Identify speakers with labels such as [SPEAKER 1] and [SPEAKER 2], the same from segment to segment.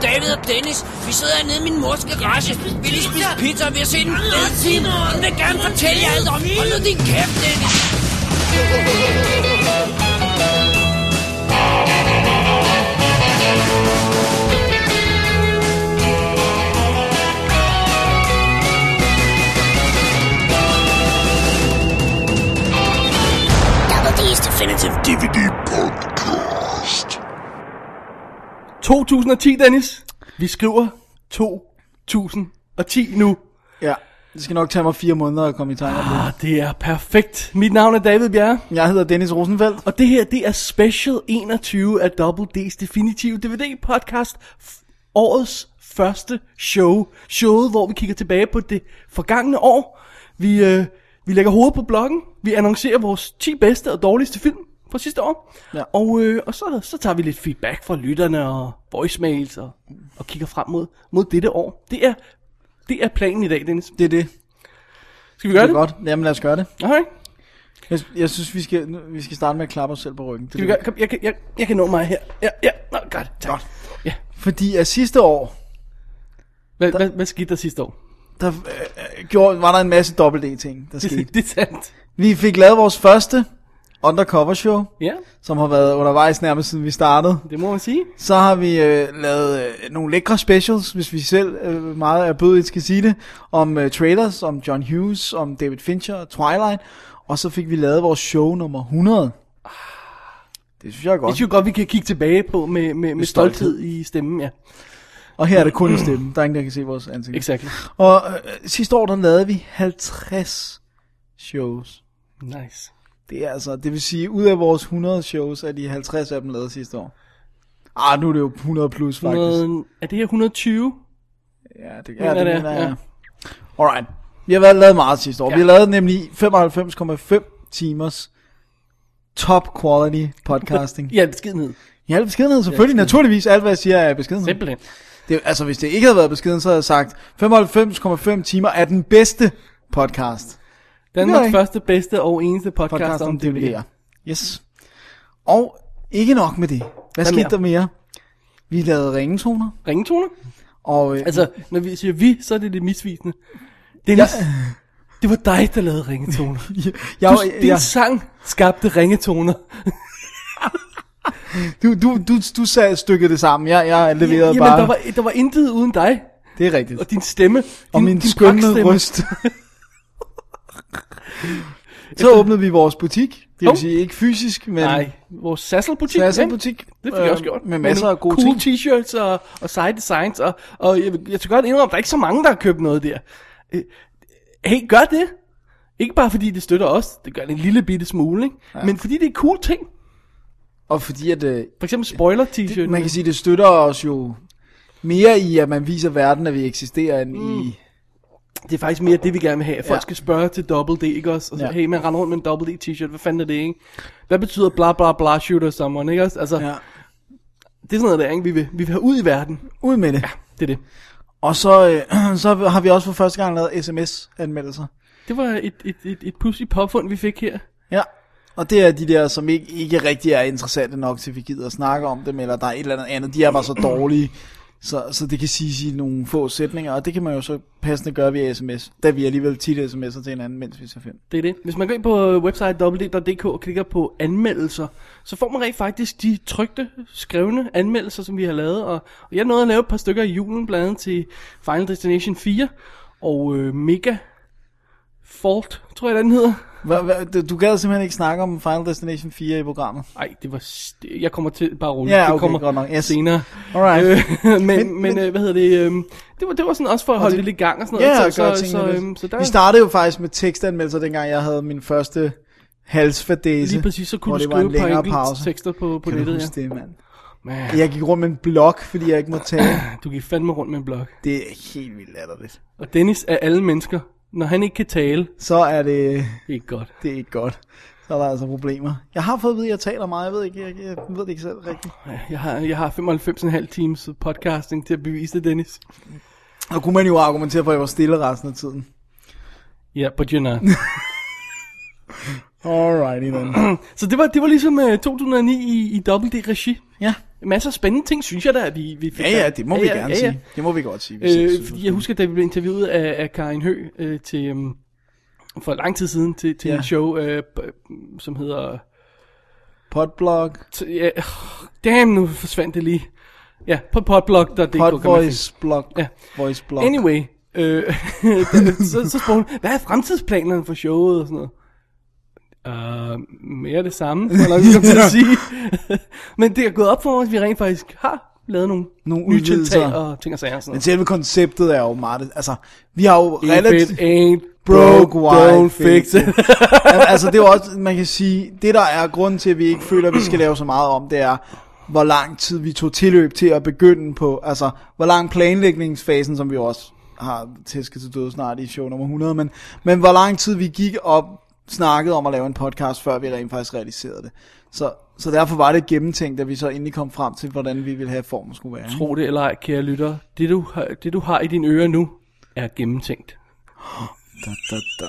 [SPEAKER 1] Dennis. Vi sidder nede i min mors garage. Vi lige spise pizza, og vi har set en fed film. Hun vil gerne fortælle jer alt om. Hold nu din kæft, Dennis.
[SPEAKER 2] Double D's Definitive DVD.
[SPEAKER 3] 2010, Dennis. Vi skriver 2010 nu.
[SPEAKER 4] Ja, det skal nok tage mig fire måneder at komme i tanke om det.
[SPEAKER 3] Og Ah, det er perfekt. Mit navn er David Bjerre.
[SPEAKER 4] Jeg hedder Dennis Rosenfeldt.
[SPEAKER 3] Og det her, det er special 21 af Double D's Definitive DVD podcast. F- årets første show. Showet, hvor vi kigger tilbage på det forgangne år. Vi, øh, vi lægger hovedet på bloggen. Vi annoncerer vores 10 bedste og dårligste film fra sidste år.
[SPEAKER 4] Ja.
[SPEAKER 3] Og, øh, og så, så tager vi lidt feedback fra lytterne og voicemails og, og kigger frem mod, mod dette år. Det er, det er planen i dag, Dennis.
[SPEAKER 4] Det er det.
[SPEAKER 3] Skal vi gøre
[SPEAKER 4] Det
[SPEAKER 3] det?
[SPEAKER 4] er godt. Jamen lad os gøre det.
[SPEAKER 3] Okay.
[SPEAKER 4] Jeg, jeg synes, vi skal, nu- vi skal starte med at klappe os selv på ryggen.
[SPEAKER 3] Skal vi gøre, kom, jeg, kan- jeg, jeg kan nå mig her. Ja, ja. Nå, godt. Tak. Godt. Ja.
[SPEAKER 4] Fordi at sidste år,
[SPEAKER 3] Hvad, hvad, hvad skete der sidste år?
[SPEAKER 4] der øh, øh, gjorde, var der en masse dobbelt D-ting, der skete.
[SPEAKER 3] det er sandt.
[SPEAKER 4] vi fik lavet vores første undercover show,
[SPEAKER 3] Ja,
[SPEAKER 4] som har været undervejs nærmest siden vi startede.
[SPEAKER 3] det må man sige.
[SPEAKER 4] Så har vi øh, lavet øh, nogle lækre specials, hvis vi selv øh, meget er bødigt skal sige det, om øh, trailers, om John Hughes, om David Fincher og Twilight. Og så fik vi lavet vores show nummer 100. Det synes jeg er
[SPEAKER 3] Jeg
[SPEAKER 4] godt.
[SPEAKER 3] synes jo godt, vi kan kigge tilbage på med, med, med
[SPEAKER 4] stolthed. Mm.
[SPEAKER 3] stolthed i stemmen, ja.
[SPEAKER 4] Og her er det kun en stemme. Der er ingen, der kan se vores ansigt.
[SPEAKER 3] Exakt.
[SPEAKER 4] Og øh, sidste år, der lavede vi 50 shows.
[SPEAKER 3] Nice.
[SPEAKER 4] Det er altså, det vil sige, ud af vores 100 shows, er de 50 af dem lavet sidste år. Ah, nu er det jo 100 plus, faktisk.
[SPEAKER 3] 100, er det her 120?
[SPEAKER 4] Ja, det,
[SPEAKER 3] Mener
[SPEAKER 4] ja, det
[SPEAKER 3] det,
[SPEAKER 4] mener
[SPEAKER 3] ja.
[SPEAKER 4] jeg. Ja. Alright. Vi har været- lavet meget sidste år.
[SPEAKER 3] Ja.
[SPEAKER 4] Ja. Vi har lavet nemlig 95,5 timers top quality podcasting.
[SPEAKER 3] Ja, beskedenhed.
[SPEAKER 4] I al beskedenhed, selvfølgelig. Naturligvis, alt hvad jeg siger er beskedenhed.
[SPEAKER 3] Simpelthen.
[SPEAKER 4] Det, er- altså, hvis det ikke havde været beskeden, så havde jeg sagt, 95,5 timer er den bedste podcast.
[SPEAKER 3] Danmarks
[SPEAKER 4] ikke.
[SPEAKER 3] første, bedste og eneste podcast,
[SPEAKER 4] Podcast om DVD'er.
[SPEAKER 3] DVD'er.
[SPEAKER 4] Yes. Og ikke nok med det. Hvad
[SPEAKER 3] Hvad
[SPEAKER 4] skete
[SPEAKER 3] mere?
[SPEAKER 4] der mere? Vi lavede ringetoner.
[SPEAKER 3] Ringetoner?
[SPEAKER 4] Og, øh,
[SPEAKER 3] Altså, når vi siger vi, så er det det misvisende. Dennis, ja. det var dig, der lavede ringetoner.
[SPEAKER 4] jeg,
[SPEAKER 3] Du,
[SPEAKER 4] jeg,
[SPEAKER 3] din sang skabte ringetoner.
[SPEAKER 4] Du, du, du, du sagde stykket det sammen. Jeg, jeg leverede
[SPEAKER 3] Jamen,
[SPEAKER 4] bare.
[SPEAKER 3] der var, der var intet uden dig.
[SPEAKER 4] Det er rigtigt.
[SPEAKER 3] Og din stemme. Din,
[SPEAKER 4] Og min
[SPEAKER 3] din
[SPEAKER 4] skønnede
[SPEAKER 3] pragtstemme.
[SPEAKER 4] røst. så åbnede vi vores butik. Det vil
[SPEAKER 3] Oh.
[SPEAKER 4] sige ikke fysisk, men
[SPEAKER 3] Nej, vores Sassel-butik.
[SPEAKER 4] Sassel
[SPEAKER 3] ikke?
[SPEAKER 4] butik. øh,
[SPEAKER 3] Det fik jeg også gjort.
[SPEAKER 4] Med masser
[SPEAKER 3] nogle
[SPEAKER 4] af gode
[SPEAKER 3] cool
[SPEAKER 4] ting.
[SPEAKER 3] t-shirts og, og seje designs. Og, og jeg, vil- jeg skal godt indrømme, at der er ikke så mange, der har købt noget der. Øh, Hey, gør det. Ikke bare fordi det støtter os. Det gør det en lille bitte smule, ikke? Ja. Men fordi det er cool ting.
[SPEAKER 4] Og fordi at, øh,
[SPEAKER 3] For eksempel spoiler t-shirt.
[SPEAKER 4] man kan sige, det støtter os jo mere i, at man viser verden, at vi eksisterer, end mm. i...
[SPEAKER 3] Det er faktisk mere det, vi gerne vil have. at Folk
[SPEAKER 4] Ja.
[SPEAKER 3] ja. skal spørge til Double D, ikke også? Og så,
[SPEAKER 4] Ja.
[SPEAKER 3] ja. hey, man render rundt med en Double D t-shirt. Hvad fanden er det, ikke? Hvad betyder bla bla bla shooter someone, ikke også? Altså, ja.
[SPEAKER 4] Ja.
[SPEAKER 3] det er sådan noget der, ikke? Vi vil, vi vil have ud i verden.
[SPEAKER 4] Ud med det. Ja.
[SPEAKER 3] Det er det.
[SPEAKER 4] Og så, øh, så har vi også for første gang lavet sms-anmeldelser.
[SPEAKER 3] Det var et, et, et, et pudsigt påfund, vi fik her.
[SPEAKER 4] Ja, og det er de der, som ikke, ikke rigtig er interessante nok til, at vi gider at snakke om dem, eller der er et eller andet andet. De er bare så dårlige, så, så det kan siges i nogle få sætninger, og det kan man jo så passende gøre via sms, da vi alligevel tit sms'er til hinanden, mens vi så finder.
[SPEAKER 3] Det er det. Hvis man går ind på øh, website www.dk og klikker på anmeldelser, så får man rent faktisk de trygte, skrevne anmeldelser, som vi har lavet. Og, og jeg nåede at lave et par stykker i julen, blandt andet til Final Destination 4 og øh, Mega Fault, tror jeg, den hedder.
[SPEAKER 4] Hva, hva, du- du gad simpelthen ikke snakke om Final Destination 4 i programmet.
[SPEAKER 3] Nej, det var... s- det- Jeg kommer til... Bare roligt.
[SPEAKER 4] Ja, okay,
[SPEAKER 3] det kommer
[SPEAKER 4] godt nok. Yes.
[SPEAKER 3] senere.
[SPEAKER 4] Alright.
[SPEAKER 3] Øh, men,
[SPEAKER 4] Men-
[SPEAKER 3] men, men øh, hvad hedder det? Øh, det, var, det var sådan også for at holde
[SPEAKER 4] det-
[SPEAKER 3] det lidt i gang og sådan noget.
[SPEAKER 4] Ja,
[SPEAKER 3] så,
[SPEAKER 4] godt
[SPEAKER 3] så,
[SPEAKER 4] tænkt
[SPEAKER 3] så,
[SPEAKER 4] lidt.
[SPEAKER 3] øhm, så der,
[SPEAKER 4] Vi startede jo faktisk med tekstanmeldelser, dengang jeg havde min første halsfadese.
[SPEAKER 3] lige præcis, så
[SPEAKER 4] hvor
[SPEAKER 3] kunne du
[SPEAKER 4] det var en
[SPEAKER 3] skrive et par
[SPEAKER 4] længere
[SPEAKER 3] enkelte
[SPEAKER 4] pause.
[SPEAKER 3] tekster på, på
[SPEAKER 4] Kan du
[SPEAKER 3] nettet.
[SPEAKER 4] huske det, mand?
[SPEAKER 3] Man.
[SPEAKER 4] Jeg gik rundt med en blok, fordi jeg ikke må tale.
[SPEAKER 3] Du gik fandme rundt med en blok.
[SPEAKER 4] Det er helt vildt latterligt.
[SPEAKER 3] Og Dennis er alle mennesker. Når han ikke kan tale,
[SPEAKER 4] Så er det...
[SPEAKER 3] det er ikke godt.
[SPEAKER 4] det er ikke godt. Så er der altså problemer. Jeg har fået at vide, at jeg taler meget. Jeg ved, ikke, jeg, jeg ved det ikke selv rigtigt.
[SPEAKER 3] Jeg har, jeg har 95,5 times podcasting til at bevise det, Dennis.
[SPEAKER 4] Og kunne man jo argumentere for, at jeg var stille resten af tiden.
[SPEAKER 3] Ja, yeah, but you're not.
[SPEAKER 4] Alrighty then.
[SPEAKER 3] øh, Så det var, det var ligesom uh, 2009 i, i Double D-regi.
[SPEAKER 4] ja,
[SPEAKER 3] masser af spændende ting, synes jeg da, at vi, vi fik
[SPEAKER 4] Ja,
[SPEAKER 3] der.
[SPEAKER 4] ja, det må vi gerne sige. Det må vi godt sige. hvis jeg
[SPEAKER 3] Øh,
[SPEAKER 4] synes,
[SPEAKER 3] fordi jeg husker, da vi blev interviewet af, af Karin Hø øh, til, øhm, for lang tid siden til, til
[SPEAKER 4] Ja.
[SPEAKER 3] ja. en show, øh, p- som hedder...
[SPEAKER 4] Podblog,
[SPEAKER 3] T- ja, oh, damn, nu forsvandt det lige. Ja, på podblog.dk. kan man finde.
[SPEAKER 4] Podvoice blog,
[SPEAKER 3] Ja.
[SPEAKER 4] voice blog.
[SPEAKER 3] Anyway, øh, så, så spurgte hun, hvad er fremtidsplanerne for showet og sådan noget? Uh, mere det samme, tror jeg nok, vi kom til at sige. Men det er gået op for os, at vi rent faktisk har lavet nogle,
[SPEAKER 4] Nogle
[SPEAKER 3] nye
[SPEAKER 4] udvidelser.
[SPEAKER 3] tiltag og ting og sager og sådan
[SPEAKER 4] Men
[SPEAKER 3] noget.
[SPEAKER 4] selve konceptet er jo meget... Altså, vi har jo
[SPEAKER 3] If
[SPEAKER 4] relativt...
[SPEAKER 3] it ain't
[SPEAKER 4] Broke,
[SPEAKER 3] broke,
[SPEAKER 4] why
[SPEAKER 3] don't
[SPEAKER 4] fix
[SPEAKER 3] fix
[SPEAKER 4] it?
[SPEAKER 3] it.
[SPEAKER 4] Jamen, altså, det er jo også, man kan sige, det der er grunden til, at vi ikke føler, at vi skal lave så meget om, det er, hvor lang tid vi tog tilløb til at begynde på, altså, hvor lang planlægningsfasen, som vi jo også har tæsket til døde snart i show nummer 100, men, men hvor lang tid vi gik og snakkede om at lave en podcast, før vi rent faktisk realiserede det. Så, så derfor var det gennemtænkt, at vi så endelig kom frem til, hvordan vi ville have formen skulle være.
[SPEAKER 3] Tro det eller ej, kære lytter. Det du, har, det, du har i dine ører nu, er gennemtænkt.
[SPEAKER 4] Da, da, da.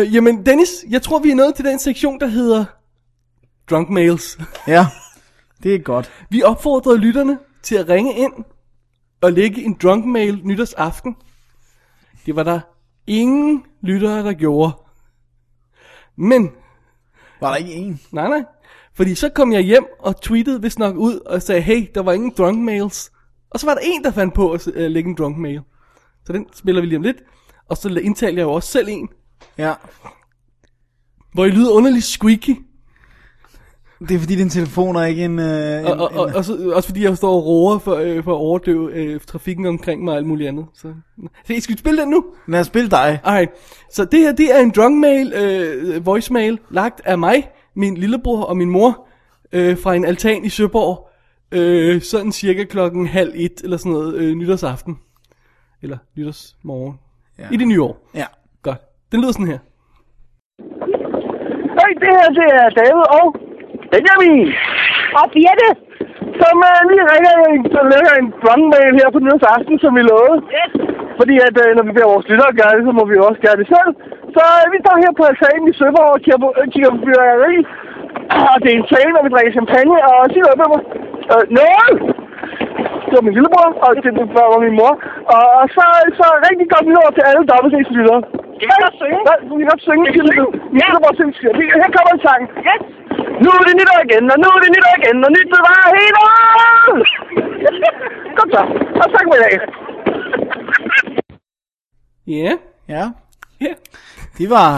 [SPEAKER 3] Øh, jamen, Dennis, jeg tror, vi er nået til den sektion, der hedder Drunk Mails.
[SPEAKER 4] Ja, det er godt.
[SPEAKER 3] Vi opfordrede lytterne til at ringe ind og lægge en drunk mail nytårsaften. Det var der ingen lyttere, der gjorde. Men,
[SPEAKER 4] Var der ikke en?
[SPEAKER 3] nej nej, fordi så kom jeg hjem og tweetede vist nok ud og sagde, hey, der var ingen drunk mails. Og så var der en, der fandt på at øh, lægge en drunk mail. Så den spiller vi lige om lidt. Og så indtaler jeg jo også selv en,
[SPEAKER 4] Ja.
[SPEAKER 3] hvor I lyder underligt squeaky.
[SPEAKER 4] Det er fordi, din telefon er ikke en... Øh, en,
[SPEAKER 3] Og, og, og,
[SPEAKER 4] en
[SPEAKER 3] og så, også fordi jeg står og roer for, øh, for at overdøve øh, trafikken omkring mig og alt muligt andet. Så, så skal vi spille den nu?
[SPEAKER 4] lad os spille dig.
[SPEAKER 3] Alright, så det her, det er en drunkmail, øh, voicemail, lagt af mig, min lillebror og min mor, øh, fra en altan i Søborg, øh, sådan cirka klokken halv et, eller sådan noget, øh, nytårsaften. Eller nytårsmorgen.
[SPEAKER 4] Ja.
[SPEAKER 3] Ja. I det nye år.
[SPEAKER 4] Ja.
[SPEAKER 3] Godt. Den lyder sådan her.
[SPEAKER 5] Hej, det her det er David og Benjamin og Birte, som uh, lige ringer en, så lægger en drummail her på nyårsaften, som vi lovede. Yes. Fordi at, uh, når vi beder vores lyttere gøre det, så må vi jo også gøre det selv. Så uh, vi står her på altanen i Søborg og kigger på, øh, kigger på fyrværkeri. Og det er en tale, når vi drikker champagne, og siger noget med mig. Øh, Noel! Det var min lillebror, og det var min mor. Og, og så, så rigtig godt nytår til alle dobbeltdæs lyttere. Skal vi godt synge? Hvad? Vi kan godt synge. Skal vi synge? Ja. Det var sindssygt. Vi- Her kommer en sang. Yes. Nu er det nytår igen, og nu er det nytår igen, og nytår var helt året. Godt så. Og tak for i dag.
[SPEAKER 3] Ja, yeah. ja.
[SPEAKER 4] Ja.
[SPEAKER 3] Yeah.
[SPEAKER 4] Det var...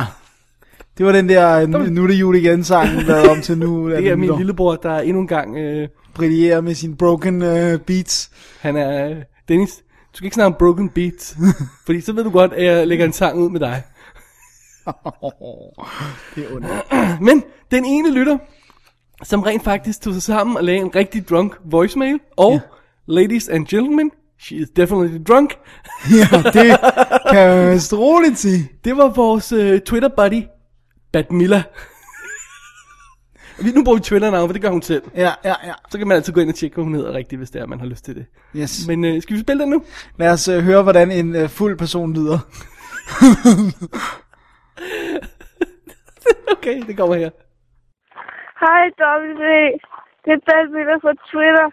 [SPEAKER 4] Det var den der, øh, nu er det jul igen sang, der er om til nu.
[SPEAKER 3] Det er min lillebror, der endnu en gang, øh,
[SPEAKER 4] brillerer med sin broken uh, beats.
[SPEAKER 3] han er, øh, Dennis, du skal ikke snakke om broken beats, fordi så ved du godt, at jeg lægger en sang ud med dig.
[SPEAKER 4] det er ondt.
[SPEAKER 3] Men den ene lytter, som rent faktisk tog sig sammen og lagde en rigtig drunk voicemail, og yeah. ladies and gentlemen, she is definitely drunk,
[SPEAKER 4] ja, det kan jeg vist roligt sige.
[SPEAKER 3] det var vores øh, Twitter-buddy, Badmilla. Vi- nu bruger vi Twitter-navn, for det gør hun selv.
[SPEAKER 4] Ja, ja, ja.
[SPEAKER 3] Så kan man altid gå ind og tjekke, hvad hun hedder rigtigt, hvis det er, man har lyst til det.
[SPEAKER 4] Yes.
[SPEAKER 3] Men øh, skal vi spille den nu?
[SPEAKER 4] Lad os uh, høre, hvordan en uh, fuld person lyder.
[SPEAKER 3] Okay, det kommer her.
[SPEAKER 6] Hej W. Det er Dan Miller fra Twitter.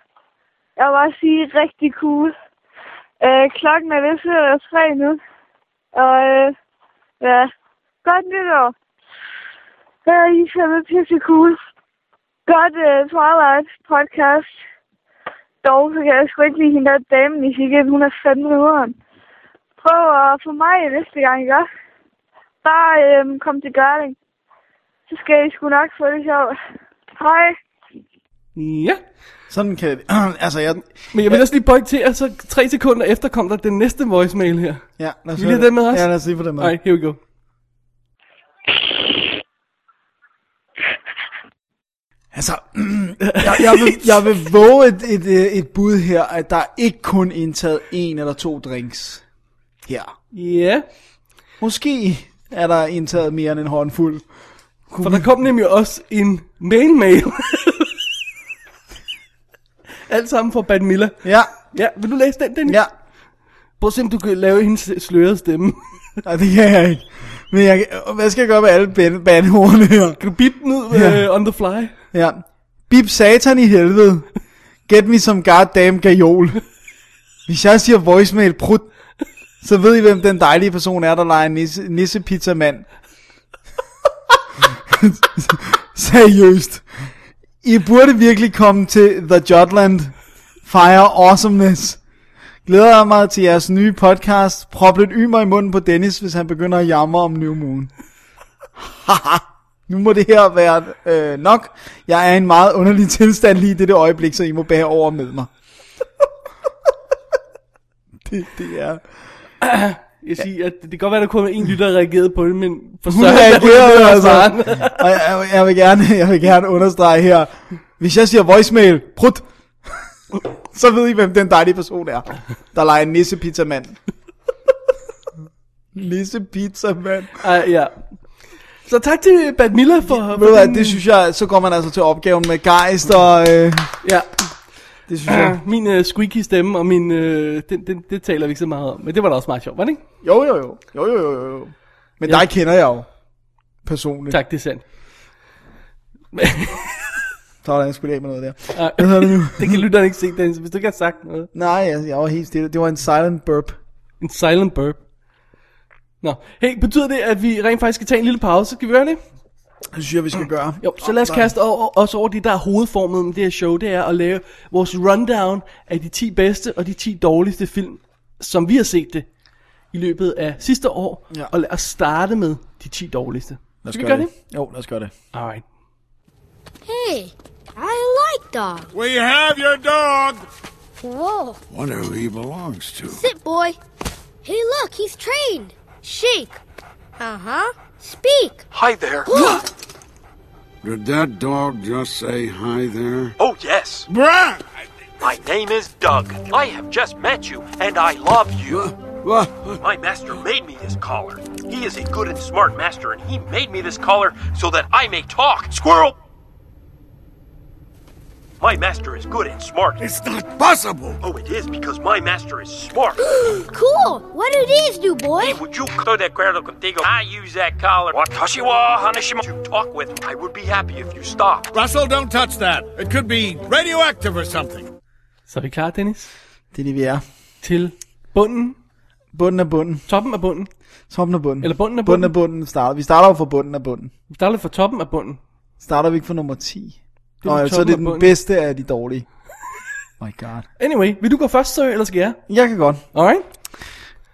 [SPEAKER 6] Jeg vil bare sige, rigtig cool. Øh, klokken er lidt før eller tre nu. Og øh, ja, godt nytår. Jeg er lige fandme pisse cool. Godt øh, Twilight podcast. Dog, så kan jeg sgu ikke lide hende der damen i igen. Hun er fandme nederen. Prøv at få mig næste gang, ikke? også? Bare øh, kom til Gørling. Så skal I sgu nok få det sjovt. Hej.
[SPEAKER 3] Ja.
[SPEAKER 4] Sådan kan altså, jeg...
[SPEAKER 3] Men jeg vil også lige pointere, så tre sekunder efter kom der den næste voicemail her.
[SPEAKER 4] Ja, lad os
[SPEAKER 3] Vil I
[SPEAKER 4] høre
[SPEAKER 3] den med os?
[SPEAKER 4] Ja, lad os lige få den med.
[SPEAKER 3] Alright, here we go.
[SPEAKER 4] Altså, jeg, jeg, vil, jeg vil våge et, et, øh, et bud her, at der er ikke kun indtaget en eller to drinks her.
[SPEAKER 3] Ja. Yeah.
[SPEAKER 4] Måske er der indtaget mere end en håndfuld.
[SPEAKER 3] For der kom nemlig også en mail-mail. Alt sammen fra Badmilla.
[SPEAKER 4] Ja,
[SPEAKER 3] Ja, vil du læse den, Dennis?
[SPEAKER 4] ja.
[SPEAKER 3] Prøv at se, om du kan lave hendes slørede stemme.
[SPEAKER 4] Nej, det kan jeg ikke. Men jeg, kan- hvad skal jeg gøre med alle ban- bandordene her?
[SPEAKER 3] Kan du bippe den ud
[SPEAKER 4] Ja.
[SPEAKER 3] ja. uh, on the fly?
[SPEAKER 4] Ja. Bip satan i helvede. Get me some goddamn gajol. Hvis jeg siger voicemail prut, så ved I, hvem den dejlige person er, der leger en nisse, nissepizzamand. Seriøst. I burde virkelig komme til The Jutland Fire Awesomeness. Glæder jeg mig til jeres nye podcast. Prop lidt ymer i munden på Dennis, hvis han begynder at jamre om New Moon. Haha. nu må det her være øh, nok. Jeg er i en meget underlig tilstand lige i dette øjeblik, så I må bære over med mig. det, det er...
[SPEAKER 3] Jeg siger, at det kan godt være, at der kun er en lytter, der reagerede på det, men for
[SPEAKER 4] Hun
[SPEAKER 3] søren,
[SPEAKER 4] reagerede
[SPEAKER 3] der
[SPEAKER 4] altså.
[SPEAKER 3] var en.
[SPEAKER 4] Og jeg, jeg, vil gerne, jeg vil gerne understrege her, hvis jeg siger voicemail, prut, så ved I, hvem den dejlige person er, der leger en nissepizzamand. Nissepizzamand.
[SPEAKER 3] Ej, ja. Så tak til Bad Miller for... for
[SPEAKER 4] Ved du hvad,
[SPEAKER 3] din-
[SPEAKER 4] det synes jeg, så går man altså til opgaven med gejst, og øh,
[SPEAKER 3] Ja,
[SPEAKER 4] det synes jeg.
[SPEAKER 3] min øh, squeaky stemme og min... Øh, den, den, det taler vi ikke så meget om, men det var da også meget sjovt, var det ikke?
[SPEAKER 4] Jo, jo, jo. Jo, jo, jo, jo, jo. Men ja. dig kender jeg jo personligt.
[SPEAKER 3] Tak, det er sandt.
[SPEAKER 4] Sådan, jeg skulle lige af med noget der.
[SPEAKER 3] Ej,
[SPEAKER 4] Hvad hedder det nu?
[SPEAKER 3] det kan lytteren ikke se, Dennis, hvis du ikke har sagt noget.
[SPEAKER 4] Nej, jeg, jeg var helt stille. Det var en silent burp.
[SPEAKER 3] En silent burp. Nå, hey, betyder det, at vi rent faktisk skal tage en lille pause? Skal vi gøre det?
[SPEAKER 4] Det synes jeg, vi skal gøre.
[SPEAKER 3] Jo, så lad os kaste over, os over det, der er hovedformet med det her show, det er at lave vores rundown af de 10 bedste og de 10 dårligste film, som vi har set det i løbet af sidste år.
[SPEAKER 4] Ja.
[SPEAKER 3] Og lad os starte med de 10 dårligste.
[SPEAKER 4] Lad os
[SPEAKER 3] Skal vi gøre det?
[SPEAKER 4] Jo, lad os gøre det.
[SPEAKER 3] Alright.
[SPEAKER 7] Hey, I like dogs.
[SPEAKER 2] We have your dog.
[SPEAKER 7] Whoa.
[SPEAKER 2] Wonder who he belongs to.
[SPEAKER 7] Sit, boy. Hey, look, he's trained. Shake. Uh huh. Speak.
[SPEAKER 8] Hi there.
[SPEAKER 2] Did that dog just say hi there?
[SPEAKER 8] Oh, yes.
[SPEAKER 2] Brad!
[SPEAKER 8] My name is Doug. I have just met you, and I love you.
[SPEAKER 2] What?
[SPEAKER 8] My master made me this collar. He is a good and smart master, and he made me this collar so that I may talk. Squirrel! My master is good and smart.
[SPEAKER 2] It's not possible.
[SPEAKER 8] Oh, it is because my master is smart.
[SPEAKER 7] Cool. What do these do, boy?
[SPEAKER 8] Hey, would you throw that cuerdo contigo? I use that collar. What Kashiwa Hanashima to talk with? I would be happy if you stopped.
[SPEAKER 2] Russell, don't touch that. It could be radioactive or something.
[SPEAKER 3] Så er vi klar, Dennis,
[SPEAKER 4] Det er det, vi er.
[SPEAKER 3] til bunden,
[SPEAKER 4] Bunden af bunden.
[SPEAKER 3] toppen af bunden.
[SPEAKER 4] Toppen af bunden.
[SPEAKER 3] Eller bunden af
[SPEAKER 4] Bunden af
[SPEAKER 3] bunden.
[SPEAKER 4] bunden starter. Vi starter jo fra bunden af bunden.
[SPEAKER 3] Vi starter fra toppen af bunden.
[SPEAKER 4] Starter vi ikke fra nummer 10?
[SPEAKER 3] er
[SPEAKER 4] Nå,
[SPEAKER 3] den
[SPEAKER 4] ja, så er det
[SPEAKER 3] toppen af
[SPEAKER 4] den
[SPEAKER 3] bunden.
[SPEAKER 4] bedste af de dårlige. My god.
[SPEAKER 3] Anyway, vil du gå først, så eller skal jeg?
[SPEAKER 4] Jeg kan godt.
[SPEAKER 3] Alright?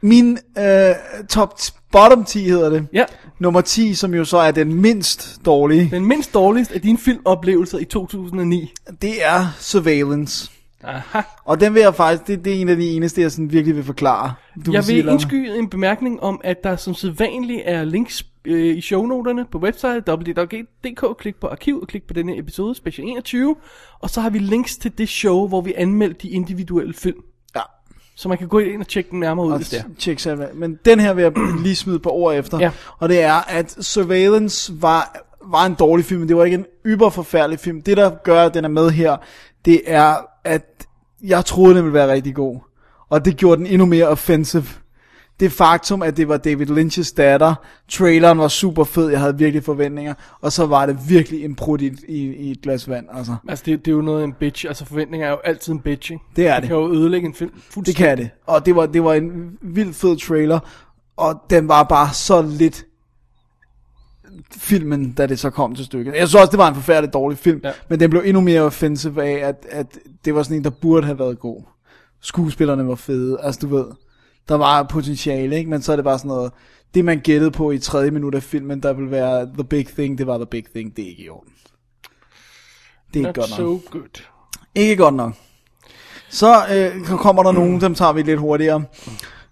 [SPEAKER 4] Min øh, top bottom 10 hedder det.
[SPEAKER 3] Ja.
[SPEAKER 4] Nummer 10, som jo så er den mindst dårlige,
[SPEAKER 3] Den mindst dårligste af dine filmoplevelser i 2009.
[SPEAKER 4] det er Surveillance.
[SPEAKER 3] Aha.
[SPEAKER 4] Og den vil jeg faktisk, det, det er en af de eneste, jeg sådan virkelig vil forklare. Du
[SPEAKER 3] Jeg
[SPEAKER 4] sige,
[SPEAKER 3] vil
[SPEAKER 4] eller-
[SPEAKER 3] indskyde en bemærkning om, at der som sædvanligt er links øh, i shownoterne på website www.dk. Klik på arkiv og klik på denne episode, special 21. Og så har vi links til det show, hvor vi anmeldte de individuelle film.
[SPEAKER 4] Ja.
[SPEAKER 3] Så man kan gå ind og tjekke den nærmere ud,
[SPEAKER 4] Og
[SPEAKER 3] hvis det er.
[SPEAKER 4] tjek selv, hvad- Men den her vil jeg lige smide på ord efter.
[SPEAKER 3] Ja.
[SPEAKER 4] Og det er, at Surveillance var, var en dårlig film, men det var ikke en yber forfærdelig film. Det, der gør, at den er med her, det er, at jeg troede, den ville være rigtig god. Og det gjorde den endnu mere offensive. Det faktum, at det var David Lynch's datter, traileren var super fed, jeg havde virkelig forventninger, og så var det virkelig en prut i, i, i et glas vand. Altså.
[SPEAKER 3] Altså, det, det er jo noget af en bitch. Altså, forventninger er jo altid en bitch, ikke?
[SPEAKER 4] Det er det.
[SPEAKER 3] Det kan jo ødelægge en film.
[SPEAKER 4] Det
[SPEAKER 3] fuldstændig.
[SPEAKER 4] kan det. Og det var, det var en vild fed trailer, og den var bare så lidt filmen, da det så kom til stykket. Jeg synes også, det var en forfærdelig dårlig film, ja.
[SPEAKER 3] Ja.
[SPEAKER 4] men den blev endnu mere offensive af, at, at det var sådan en, der burde have været god. Skuespillerne var fede, altså du ved, der var potentiale, ikke? men så er det bare sådan noget, det man gættede på i tredje minut af filmen, der ville være the big thing, det var the big thing, det er ikke i orden. Det er ikke
[SPEAKER 3] Not
[SPEAKER 4] godt nok.
[SPEAKER 3] so good.
[SPEAKER 4] Ikke godt nok. Så øh, så kommer der nogen, dem tager vi lidt hurtigere.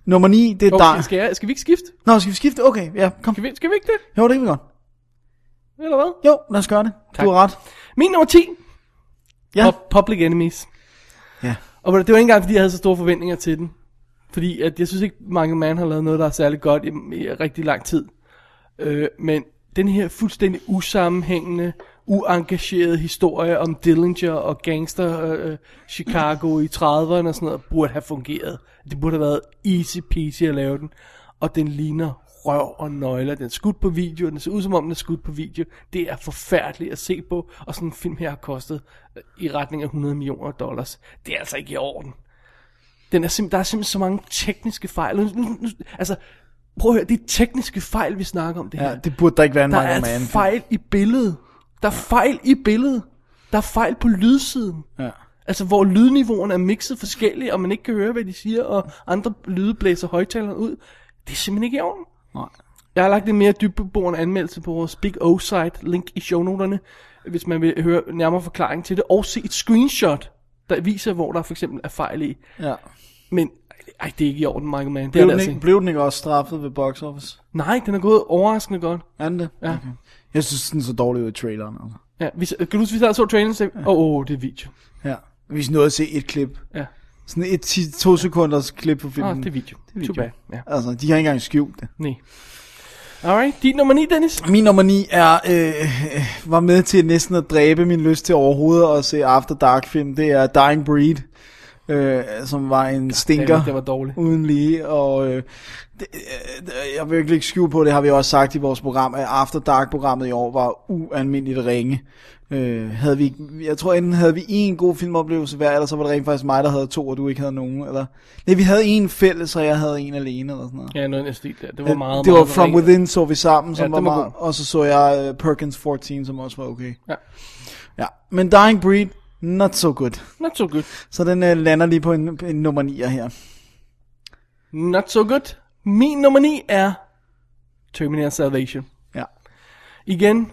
[SPEAKER 4] Nummer 9, det er okay,
[SPEAKER 3] Okay,
[SPEAKER 4] dig.
[SPEAKER 3] skal, jeg, skal vi ikke skifte?
[SPEAKER 4] Nå, skal vi skifte? Okay, ja, kom.
[SPEAKER 3] Skal vi, skal vi ikke det?
[SPEAKER 4] Jo, det kan vi godt.
[SPEAKER 3] Eller hvad?
[SPEAKER 4] Jo, lad os gøre det. Tak.
[SPEAKER 3] Tak.
[SPEAKER 4] Du har ret.
[SPEAKER 3] Min nummer 10.
[SPEAKER 4] Ja.
[SPEAKER 3] Pub- Public Enemies.
[SPEAKER 4] Ja.
[SPEAKER 3] Og det var ikke engang, fordi jeg havde så store forventninger til den. Fordi at jeg synes ikke, Michael Mann har lavet noget, der er særlig godt i, i rigtig lang tid. Øh, men den her fuldstændig usammenhængende, uengagerede historie om Dillinger og gangster øh, Chicago i 30'erne og sådan noget, burde have fungeret. Det burde have været easy peasy at lave den. Og den ligner røv og nøgler. Den er skudt på video, og den ser ud som om, den er skudt på video. Det er forfærdeligt at se på, og sådan en film her har kostet øh, i retning af 100 millioner dollars. Det er altså ikke i orden. Den er simp- der er simpelthen så mange tekniske fejl. Nu, nu, nu, altså, prøv at høre, det er tekniske fejl, vi snakker om det her.
[SPEAKER 4] Ja, det burde da ikke være en
[SPEAKER 3] Der
[SPEAKER 4] Michael
[SPEAKER 3] er
[SPEAKER 4] Mann.
[SPEAKER 3] et fejl i billedet. Der er fejl i billedet. Der er fejl på lydsiden.
[SPEAKER 4] Ja.
[SPEAKER 3] Altså, hvor lydniveauerne er mixet forskelligt, og man ikke kan høre, hvad de siger, og andre lyde blæser højtalerne ud. Det er simpelthen ikke i orden.
[SPEAKER 4] Nej.
[SPEAKER 3] Jeg har lagt en mere dybbeborende anmeldelse på vores Big O site, link i shownoterne, hvis man vil høre nærmere forklaring til det, og se et screenshot, der viser, hvor der for eksempel er fejl i.
[SPEAKER 4] Ja.
[SPEAKER 3] Men, ej, det er ikke i orden, Michael Mann. Det er
[SPEAKER 4] Blev,
[SPEAKER 3] det
[SPEAKER 4] den
[SPEAKER 3] altså
[SPEAKER 4] ikke,
[SPEAKER 3] ikke.
[SPEAKER 4] blev den ikke også straffet ved box office?
[SPEAKER 3] Nej, den er gået overraskende godt.
[SPEAKER 4] Er den det?
[SPEAKER 3] Ja.
[SPEAKER 4] Okay. Jeg synes, den så dårlig ud i traileren. Altså.
[SPEAKER 3] Ja, vi, kan du huske, vi sad og så traileren, så åh, oh, oh, det er video.
[SPEAKER 4] Ja. Vi nåede at se et klip.
[SPEAKER 3] Ja.
[SPEAKER 4] Sådan et ti- to sekunders klip på filmen.
[SPEAKER 3] Ah, det er video. Det er video. Too bad. Ja.
[SPEAKER 4] Altså, de har ikke engang skjult det.
[SPEAKER 3] Nej. Alright, din nummer 9, Dennis.
[SPEAKER 4] Min nummer 9 er, øh, var med til næsten at dræbe min lyst til overhovedet at se After Dark film. Det er Dying Breed, øh, som var en stinker.
[SPEAKER 3] Jamen, det var dårligt.
[SPEAKER 4] Uden lige, og øh, det, øh, jeg vil ikke lægge skjul på, det har vi også sagt i vores program, at After Dark-programmet i år var ualmindeligt ringe. Øh, havde vi, jeg tror enten havde vi en god filmoplevelse hver, eller så var det rent faktisk mig, der havde to, og du ikke havde nogen. Eller, nej, vi havde en fælles, og jeg havde en alene. Eller sådan noget.
[SPEAKER 3] Ja, noget i den stil der. Det var
[SPEAKER 4] Ja,
[SPEAKER 3] meget,
[SPEAKER 4] det var
[SPEAKER 3] meget
[SPEAKER 4] From
[SPEAKER 3] ringe.
[SPEAKER 4] Within, så vi sammen, som
[SPEAKER 3] Ja,
[SPEAKER 4] ja, var
[SPEAKER 3] den var
[SPEAKER 4] meget, og så så jeg uh, Perkins 14, som også var okay.
[SPEAKER 3] Ja.
[SPEAKER 4] ja. Men Dying Breed, not so good.
[SPEAKER 3] Not so good.
[SPEAKER 4] Så den uh, lander lige på en, en nummer 9 her.
[SPEAKER 3] Not so good. Min nummer 9 er Terminator Salvation.
[SPEAKER 4] Ja.
[SPEAKER 3] Igen,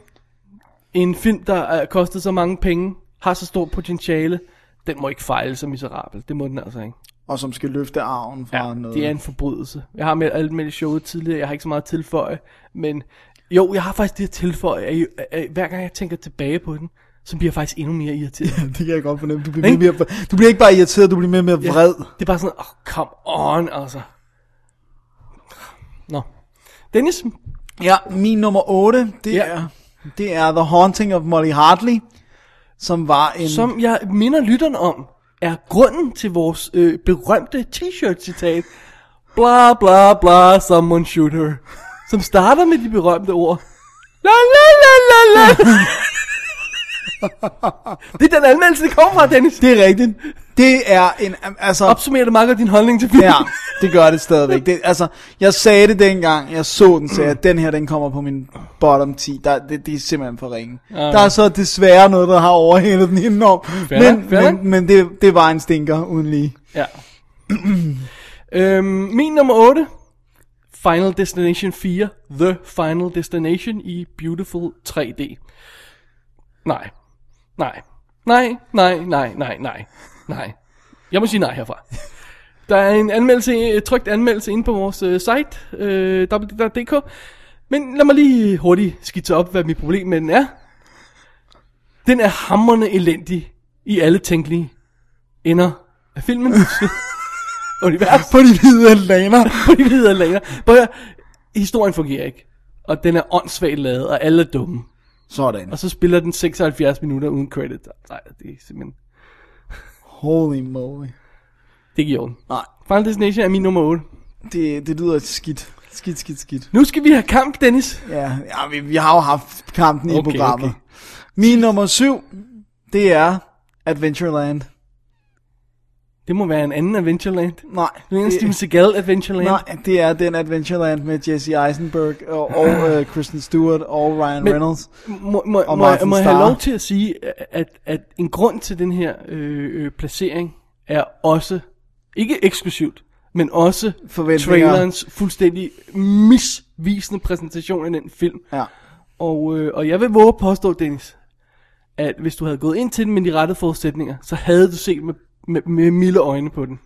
[SPEAKER 3] en film, der uh, kostede så mange penge, har så stort potentiale, den må ikke fejle så miserabel. Det må den altså ikke.
[SPEAKER 4] Og som skal løfte arven fra ja, noget.
[SPEAKER 3] Det er en forbrydelse. Jeg har med alt med showet tidligere, jeg har ikke så meget at tilføje, men jo, jeg har faktisk det at tilføje, at, at, at hver gang jeg tænker tilbage på den, så bliver jeg faktisk endnu mere irriteret.
[SPEAKER 4] det kan jeg godt fornemme. Du bliver,
[SPEAKER 3] Ikke?
[SPEAKER 4] mere, mere- du bliver ikke bare irriteret, du bliver mere og mere vred.
[SPEAKER 3] Det er bare sådan, oh, come on, altså. Nå. Dennis,
[SPEAKER 4] Ja, min nummer 8, det,
[SPEAKER 3] Ja.
[SPEAKER 4] ja. er, det er The Haunting of Molly Hartley, som var en...
[SPEAKER 3] som jeg minder lytterne om, er grunden til vores øh, berømte t-shirt-citat. Bla bla bla, someone shoot her. Som starter med de berømte ord. La la la la la. det er den anmeldelse, det kommer fra, Dennis.
[SPEAKER 4] Det er rigtigt. Det er en... Altså,
[SPEAKER 3] Opsummerer det meget godt din holdning til filmen.
[SPEAKER 4] Ja, det gør det stadigvæk. Det, altså, jeg sagde det dengang, jeg så den,
[SPEAKER 3] Mm.
[SPEAKER 4] sagde jeg, den her, den kommer på min bottom 10. Der, det, det er simpelthen for ringe. Der er så desværre noget, der har overhældet den enormt.
[SPEAKER 3] Fair
[SPEAKER 4] Men,
[SPEAKER 3] nok, fair nok.
[SPEAKER 4] men, men det, det var en stinker, uden lige.
[SPEAKER 3] Ja. øhm, min nummer 8. Final Destination 4. The Final Destination i Beautiful 3D. Nej. Nej. Nej, nej, nej, nej, nej. Nej. Jeg må sige nej herfra. Der er en anmeldelse, øh, trygt anmeldelse inde på vores øh, site, øh, www.dk. Men lad mig lige hurtigt skitse op, hvad mit problem med den er. Den er hammerne elendig i alle tænkelige ender af filmen. Univers.
[SPEAKER 4] På de hvide laner.
[SPEAKER 3] På de videre lager. På, historien fungerer ikke. Og den er åndssvagt lavet, og alle er dumme.
[SPEAKER 4] Sådan.
[SPEAKER 3] Og så spiller den 76 minutter uden credit. Nej, det er simpelthen...
[SPEAKER 4] Holy moly.
[SPEAKER 3] Det er ikke i orden.
[SPEAKER 4] Nej,
[SPEAKER 3] Final Destination er min nummer 8.
[SPEAKER 4] det, det lyder skidt. Skidt, skidt, skidt.
[SPEAKER 3] Nu skal vi have kamp, Dennis.
[SPEAKER 4] Ja, ja vi, vi har jo haft kampen i
[SPEAKER 3] Okay,
[SPEAKER 4] programmet.
[SPEAKER 3] okay.
[SPEAKER 4] Min nummer 7, det er Adventureland.
[SPEAKER 3] Det må være en anden Adventureland.
[SPEAKER 4] Nej,
[SPEAKER 3] Det er en
[SPEAKER 4] det-
[SPEAKER 3] Steven Seagal Adventureland.
[SPEAKER 4] Nej, det er den Adventureland med Jesse Eisenberg og, og øh, Kristen Stewart og Ryan
[SPEAKER 3] Men-
[SPEAKER 4] Men, Reynolds.
[SPEAKER 3] Må, må,
[SPEAKER 4] Og
[SPEAKER 3] må, jeg-
[SPEAKER 4] Martin
[SPEAKER 3] må jeg have
[SPEAKER 4] Starr.
[SPEAKER 3] lov til at sige, at, at en grund til den her øh, øh, placering er også, ikke eksklusivt, men også
[SPEAKER 4] Forventninger.
[SPEAKER 3] trailerens fuldstændig misvisende præsentation af den film.
[SPEAKER 4] Ja.
[SPEAKER 3] Og, øh, og jeg vil våge at påstå, Dennis, at hvis du havde gået ind til den med de rette forudsætninger, så havde du set med, med, med milde øjne på den.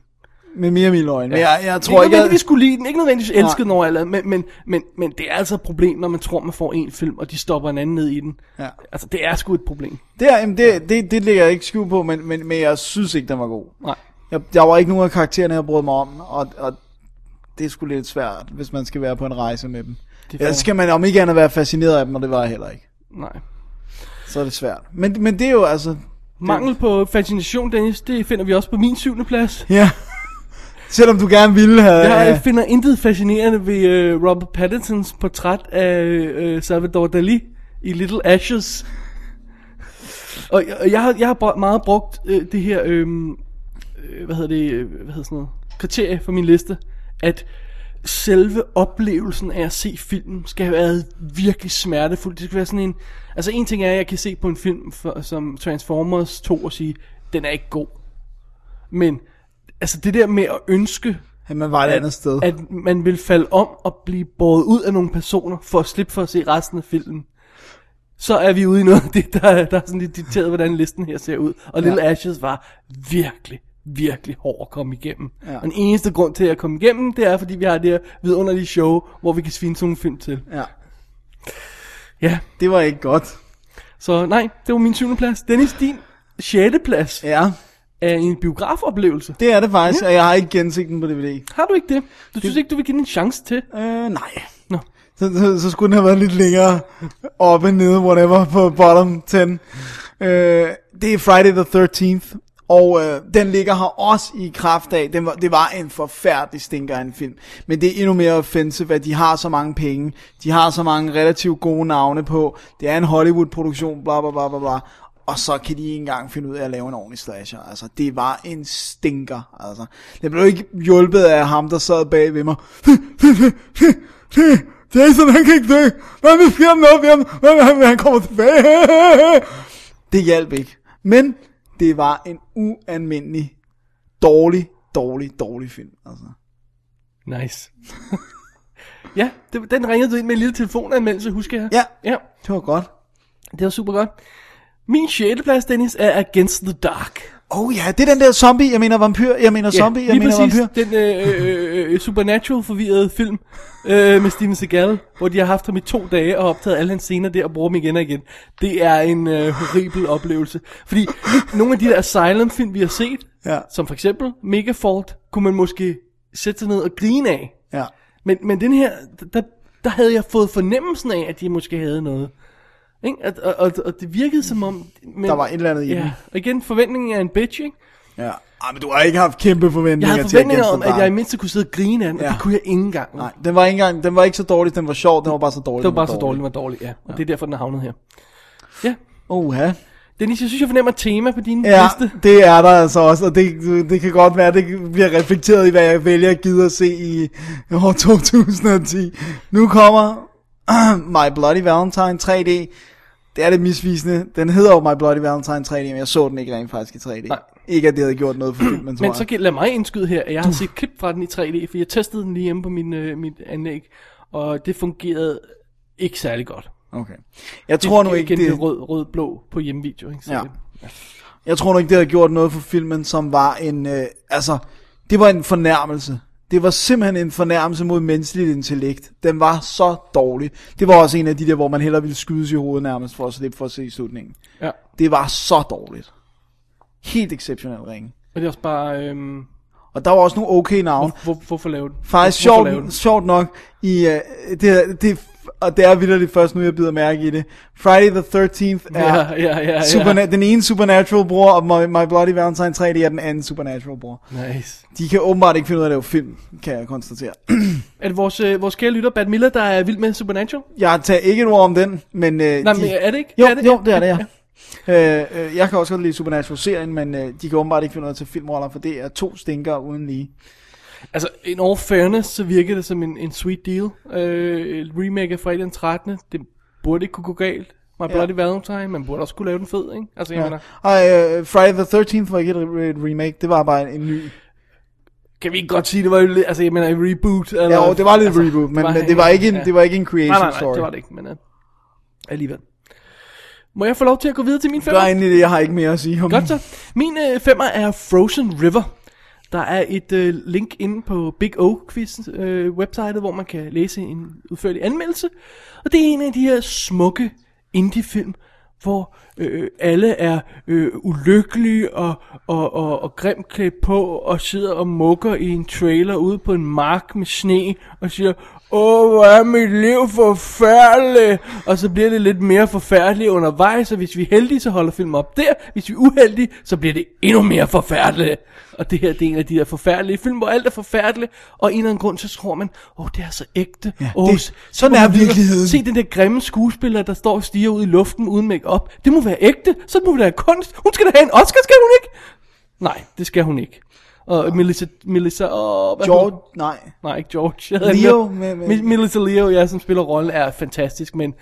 [SPEAKER 4] Med mere mine øjne. Ja. Jeg, jeg tror
[SPEAKER 3] Tror ikke
[SPEAKER 4] ikke,
[SPEAKER 3] nødvendigvis
[SPEAKER 4] jeg,
[SPEAKER 3] skulle lide den, ikke nødvendigvis elskede
[SPEAKER 4] Nej.
[SPEAKER 3] den over alt, andet, men, men, men, men det er altså et problem, når man tror, man får en film, og de stopper en anden ned i den.
[SPEAKER 4] Ja.
[SPEAKER 3] Altså, det er sgu et problem.
[SPEAKER 4] det, er, jamen, det, det, det ligger jeg ikke skjul på, men, men, men jeg synes ikke, den var god.
[SPEAKER 3] Nej.
[SPEAKER 4] Jeg, der var ikke nogen af karaktererne, jeg brød mig om, og, og det er sgu lidt svært, hvis man skal være på en rejse med dem.
[SPEAKER 3] Det er
[SPEAKER 4] Ja,
[SPEAKER 3] fair.
[SPEAKER 4] så skal man om ikke andet være fascineret af dem, og det var jeg heller ikke.
[SPEAKER 3] Nej.
[SPEAKER 4] Så er det svært. Men, men det er jo altså...
[SPEAKER 3] Mangel på fascination, Dennis, det finder vi også på min syvende plads.
[SPEAKER 4] Ja. Selvom du gerne ville have...
[SPEAKER 3] Jeg øh, finder intet fascinerende ved øh, Robert Pattinsons portræt af øh, Salvador Dali i Little Ashes. Og, og jeg, har- jeg har br- meget brugt øh, det her, øh, øh, hvad hedder det, øh, hvad hedder sådan noget, kriterie for min liste, at selve oplevelsen af at se filmen skal have været virkelig smertefuld. Det skal være sådan en, altså en ting er, at jeg kan se på en film for, som Transformers 2 og sige, den er ikke god. Men altså det der med at ønske
[SPEAKER 4] at man var et andet sted. At,
[SPEAKER 3] at man vil falde om og blive båret ud af nogle personer, for at slippe for at se resten af filmen. Så er vi ude i noget af det, der, er- der er sådan lidt dikteret, hvordan listen her ser ud. Og ja. Little Ashes var virkelig, virkelig hård at komme igennem. Ja. Og den eneste grund til at komme igennem, det er, fordi vi har det her vidunderlige show, hvor vi kan svine sådan nogle film til.
[SPEAKER 4] ja.
[SPEAKER 3] Ja,
[SPEAKER 4] Det var ikke godt.
[SPEAKER 3] så nej, det var min syvende plads. Dennis, din sjette plads
[SPEAKER 4] Ja,
[SPEAKER 3] er en biografoplevelse.
[SPEAKER 4] det er det faktisk, og jeg har ikke genset den på DVD.
[SPEAKER 3] Har du ikke det? Du synes ikke, du vil give den en chance til?
[SPEAKER 4] Øh, nej.
[SPEAKER 3] Nå.
[SPEAKER 4] Så, så, så skulle den have været lidt længere oppe, nede, whatever, på bottom 10. Øh, det er Friday the 13th, og øh, den ligger her også i kraft af, den var, det var en forfærdelig stinker af en film. Men det er endnu mere offensive, at de har så mange penge, de har så mange relativt gode navne på, det er en Hollywood-produktion, bla bla bla bla bla. Og så kan de ikke engang finde ud af at lave en ordentlig slasher. Altså, det var en stinker. Altså, det blev ikke hjulpet af ham, der sad bag ved mig. Jason, han kan ikke dø. Hvad vil sker der noget ved ham? Hvad han, han kommer tilbage? Det hjalp ikke. Men det var en ualmindelig dårlig, dårlig, dårlig film. Altså.
[SPEAKER 3] Nice. ja, det, den ringede du ind med en lille telefonanmeldelse, husker jeg.
[SPEAKER 4] Ja.
[SPEAKER 3] Ja,
[SPEAKER 4] Det var godt.
[SPEAKER 3] det var super godt. Min sjette plads, Dennis, er Against the Dark.
[SPEAKER 4] Oh ja, det er den der zombie, jeg mener vampyr, jeg mener zombie, jeg
[SPEAKER 3] lige
[SPEAKER 4] mener
[SPEAKER 3] præcis
[SPEAKER 4] vampyr.
[SPEAKER 3] den øh, øh, øh, supernatural forvirrede film øh, med Steven Seagal, hvor de har haft ham i to dage og optaget alle hans scener der og bruger dem igen og igen. Det er en øh, horribel oplevelse. Fordi nogle af de der Asylum-film, vi har set,
[SPEAKER 4] Ja.
[SPEAKER 3] som for eksempel Megafault, kunne man måske sætte sig ned og grine af.
[SPEAKER 4] Ja.
[SPEAKER 3] Men, men den her, der, der havde jeg fået fornemmelsen af, at de måske havde noget. Ikke? At, og, og, og det virkede som om... Men,
[SPEAKER 4] Der var et eller andet i den.
[SPEAKER 3] ja. Og igen, forventningen er en bitch, ikke?
[SPEAKER 4] Ja. Ej, men du har ikke haft kæmpe
[SPEAKER 3] Jeg
[SPEAKER 4] forventninger
[SPEAKER 3] havde
[SPEAKER 4] til
[SPEAKER 3] forventninger
[SPEAKER 4] Against
[SPEAKER 3] om,
[SPEAKER 4] the
[SPEAKER 3] at jeg i
[SPEAKER 4] Dark.
[SPEAKER 3] mindst kunne sidde og grine af den, ja.
[SPEAKER 4] Ja.
[SPEAKER 3] og det kunne jeg ikke engang.
[SPEAKER 4] Nej, den var, ikke engang, den var ikke så dårlig, den var sjov, den var bare så dårlig.
[SPEAKER 3] det var bare så dårligt, den var dårlig, ja. Og det er derfor, den er havnet her. Ja.
[SPEAKER 4] Oh, ja.
[SPEAKER 3] Dennis, jeg synes, jeg fornemmer et tema på din
[SPEAKER 4] Ja,
[SPEAKER 3] liste.
[SPEAKER 4] det er der altså også, og det, det kan godt være, det bliver reflekteret i, hvad jeg vælger at gide at se i år 2010. Nu kommer My Bloody Valentine 3D. Det er lidt misvisende. Den hedder jo My Bloody Valentine 3D, men jeg så den ikke rent faktisk i 3D.
[SPEAKER 3] Nej.
[SPEAKER 4] Ikke at det havde gjort noget for filmen, tror
[SPEAKER 3] Men
[SPEAKER 4] jeg.
[SPEAKER 3] så kan- lad mig indskyde her, at jeg har set klip fra den i 3D, for jeg testede den lige hjemme på min, øh, mit anlæg, og det fungerede ikke særlig godt.
[SPEAKER 4] Okay. Jeg tror nu ikke,
[SPEAKER 3] igen, det...
[SPEAKER 4] det,
[SPEAKER 3] er rød, rød, blå på hjemmevideo, ikke? Så
[SPEAKER 4] Ja.
[SPEAKER 3] det-
[SPEAKER 4] Jeg tror nu ikke, det havde gjort noget for filmen, som var en... Øh, altså, det var en fornærmelse. Det var simpelthen en fornærmelse mod menneskeligt intellekt. Den var så dårlig. Det var også en af de der, hvor man hellere ville skydes i hovedet nærmest, for at slippe for at se slutningen.
[SPEAKER 3] ja.
[SPEAKER 4] Det var så dårligt. Helt exceptionelt ringe.
[SPEAKER 3] Og det er også bare, øhm,
[SPEAKER 4] Og der var også nogle okay navne.
[SPEAKER 3] hvor, hvor, hvorfor lave den?
[SPEAKER 4] Faktisk
[SPEAKER 3] Hvor- hvorfor lave
[SPEAKER 4] sjovt, sjovt nok, i, øh, det, her- det, og det er vildt først nu, jeg bider mærke i det. Friday the 13th er
[SPEAKER 3] Ja, ja, ja, ja.
[SPEAKER 4] Superna- den ene Supernatural bror, og My, My Bloody Valentine 3, det er den anden Supernatural bror.
[SPEAKER 3] Nice.
[SPEAKER 4] De kan åbenbart ikke finde ud af at lave film, kan jeg konstatere.
[SPEAKER 3] Er det vores, øh, vores kære lytter, Bad Miller, der er vild med Supernatural?
[SPEAKER 4] Jeg tager ikke et ord om den, men... Øh,
[SPEAKER 3] Nej,
[SPEAKER 4] de...
[SPEAKER 3] men er det ikke?
[SPEAKER 4] Jo,
[SPEAKER 3] er det,
[SPEAKER 4] jo, det er det, ja. Øh, øh, jeg kan også godt lide Supernatural-serien, men øh, de kan åbenbart ikke finde ud af at tage filmroller, for det er to stinker uden lige.
[SPEAKER 3] Altså, in all fairness, så virker det som en, en sweet deal. Øh, et remake af fredag den 13. Det burde ikke kunne gå galt. My Bloody Valentine, man burde også kunne lave den fed, ikke? Altså, jeg
[SPEAKER 4] Ja.
[SPEAKER 3] mener,
[SPEAKER 4] Ej, øh, Friday the 13th var ikke et, re- et remake, det var bare en ny...
[SPEAKER 3] kan vi ikke godt sige, det var jo lidt, altså, jeg mener, en reboot? Eller,
[SPEAKER 4] Ja, jo, det var lidt altså, reboot, men,
[SPEAKER 3] var-
[SPEAKER 4] men det, var ikke en,
[SPEAKER 3] ja.
[SPEAKER 4] det var ikke en creation
[SPEAKER 3] nej, nej, nej,
[SPEAKER 4] story.
[SPEAKER 3] det var det ikke, men uh, alligevel. Må jeg få lov til at gå videre til min femmer?
[SPEAKER 4] Gør endelig det, jeg har ikke mere at sige om
[SPEAKER 3] Godt så. Min øh, femmer er Frozen River. Der er et øh, link inde på Big O Quiz øh, websitet, hvor man kan læse en udførlig anmeldelse. Og det er en af de her smukke indie-film, hvor øh, alle er øh, ulykkelige og, og, og, og grimt klædt på og sidder og mukker i en trailer ude på en mark med sne og siger, Åh, hvor er mit liv forfærdeligt. Og så bliver det lidt mere forfærdeligt undervejs, og hvis vi er heldige, så holder filmen op der. Hvis vi er uheldige, så bliver det endnu mere forfærdeligt. Og det her, det er en af de der forfærdelige film, hvor alt er forfærdeligt. Og en eller anden grund, så tror man, åh, det er så ægte. Ja, åh,
[SPEAKER 4] det-
[SPEAKER 3] se-
[SPEAKER 4] sådan
[SPEAKER 3] se, hvor
[SPEAKER 4] er
[SPEAKER 3] hun ligger.
[SPEAKER 4] virkeligheden.
[SPEAKER 3] Se den der grimme skuespiller, der står og stiger ud i luften uden make-up. Det må være ægte, så må det være kunst. Hun skal da have en Oscar, skal hun ikke? Nej, det skal hun ikke. Og Melissa, Melissa, åh, hvad
[SPEAKER 4] George, nej.
[SPEAKER 3] Nej, ikke George. Jeg havde
[SPEAKER 4] Leo
[SPEAKER 3] med,
[SPEAKER 4] med- med-
[SPEAKER 3] Mi- Melissa Leo, ja, som spiller rollen, er fantastisk, men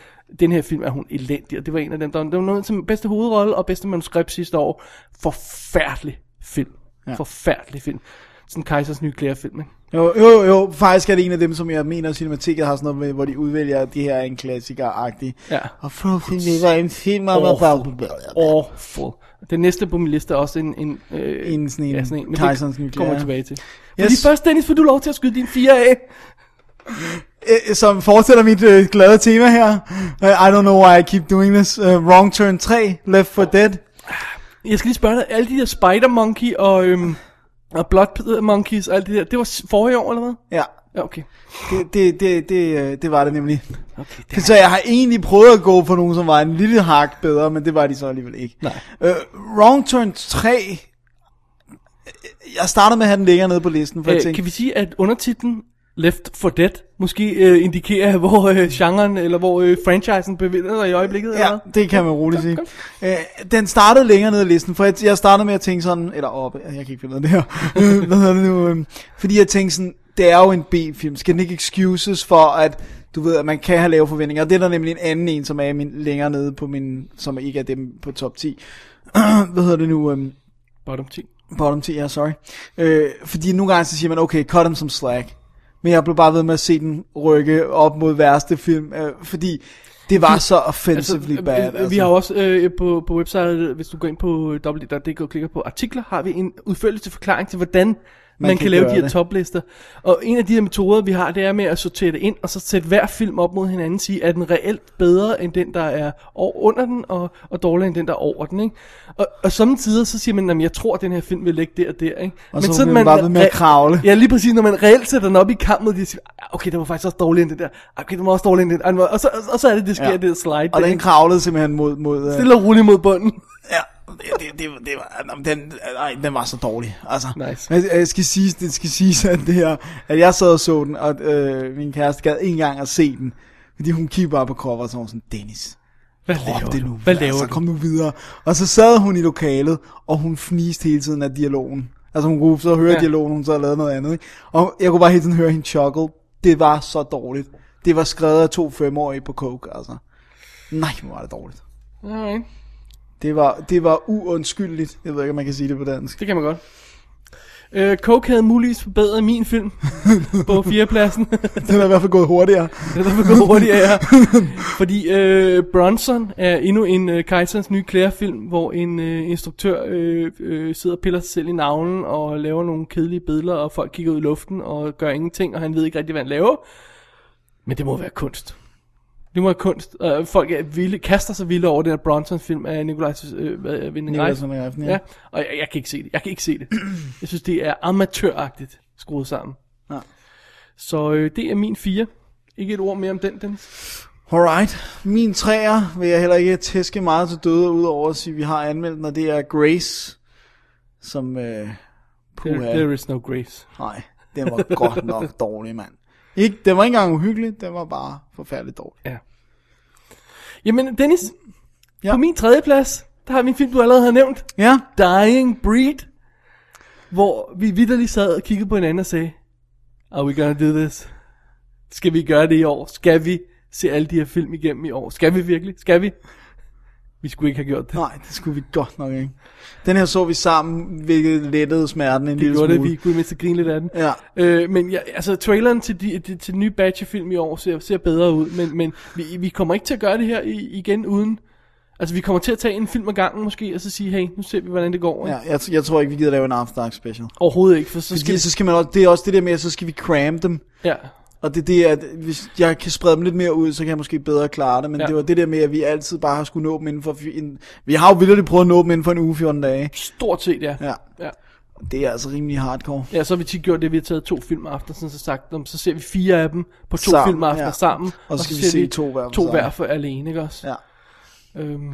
[SPEAKER 3] den her film er hun elendig, og det var en af dem, der var, det var noget som bedste hovedrolle og bedste manuskript sidste år. Forfærdelig film. Ja. Forfærdelig film. Sådan Kejsers nye klæderfilm, ikke?
[SPEAKER 4] Jo, jo, jo, faktisk er det en af dem, som jeg mener, Cinemateket har sådan noget med, hvor de udvælger, at det her er en klassiker-agtig.
[SPEAKER 3] Ja.
[SPEAKER 4] Og for at finde det var en film om at
[SPEAKER 3] Awful. Den næste på min liste er også en... En, øh,
[SPEAKER 4] En sådan en
[SPEAKER 3] ja, sådan en men
[SPEAKER 4] Kejserens nye
[SPEAKER 3] det kommer jeg tilbage
[SPEAKER 4] klæder.
[SPEAKER 3] til. Yes. Fordi først, Dennis, får du lov til at skyde din 4 af.
[SPEAKER 4] Øh, som fortsætter mit øh, glade tema her. Uh, I don't know why I keep doing this. Uh, Wrong Turn 3, Left 4 Dead.
[SPEAKER 3] Jeg skal lige spørge dig, alle de der Spider Monkey og, øhm, og Blood Monkeys og alt det der, det var s- forrige år, eller hvad?
[SPEAKER 4] Ja,
[SPEAKER 3] Ja, okay.
[SPEAKER 4] det, det, det, det, øh, det var det nemlig. Okay, så jeg har egentlig prøvet at gå for nogen, som var en lille hak bedre, men det var de så alligevel ikke.
[SPEAKER 3] Nej.
[SPEAKER 4] Øh, Wrong Turn 3. øh, Jeg startede med at have den længere nede på listen, for øh, jeg
[SPEAKER 3] Øh,
[SPEAKER 4] tænkte,
[SPEAKER 3] kan vi sige, at undertitlen Left for Dead måske øh, indikerer, hvor øh, genren eller hvor øh, franchisen bevinder sig i øjeblikket?
[SPEAKER 4] Ja,
[SPEAKER 3] Eller?
[SPEAKER 4] det kan man roligt sige. Øh, den startede længere ned ad listen, for jeg, jeg startede med at tænke sådan, eller op, jeg kan ikke finde ud af det her, Øh, hvad hedder det nu, øhm, fordi jeg tænkte sådan, det er jo en B-film, skal den ikke excuses for, at du ved, at man kan have lave forventninger, og det er der nemlig en anden en, som er i min, længere nede på min, som ikke er dem på top 10. hvad hedder det nu, øhm,
[SPEAKER 3] Bottom 10.
[SPEAKER 4] bottom 10, ja, sorry. Øh, fordi nogle gange så siger man, okay, cut dem som slack. Men jeg blev bare ved med at se den rykke op mod værste film, øh, fordi det var så offensively
[SPEAKER 3] øh,
[SPEAKER 4] bad. altså.
[SPEAKER 3] øh, Vi har jo også øh, på, på website, hvis du går ind på www.dk og klikker på artikler, har vi en udførlig forklaring til, hvordan man, man kan,
[SPEAKER 4] kan
[SPEAKER 3] lave de
[SPEAKER 4] gøre
[SPEAKER 3] her
[SPEAKER 4] det.
[SPEAKER 3] toplister. Og en af de her metoder, vi har, det er med at sortere det ind, og så sætte hver film op mod hinanden, sige, er den reelt bedre end den, der er over, under den, og, og dårligere end den, der er over den. Ikke? Og, og sommetider så siger man, jamen, jeg tror, at den her film vil ligge der og der. Ikke?
[SPEAKER 4] Og så bliver man bare ved med at
[SPEAKER 3] re-
[SPEAKER 4] kravle.
[SPEAKER 3] Ja, lige præcis, når man reelt sætter den op i kamp mod de siger, "Ah, okay, det var faktisk også dårligere end det der, Ah, okay, det var også dårligere end det der, og så, og, så- og så er det, det sker, ja. det der slide.
[SPEAKER 4] Og
[SPEAKER 3] der,
[SPEAKER 4] den
[SPEAKER 3] ikke?
[SPEAKER 4] kravlede simpelthen mod... mod øh,
[SPEAKER 3] Stille og roligt mod bunden.
[SPEAKER 4] ja, det, det, det, det var, nå, men den, nej, den var så dårlig. Altså,
[SPEAKER 3] Nice.
[SPEAKER 4] jeg, jeg skal sige, det skal siges, at, det her, at jeg sad og så den, og øh, min kæreste gad ikke engang at se den. Fordi hun kiggede bare på coveret, og så var hun sådan, Dennis,
[SPEAKER 3] Hvad
[SPEAKER 4] drop det nu.
[SPEAKER 3] Hvad laver
[SPEAKER 4] altså,
[SPEAKER 3] du?
[SPEAKER 4] kom nu videre. Og så sad hun i lokalet, og hun fniste hele tiden af dialogen. Altså hun kunne så høre
[SPEAKER 3] Ja.
[SPEAKER 4] ja. dialogen, hun så havde lavet noget andet. Ikke? Og jeg kunne bare hele tiden høre hende chuckle. Det var så dårligt. Det var skrevet af to femårige på coke, altså. Nej, hvor var det dårligt.
[SPEAKER 3] Alright.
[SPEAKER 4] Det var, det var uundskyldeligt. Jeg ved ikke, om man kan sige det på dansk.
[SPEAKER 3] Det kan man godt. Øh, Coke havde muligvis forbedret min film på fjerdepladsen.
[SPEAKER 4] Den er i hvert fald gået hurtigere.
[SPEAKER 3] Det er derfor gået hurtigere her. Fordi øh, Bronson er endnu en øh, Kejserens nye klærefilm, hvor en øh, instruktør øh, øh, sidder og piller sig selv i navlen og laver nogle kedelige billeder, og folk kigger ud i luften og gør ingenting, og han ved ikke rigtig, hvad han laver. Men det må være kunst. Det må være kunst. Øh, folk er vilde, kaster sig vilde over den her Bronson-film af Nikolaj øh, hvad- Winning
[SPEAKER 4] Nikolaj Winding Refn, ja.
[SPEAKER 3] ja. Og jeg, jeg kan ikke se det. Jeg kan ikke se det. Jeg synes, det er amatøragtigt skruet sammen.
[SPEAKER 4] Nej.
[SPEAKER 3] Så øh, det er min fire. Ikke et ord mere om den, Dennis.
[SPEAKER 4] Alright. Min træer vil jeg heller ikke tæske meget til døde, udover at sige, at vi har anmeldt den, og det er Grace, som... Øh, puha.
[SPEAKER 3] There, there is no grace.
[SPEAKER 4] Nej, den var godt nok dårlig, mand. Ikke, den var ikke engang uhyggelig, den var bare forfærdeligt dårlig.
[SPEAKER 3] Ja. Jamen, Dennis. Ja.
[SPEAKER 4] Ja.
[SPEAKER 3] På min tredje plads, der har min film, du allerede har nævnt.
[SPEAKER 4] Ja,
[SPEAKER 3] Dying Breed. Hvor vi vidderligt sad og kiggede på hinanden og sagde, Are we gonna do this? Skal vi gøre det i år? Skal vi se alle de her film igennem i år? Skal vi virkelig? Skal vi? Vi skulle ikke have gjort det.
[SPEAKER 4] nej, det skulle vi godt nok ikke. Den her så vi sammen, hvilket lettede smerten en
[SPEAKER 3] Det
[SPEAKER 4] lille
[SPEAKER 3] gjorde det,
[SPEAKER 4] smule.
[SPEAKER 3] vi kunne mindst grine lidt af den.
[SPEAKER 4] Ja.
[SPEAKER 3] Øh, men jeg, altså, traileren til, de, de, til den nye Batcher-film i år ser, ser bedre ud, men, men vi, vi kommer ikke til at gøre det her i, igen uden... Altså, vi kommer til at tage en film ad gangen måske, og så sige, hey, nu ser vi, hvordan det går. Ja.
[SPEAKER 4] Ja, jeg, jeg tror ikke, vi gider lave en After Dark special.
[SPEAKER 3] Overhovedet ikke, for så skal
[SPEAKER 4] Fordi,
[SPEAKER 3] det...
[SPEAKER 4] så skal man også, det er også det der med, at så skal vi cramme dem.
[SPEAKER 3] Ja,
[SPEAKER 4] Og det er det, at hvis jeg kan sprede dem lidt mere ud, så kan jeg måske bedre klare det. Men
[SPEAKER 3] Ja.
[SPEAKER 4] ja. det var det der med, at vi altid bare har skulle nå dem inden for... En, vi har jo vildt prøvet at nå dem inden for en uge 14 dage.
[SPEAKER 3] stort set, ja.
[SPEAKER 4] Ja.
[SPEAKER 3] ja.
[SPEAKER 4] Det er altså rimelig hardcore.
[SPEAKER 3] Ja, så har vi tit gjort det, at vi har taget to film aften, sådan så sagt dem, så ser vi fire af dem på to
[SPEAKER 4] Sammen,
[SPEAKER 3] film aften
[SPEAKER 4] ja.
[SPEAKER 3] sammen.
[SPEAKER 4] Og så skal vi
[SPEAKER 3] ser
[SPEAKER 4] se to hver for
[SPEAKER 3] to
[SPEAKER 4] sig.
[SPEAKER 3] hver for alene, ikke også?
[SPEAKER 4] Ja.
[SPEAKER 3] Øhm,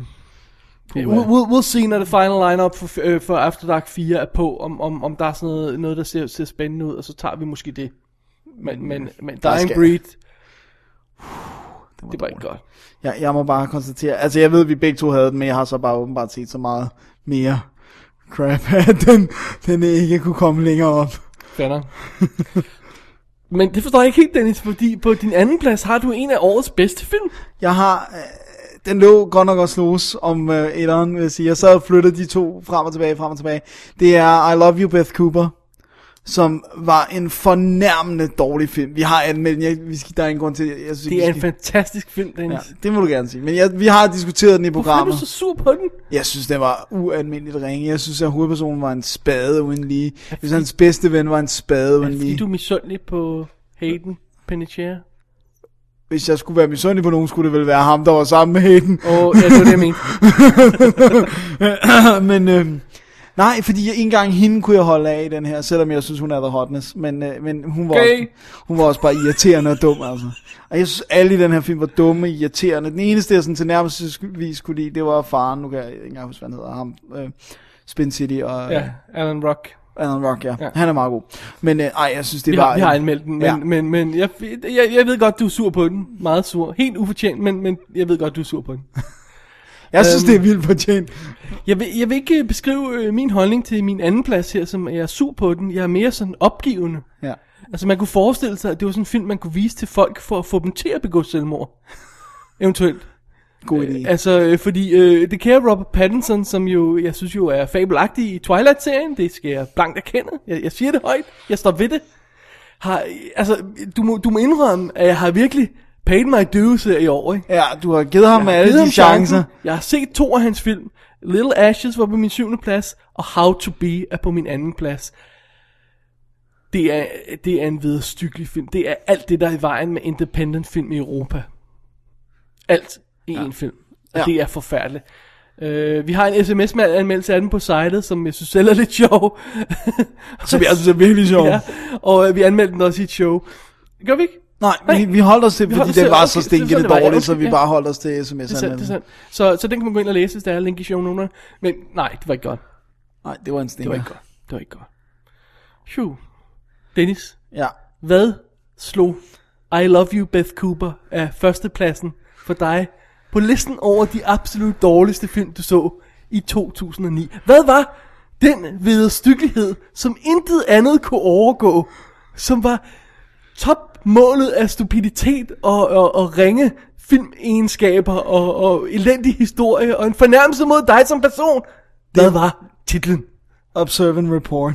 [SPEAKER 3] ja, we'll, we'll, we'll see, når det final lineup for, øh, for After Dark 4 er på, om, om, om der er sådan noget, noget der ser, ser spændende ud, og så tager vi måske det. Men, men, men Dying
[SPEAKER 4] skal-
[SPEAKER 3] Breed,
[SPEAKER 4] Det var,
[SPEAKER 3] det var ikke godt.
[SPEAKER 4] Jeg, jeg må bare konstatere, altså jeg ved, at vi begge to havde den, men jeg har så bare åbenbart set så meget mere crap, at den, den ikke kunne komme længere op.
[SPEAKER 3] Fænder. men det forstår jeg ikke helt, Dennis, fordi på din anden plads har du en af årets bedste film.
[SPEAKER 4] Jeg har, øh, den lå godt nok også los om øh, etteren, vil jeg sige. Jeg sad og flyttede de to frem og tilbage, frem og tilbage. Det er I Love You, Beth Cooper, som var en fornærmende dårlig film. Vi har anmeldt den, jeg, vi skal, der er en grund til, jeg, jeg synes,
[SPEAKER 3] Det
[SPEAKER 4] vi
[SPEAKER 3] er en
[SPEAKER 4] skal-
[SPEAKER 3] fantastisk film,
[SPEAKER 4] Ja,
[SPEAKER 3] Dennis. Ja.
[SPEAKER 4] det må du gerne sige. Men jeg, vi har diskuteret den i
[SPEAKER 3] Hvorfor er
[SPEAKER 4] programmet.
[SPEAKER 3] du så sur på den?
[SPEAKER 4] Jeg synes, det var ualmindeligt ringe. Jeg synes, at hovedpersonen var en spade uden lige. Jeg synes, hans bedste ven var en spade uden
[SPEAKER 3] Fordi
[SPEAKER 4] lige.
[SPEAKER 3] du er misundelig på Hayden Panettiere.
[SPEAKER 4] Hvis jeg skulle være misundelig på nogen, skulle det vel være ham, der var sammen med Hayden.
[SPEAKER 3] Og ja, det var det, jeg mente.
[SPEAKER 4] men øhm, nej, fordi jeg, ikke engang hende kunne jeg holde af i den her, selvom jeg synes, hun er the hotness. Men, øh, men hun, var
[SPEAKER 3] Okay.
[SPEAKER 4] også, hun var også bare irriterende og dum, altså. Og jeg synes, alle i den her film var dumme irriterende. Den eneste, jeg sådan til nærmest vis kunne lide, det var faren. Nu kan jeg ikke engang huske, hvad han hedder. Ham, øh, Spin City og... øh,
[SPEAKER 3] Ja, Alan Rock.
[SPEAKER 4] Alan Rock, ja.
[SPEAKER 3] Ja.
[SPEAKER 4] ja. Han er meget god. Men øh, ej, jeg synes, det
[SPEAKER 3] Vi
[SPEAKER 4] var...
[SPEAKER 3] har, vi har anmeldt den, men, ja.
[SPEAKER 4] Ja.
[SPEAKER 3] men, men jeg, jeg, jeg ved godt, du er sur på den. Meget sur. Helt ufortjent, men, men jeg ved godt, du er sur på den.
[SPEAKER 4] Jeg synes,
[SPEAKER 3] Øhm.
[SPEAKER 4] det er vildt fortjent.
[SPEAKER 3] Jeg vil, jeg vil ikke øh, beskrive øh, min holdning til min anden plads her, som at jeg er sur på den. Jeg er mere sådan opgivende.
[SPEAKER 4] Ja.
[SPEAKER 3] Altså man kunne forestille sig, at det var sådan en film, man kunne vise til folk for at få dem til at begå selvmord. Eventuelt.
[SPEAKER 4] God idé.
[SPEAKER 3] Altså, øh, fordi øh, det kære Robert Pattinson, som jo, jeg synes jo er fabelagtig i Twilight-serien, det skal jeg blankt erkende, jeg, jeg siger det højt, jeg står ved det, har, altså, du må, du må indrømme, at jeg har virkelig paid my dues her i år, ikke?
[SPEAKER 4] ja, du har givet ham
[SPEAKER 3] Jeg har
[SPEAKER 4] alle
[SPEAKER 3] givet
[SPEAKER 4] de
[SPEAKER 3] ham
[SPEAKER 4] chancer.
[SPEAKER 3] chancen. Jeg har set to af hans film. Little Ashes var på min syvende plads, og How to Be er på min anden plads. Det er, det er en vederstykkelig film. Det er alt det, der er i vejen med independent film i Europa. Alt i ja. en film. Og ja.
[SPEAKER 4] Ja.
[SPEAKER 3] det er forfærdeligt. Uh, vi har en sms med anmeldelse af den på sitet, som jeg synes selv er lidt sjov.
[SPEAKER 4] Som jeg synes er virkelig sjov.
[SPEAKER 3] ja. Og uh, vi anmeldte den også i et show. Gør vi ikke?
[SPEAKER 4] Nej, vi, vi holdt os til,
[SPEAKER 3] holdt
[SPEAKER 4] fordi
[SPEAKER 3] os til-
[SPEAKER 4] den var
[SPEAKER 3] okay, så-
[SPEAKER 4] så
[SPEAKER 3] så det
[SPEAKER 4] stinkende
[SPEAKER 3] var- ja,
[SPEAKER 4] dårlig, så
[SPEAKER 3] okay,
[SPEAKER 4] vi
[SPEAKER 3] ja.
[SPEAKER 4] bare holdt os til
[SPEAKER 3] Det er
[SPEAKER 4] sms
[SPEAKER 3] sandt, det er sandt. Så, så den kan man gå ind og læse, hvis der er link i shownoterne. Men nej, det var ikke godt.
[SPEAKER 4] Nej, det var en
[SPEAKER 3] Det
[SPEAKER 4] stinker.
[SPEAKER 3] var ikke godt. Det var ikke godt. Phew. Dennis,
[SPEAKER 4] Ja.
[SPEAKER 3] hvad slog I Love You Beth Cooper af førstepladsen for dig på listen over de absolut dårligste film, du så i 2009? Hvad var den vederstyggelighed, som intet andet kunne overgå, som var topmålet af stupiditet og, og, og ringe filmegenskaber og, og elendig historie og en fornærmelse mod dig som person? Hvad var titlen?
[SPEAKER 4] Observe and report.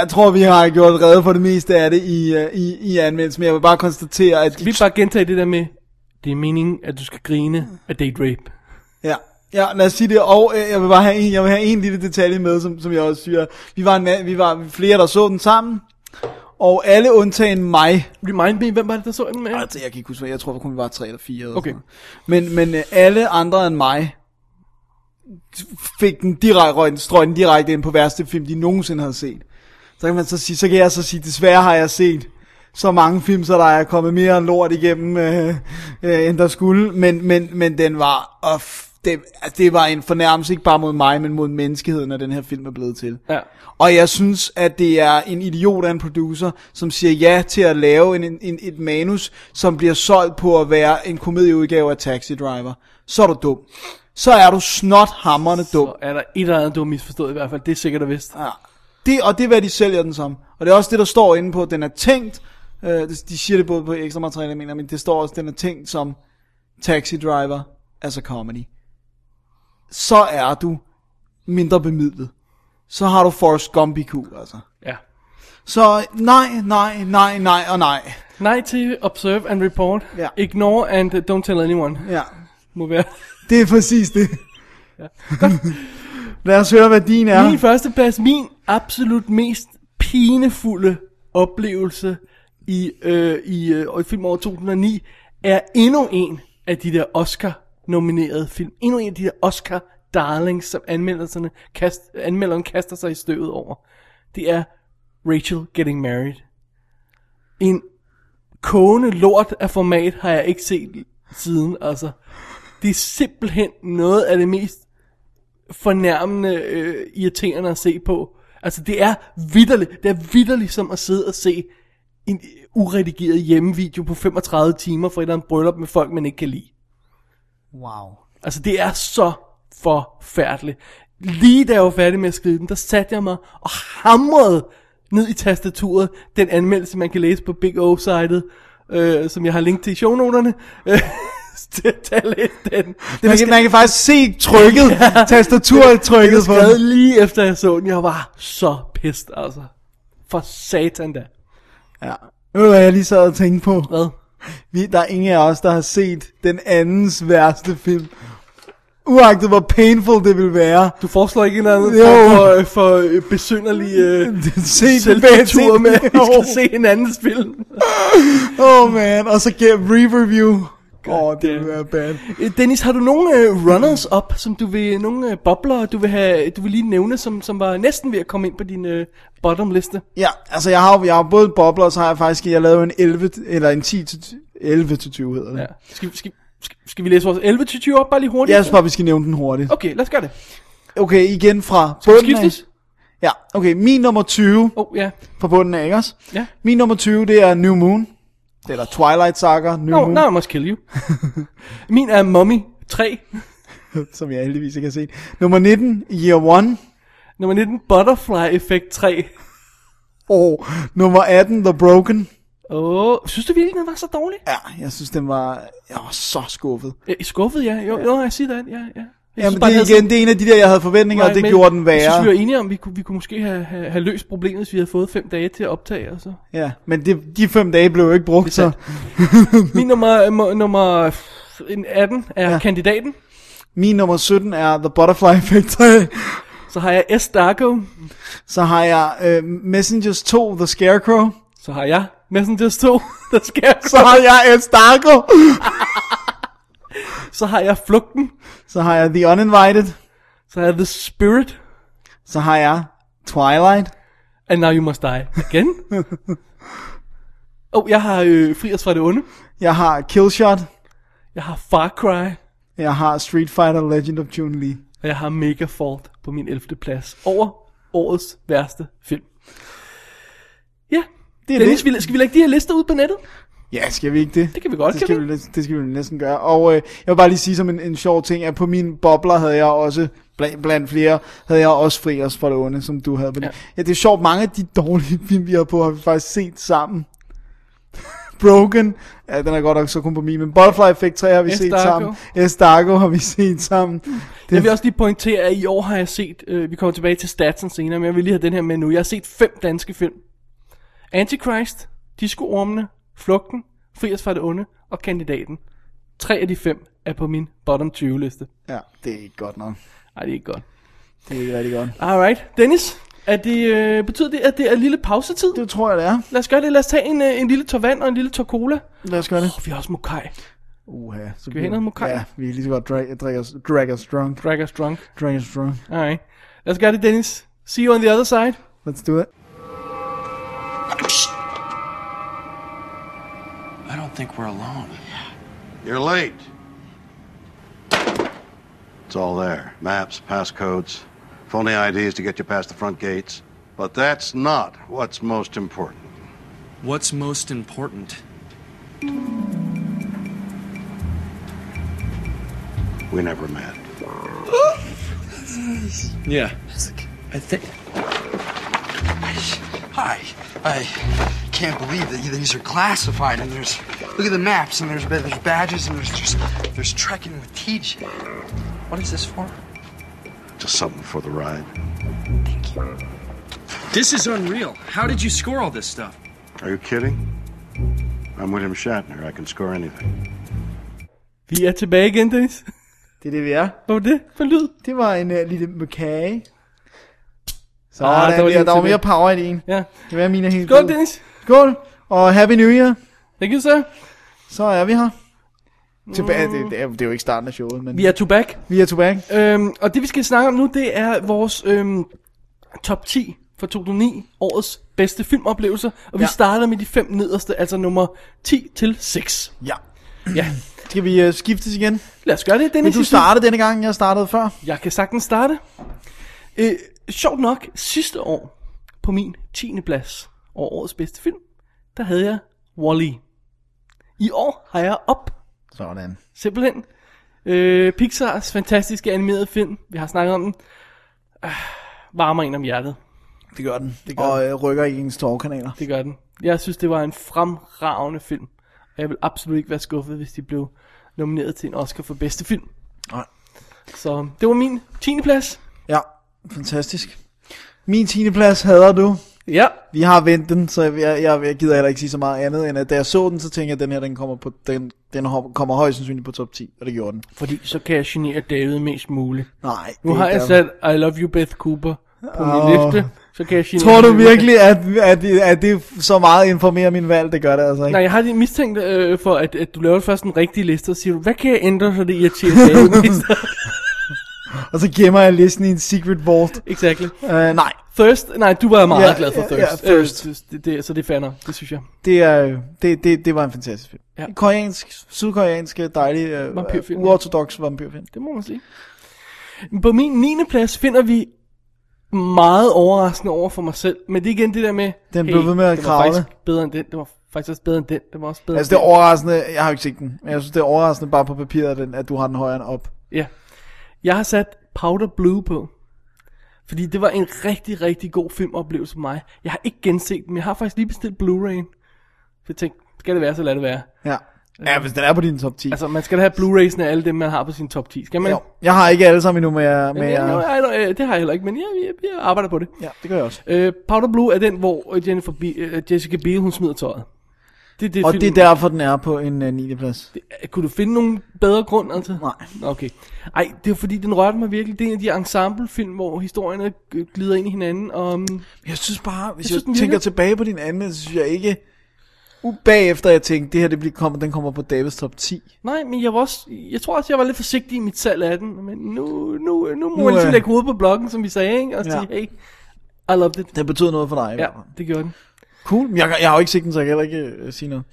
[SPEAKER 4] Jeg tror, vi har gjort redde for det meste af det i, øh, i, i anmeldelsen, men jeg vil bare konstatere, at...
[SPEAKER 3] Vi vil bare gentage det der med, det er meningen, at du skal grine af date rape.
[SPEAKER 4] Ja. Ja, lad os sige det, og øh, jeg vil bare have en, jeg vil have en lille detalje med, som, som jeg også siger. Vi var, en, ma- vi var flere, der så den sammen, og alle undtagen mig,
[SPEAKER 3] Remind me, hvem var det, der så den med?
[SPEAKER 4] altså jeg kan ikke huske, hvad- jeg tror kun vi var tre eller fire. Eller
[SPEAKER 3] Okay.
[SPEAKER 4] sådan noget. Men, men øh, alle andre end mig, fik den direkte, røg den, strøg den direkte ind på værste film, de nogensinde havde set. Så kan man så sige, så kan jeg så sige, desværre har jeg set så mange film, så der er kommet mere lort igennem, øh, øh, end der skulle, men, men, men den var, og f- det, altså, det var en fornærmelse, ikke bare mod mig, men mod menneskeheden, at den her film er blevet til.
[SPEAKER 3] Ja.
[SPEAKER 4] Og jeg synes, at det er en idiot af en producer, som siger ja til at lave en, en, en, et manus, som bliver solgt på at være en komedieudgave af Taxi Driver. Så er du dum. Så er du snot hammerne dum.
[SPEAKER 3] Og er der et eller andet, du har misforstået i hvert fald? Det er sikkert og vist.
[SPEAKER 4] Ja. Det, og det er, hvad de sælger den som. Og det er også det, der står inde på, at den er tænkt. Øh, det- de siger det både på ekstra materiale, jeg mener, men det står også, at den er tænkt som Taxi Driver, altså comedy. Så er du mindre bemidlet. Så har du Forrest Gump IQ, altså.
[SPEAKER 3] Ja.
[SPEAKER 4] Så nej, nej, nej, nej og nej.
[SPEAKER 3] Nej til observe and report.
[SPEAKER 4] Ja.
[SPEAKER 3] Ignore and uh, don't tell anyone.
[SPEAKER 4] Ja,
[SPEAKER 3] Må være.
[SPEAKER 4] det er præcis det. Lad os høre, hvad din er.
[SPEAKER 3] Ja. Min førsteplads, min absolut mest pinefulde oplevelse i, øh, i, øh, i film over 2009, er endnu en af de der Oscar-nominerede film. Endnu en af de der Oscar darling, som anmeldelserne kast, anmelderen kaster sig i støvet over. Det er Rachel Getting Married. En kogende lort af format har jeg ikke set siden, altså. Det er simpelthen noget af det mest fornærmende, øh, irriterende at se på. Altså, det er vidderligt. Det er vidderligt som at sidde og se en uredigeret hjemmevideo på 35 timer fra et eller andet bryllup med folk, man ikke kan lide.
[SPEAKER 4] Wow.
[SPEAKER 3] Altså, det er så forfærdeligt. Lige da jeg var færdig med at skrive den, der satte jeg mig og hamrede ned i tastaturet den anmeldelse, man kan læse på Big O-sitet, øh, som jeg har linket til i shownoterne. Øh, til at tage lidt den. Den
[SPEAKER 4] Man kan, man kan faktisk se trykket, ja.
[SPEAKER 3] jeg
[SPEAKER 4] tastaturtrykket på
[SPEAKER 3] skrev
[SPEAKER 4] den.
[SPEAKER 3] lige efter jeg så den. Jeg var så pissed, altså. For satan da.
[SPEAKER 4] Ja. Ved du, hvad jeg lige sad og tænkte på?
[SPEAKER 3] Hvad?
[SPEAKER 4] Vi, der er ingen af os, der har set den andens værste film. Uagtet hvor painful det ville være.
[SPEAKER 3] Du foreslår ikke en eller anden
[SPEAKER 4] Jo.
[SPEAKER 3] form for, øh, for øh, besynderlig øh,
[SPEAKER 4] Se den
[SPEAKER 3] selvtur
[SPEAKER 4] bedste-
[SPEAKER 3] med, at vi
[SPEAKER 4] Jo.
[SPEAKER 3] skal se hinandens film.
[SPEAKER 4] Oh man, og så giver re-review. Åh, oh, det
[SPEAKER 3] damn.
[SPEAKER 4] ville være bad.
[SPEAKER 3] Øh, Dennis, har du nogle øh, runners-up, som du vil, nogle øh, bobler, du vil, have, du vil lige nævne, som, som var næsten ved at komme ind på din øh, bottom-liste?
[SPEAKER 4] Ja, altså jeg har, jo- jeg har både en bobler, og så har jeg faktisk, jeg lavede en 11, eller en 10 til 11 til 20 hedder det.
[SPEAKER 3] Ja.
[SPEAKER 4] Ja.
[SPEAKER 3] Skal, skal, skal, skal vi læse vores 11-20 op bare lige hurtigt?
[SPEAKER 4] Jeg synes bare, vi skal nævne den hurtigt.
[SPEAKER 3] Okay, lad os gøre det.
[SPEAKER 4] Okay, igen fra
[SPEAKER 3] Skal vi
[SPEAKER 4] bunden af.
[SPEAKER 3] skiftes?
[SPEAKER 4] Ja, okay, min nummer 20
[SPEAKER 3] Åh, oh, ja.
[SPEAKER 4] fra bunden af, ikke også?
[SPEAKER 3] Ja.
[SPEAKER 4] Min nummer 20, det er New Moon. Det er der Twilight Saga, New
[SPEAKER 3] No,
[SPEAKER 4] Moon,
[SPEAKER 3] no, I must kill you. Min er Mummy 3.
[SPEAKER 4] som jeg heldigvis ikke har set. Nummer 19, Year One.
[SPEAKER 3] Nummer 19, Butterfly Effect 3.
[SPEAKER 4] Og nummer 18, The Broken.
[SPEAKER 3] Åh, oh, synes du virkelig, den var så dårlig?
[SPEAKER 4] Ja, jeg synes, den var... Jeg var så skuffet.
[SPEAKER 3] Jeg er skuffet, ja. Jo, jo, jeg siger det. Ja, ja. Jeg synes
[SPEAKER 4] Jamen,
[SPEAKER 3] bare,
[SPEAKER 4] det,
[SPEAKER 3] den
[SPEAKER 4] er
[SPEAKER 3] havde sådan-
[SPEAKER 4] igen, det er en af de der, jeg havde forventninger, og det
[SPEAKER 3] men
[SPEAKER 4] gjorde den
[SPEAKER 3] Jeg synes,
[SPEAKER 4] værre.
[SPEAKER 3] vi var enige om, vi kunne, vi kunne måske have, have, have løst problemet, hvis vi havde fået fem dage til at optage. Og så.
[SPEAKER 4] Ja, men det, de fem dage blev jo ikke brugt,
[SPEAKER 3] Det er
[SPEAKER 4] så...
[SPEAKER 3] Min nummer, øh, må- nummer f- en 18 er ja. kandidaten.
[SPEAKER 4] Min nummer 17 er The Butterfly Effect 3.
[SPEAKER 3] Så har jeg S. Darko.
[SPEAKER 4] Så har jeg øh, Messengers 2, The Scarecrow.
[SPEAKER 3] Så har jeg Messengers 2, der sker.
[SPEAKER 4] Så har jeg El Starco.
[SPEAKER 3] Så har jeg Flugten.
[SPEAKER 4] Så har jeg The Uninvited.
[SPEAKER 3] Så har jeg The Spirit.
[SPEAKER 4] Så har jeg Twilight.
[SPEAKER 3] And Now You Must Die. Igen. oh, jeg har øh, Fri os fra det onde.
[SPEAKER 4] Jeg har Killshot.
[SPEAKER 3] Jeg har Far Cry.
[SPEAKER 4] Jeg har Street Fighter Legend of Chun-Li.
[SPEAKER 3] Og jeg har Megafort på min 11. plads. Over årets værste film. Ja.
[SPEAKER 4] Det er
[SPEAKER 3] Dennis,
[SPEAKER 4] det.
[SPEAKER 3] vi- skal vi lægge de her lister ud på nettet?
[SPEAKER 4] Ja, skal vi ikke det?
[SPEAKER 3] Det kan vi godt,
[SPEAKER 4] det
[SPEAKER 3] kan
[SPEAKER 4] skal
[SPEAKER 3] vi?
[SPEAKER 4] vi? næ- det skal vi næsten gøre. Og øh, jeg vil bare lige sige som en, en sjov ting, at på mine bobler havde jeg også, blandt, blandt flere, havde jeg også fri os fra det onde, som du havde. Ja. ja, det er sjovt, mange af de dårlige film, vi har på, har vi faktisk set sammen. Broken, ja, den er godt nok så kun på min, men Butterfly Effect 3 har vi
[SPEAKER 3] S.
[SPEAKER 4] set
[SPEAKER 3] Darko.
[SPEAKER 4] sammen. S. Darko har vi set sammen. Det,
[SPEAKER 3] Jeg vil også lige pointere, at i år har jeg set, øh, vi kommer tilbage til statsen senere, men jeg vil lige have den her med nu. Jeg har set fem danske film. Antichrist, Disco-ormene, Flugten, Fri os fra det onde og Kandidaten. Tre af de fem er på min bottom 20 liste.
[SPEAKER 4] ja, det er ikke godt nok.
[SPEAKER 3] Ej, det er ikke godt.
[SPEAKER 4] Det er ikke rigtig godt.
[SPEAKER 3] Alright, Dennis, er det, øh, betyder det, at det er lille pausetid?
[SPEAKER 4] Det tror jeg, det er.
[SPEAKER 3] Lad os gøre det, lad os tage en, øh, en lille tår vand og en lille tår cola.
[SPEAKER 4] Lad os gøre det.
[SPEAKER 3] Og vi har også mokai.
[SPEAKER 4] Uha. Så Skal
[SPEAKER 3] vi have noget mokai?
[SPEAKER 4] Ja, vi kan lige så godt drag, drag, os, drag os drunk.
[SPEAKER 3] Drag us drunk.
[SPEAKER 4] Drag us drunk.
[SPEAKER 3] Alright, lad os gøre det, Dennis. See you on the other side.
[SPEAKER 4] Let's do it.
[SPEAKER 9] I don't think we're alone.
[SPEAKER 10] You're late. It's all there maps, passcodes, phony IDs to get you past the front gates. But that's not what's most important.
[SPEAKER 9] What's most important?
[SPEAKER 10] We never met.
[SPEAKER 9] Yeah. I think.
[SPEAKER 11] Hi. I can't believe that these are classified and there's look at the maps and there's there's badges and there's just there's trekking with TJ. What is this for?
[SPEAKER 10] Just something for the ride.
[SPEAKER 9] This is unreal. How did you score all this stuff?
[SPEAKER 10] Are you kidding? I'm William Shatner. I can score anything.
[SPEAKER 3] Vi er tilbage igen, Dennis.
[SPEAKER 4] Det er det, vi er.
[SPEAKER 3] Hvad var det for en lyd?
[SPEAKER 4] Det var en uh, lille mekage. Så
[SPEAKER 3] Ah,
[SPEAKER 4] ah,
[SPEAKER 3] der
[SPEAKER 4] der,
[SPEAKER 3] var
[SPEAKER 4] der,
[SPEAKER 3] lidt
[SPEAKER 4] der var
[SPEAKER 3] til
[SPEAKER 4] mere
[SPEAKER 3] det.
[SPEAKER 4] power i en.
[SPEAKER 3] Ja.
[SPEAKER 4] Det var min er helt
[SPEAKER 3] Skål,
[SPEAKER 4] god.
[SPEAKER 3] Dennis.
[SPEAKER 4] Skål, og happy new year.
[SPEAKER 3] Thank you, sir.
[SPEAKER 4] Så er vi her. Tilbage, det, det, er, det er jo ikke starten af showet, men...
[SPEAKER 3] Mm. Vi er to back.
[SPEAKER 4] Vi er tilbage.
[SPEAKER 3] Øhm, og det vi skal snakke om nu, det er vores øhm, top 10 for 2009, årets bedste filmoplevelser. Og vi
[SPEAKER 4] Ja.
[SPEAKER 3] starter med de fem nederste, altså nummer 10 til 6.
[SPEAKER 4] Ja.
[SPEAKER 3] Ja,
[SPEAKER 4] Skal vi uh, skiftes igen?
[SPEAKER 3] lad os gøre det, Dennis.
[SPEAKER 4] Vil du
[SPEAKER 3] Jeg synes,
[SPEAKER 4] starte denne gang, jeg startede før?
[SPEAKER 3] Jeg kan sagtens starte. Øh, sjovt nok, sidste år på min 10. plads over årets bedste film, der havde jeg Wall-E. I år har jeg op
[SPEAKER 4] Sådan.
[SPEAKER 3] Simpelthen. Øh, Pixars fantastiske animerede film, vi har snakket om den, øh, varmer en om hjertet.
[SPEAKER 4] Det gør den. Det gør og øh, rykker i ens tårkanaler.
[SPEAKER 3] Det gør den. Jeg synes, det var en fremragende film. Og jeg vil absolut ikke være skuffet, hvis de blev nomineret til en Oscar for bedste film.
[SPEAKER 4] Nej.
[SPEAKER 3] Så det var min 10. plads.
[SPEAKER 4] Ja, fantastisk. Min 10. plads hader du.
[SPEAKER 3] Ja.
[SPEAKER 4] Vi har vendt den, så jeg, jeg, jeg gider heller ikke sige så meget andet, end at da jeg så den, så tænkte jeg, at den her den kommer, på, den, den hop- kommer højst sandsynligt på top 10, og det gjorde den.
[SPEAKER 3] Fordi så kan jeg genere David mest muligt.
[SPEAKER 4] Nej.
[SPEAKER 3] Nu
[SPEAKER 4] det
[SPEAKER 3] har
[SPEAKER 4] er
[SPEAKER 3] jeg
[SPEAKER 4] ikke
[SPEAKER 3] sat I Love You Beth Cooper på min
[SPEAKER 4] Åh.
[SPEAKER 3] liste. Så kan jeg genere
[SPEAKER 4] Tror du
[SPEAKER 3] David.
[SPEAKER 4] virkelig, at, at, at det så meget informerer min valg? Det gør det altså ikke.
[SPEAKER 3] Nej, jeg har lige mistænkt øh, for, at, at du laver først en rigtig liste, og siger du, hvad kan jeg ændre, så det irriterer David mest?
[SPEAKER 4] Og så gemmer jeg listen i en secret vault.
[SPEAKER 3] Exactly.
[SPEAKER 4] Uh, nej,
[SPEAKER 3] Thirst? Nej, du var meget
[SPEAKER 4] Ja,
[SPEAKER 3] glad for
[SPEAKER 4] ja,
[SPEAKER 3] Thirst.
[SPEAKER 4] ja, Thirst.
[SPEAKER 3] Øh, det, det, så det fander, det synes jeg.
[SPEAKER 4] det, er, det, det, det var en fantastisk film.
[SPEAKER 3] Ja.
[SPEAKER 4] En Koreansk, sydkoreansk, dejlig, uh,
[SPEAKER 3] Vampyrfilm, ja.
[SPEAKER 4] uortodox vampyrfilm.
[SPEAKER 3] Det må man sige. På min 9. plads finder vi meget overraskende over for mig selv. Men det er igen det der med...
[SPEAKER 4] Den blev ved med at
[SPEAKER 3] det
[SPEAKER 4] kravle.
[SPEAKER 3] var faktisk bedre end den. Det var faktisk også bedre end den. Det var også bedre
[SPEAKER 4] Altså det er
[SPEAKER 3] end
[SPEAKER 4] overraskende, jeg har jo ikke set den, men jeg synes det er overraskende bare på papiret, at den- at du har den højere end op.
[SPEAKER 3] den. Ja. Jeg har sat Powder Blue på. Fordi det var en rigtig, rigtig god filmoplevelse for mig. Jeg har ikke genset den, men jeg har faktisk lige bestilt Blu-ray. Så jeg tænkte, skal det være, så lad det være.
[SPEAKER 4] Ja. Ja, hvis den er på din top 10. Altså,
[SPEAKER 3] Altså, man skal da have Blu-rays'en af alle dem, man har på sin top 10. Skal man?
[SPEAKER 4] jo, jeg har ikke alle sammen endnu, men jeg... Men
[SPEAKER 3] Men jeg,
[SPEAKER 4] jeg
[SPEAKER 3] nej, nej, det har jeg heller ikke, men jeg, jeg, jeg arbejder på det.
[SPEAKER 4] ja, det gør jeg også.
[SPEAKER 3] Øh, Powder Blue er den, hvor øh, Jennifer Be- øh, Jessica Biel, hun smider tøjet. Det, det
[SPEAKER 4] Og det er derfor, den er på en uh, 9. plads.
[SPEAKER 3] der... Kunne du finde nogen bedre grund, altså?
[SPEAKER 4] Nej.
[SPEAKER 3] Okay. Ej, det er fordi, den rørte mig virkelig. Det er en af de ensemblefilm, hvor historierne øh, glider ind i hinanden. Og, mm,
[SPEAKER 4] Jeg synes bare, hvis
[SPEAKER 3] Jeg synes,
[SPEAKER 4] jeg,
[SPEAKER 3] den
[SPEAKER 4] jeg tænker
[SPEAKER 3] virker-
[SPEAKER 4] tilbage på din anden, så synes jeg ikke... U bagefter jeg tænkte, det her det bliver kommer, den kommer på Davids top 10.
[SPEAKER 3] nej, men jeg, var også, jeg tror også, jeg var lidt forsigtig i mit salg af den. Men nu, nu, øh, nu må
[SPEAKER 4] Nu,
[SPEAKER 3] nu, jeg ligesom
[SPEAKER 4] øh,
[SPEAKER 3] lægge hovedet på blokken, som vi sagde, ikke? Og
[SPEAKER 4] Ja.
[SPEAKER 3] ja. sige, hey, I loved it.
[SPEAKER 4] Den betyder noget for dig. i
[SPEAKER 3] Ja,
[SPEAKER 4] hvert fald.
[SPEAKER 3] det gjorde den.
[SPEAKER 4] Cool. men Jeg, jeg har jo ikke set den, så jeg kan heller ikke uh, sige noget.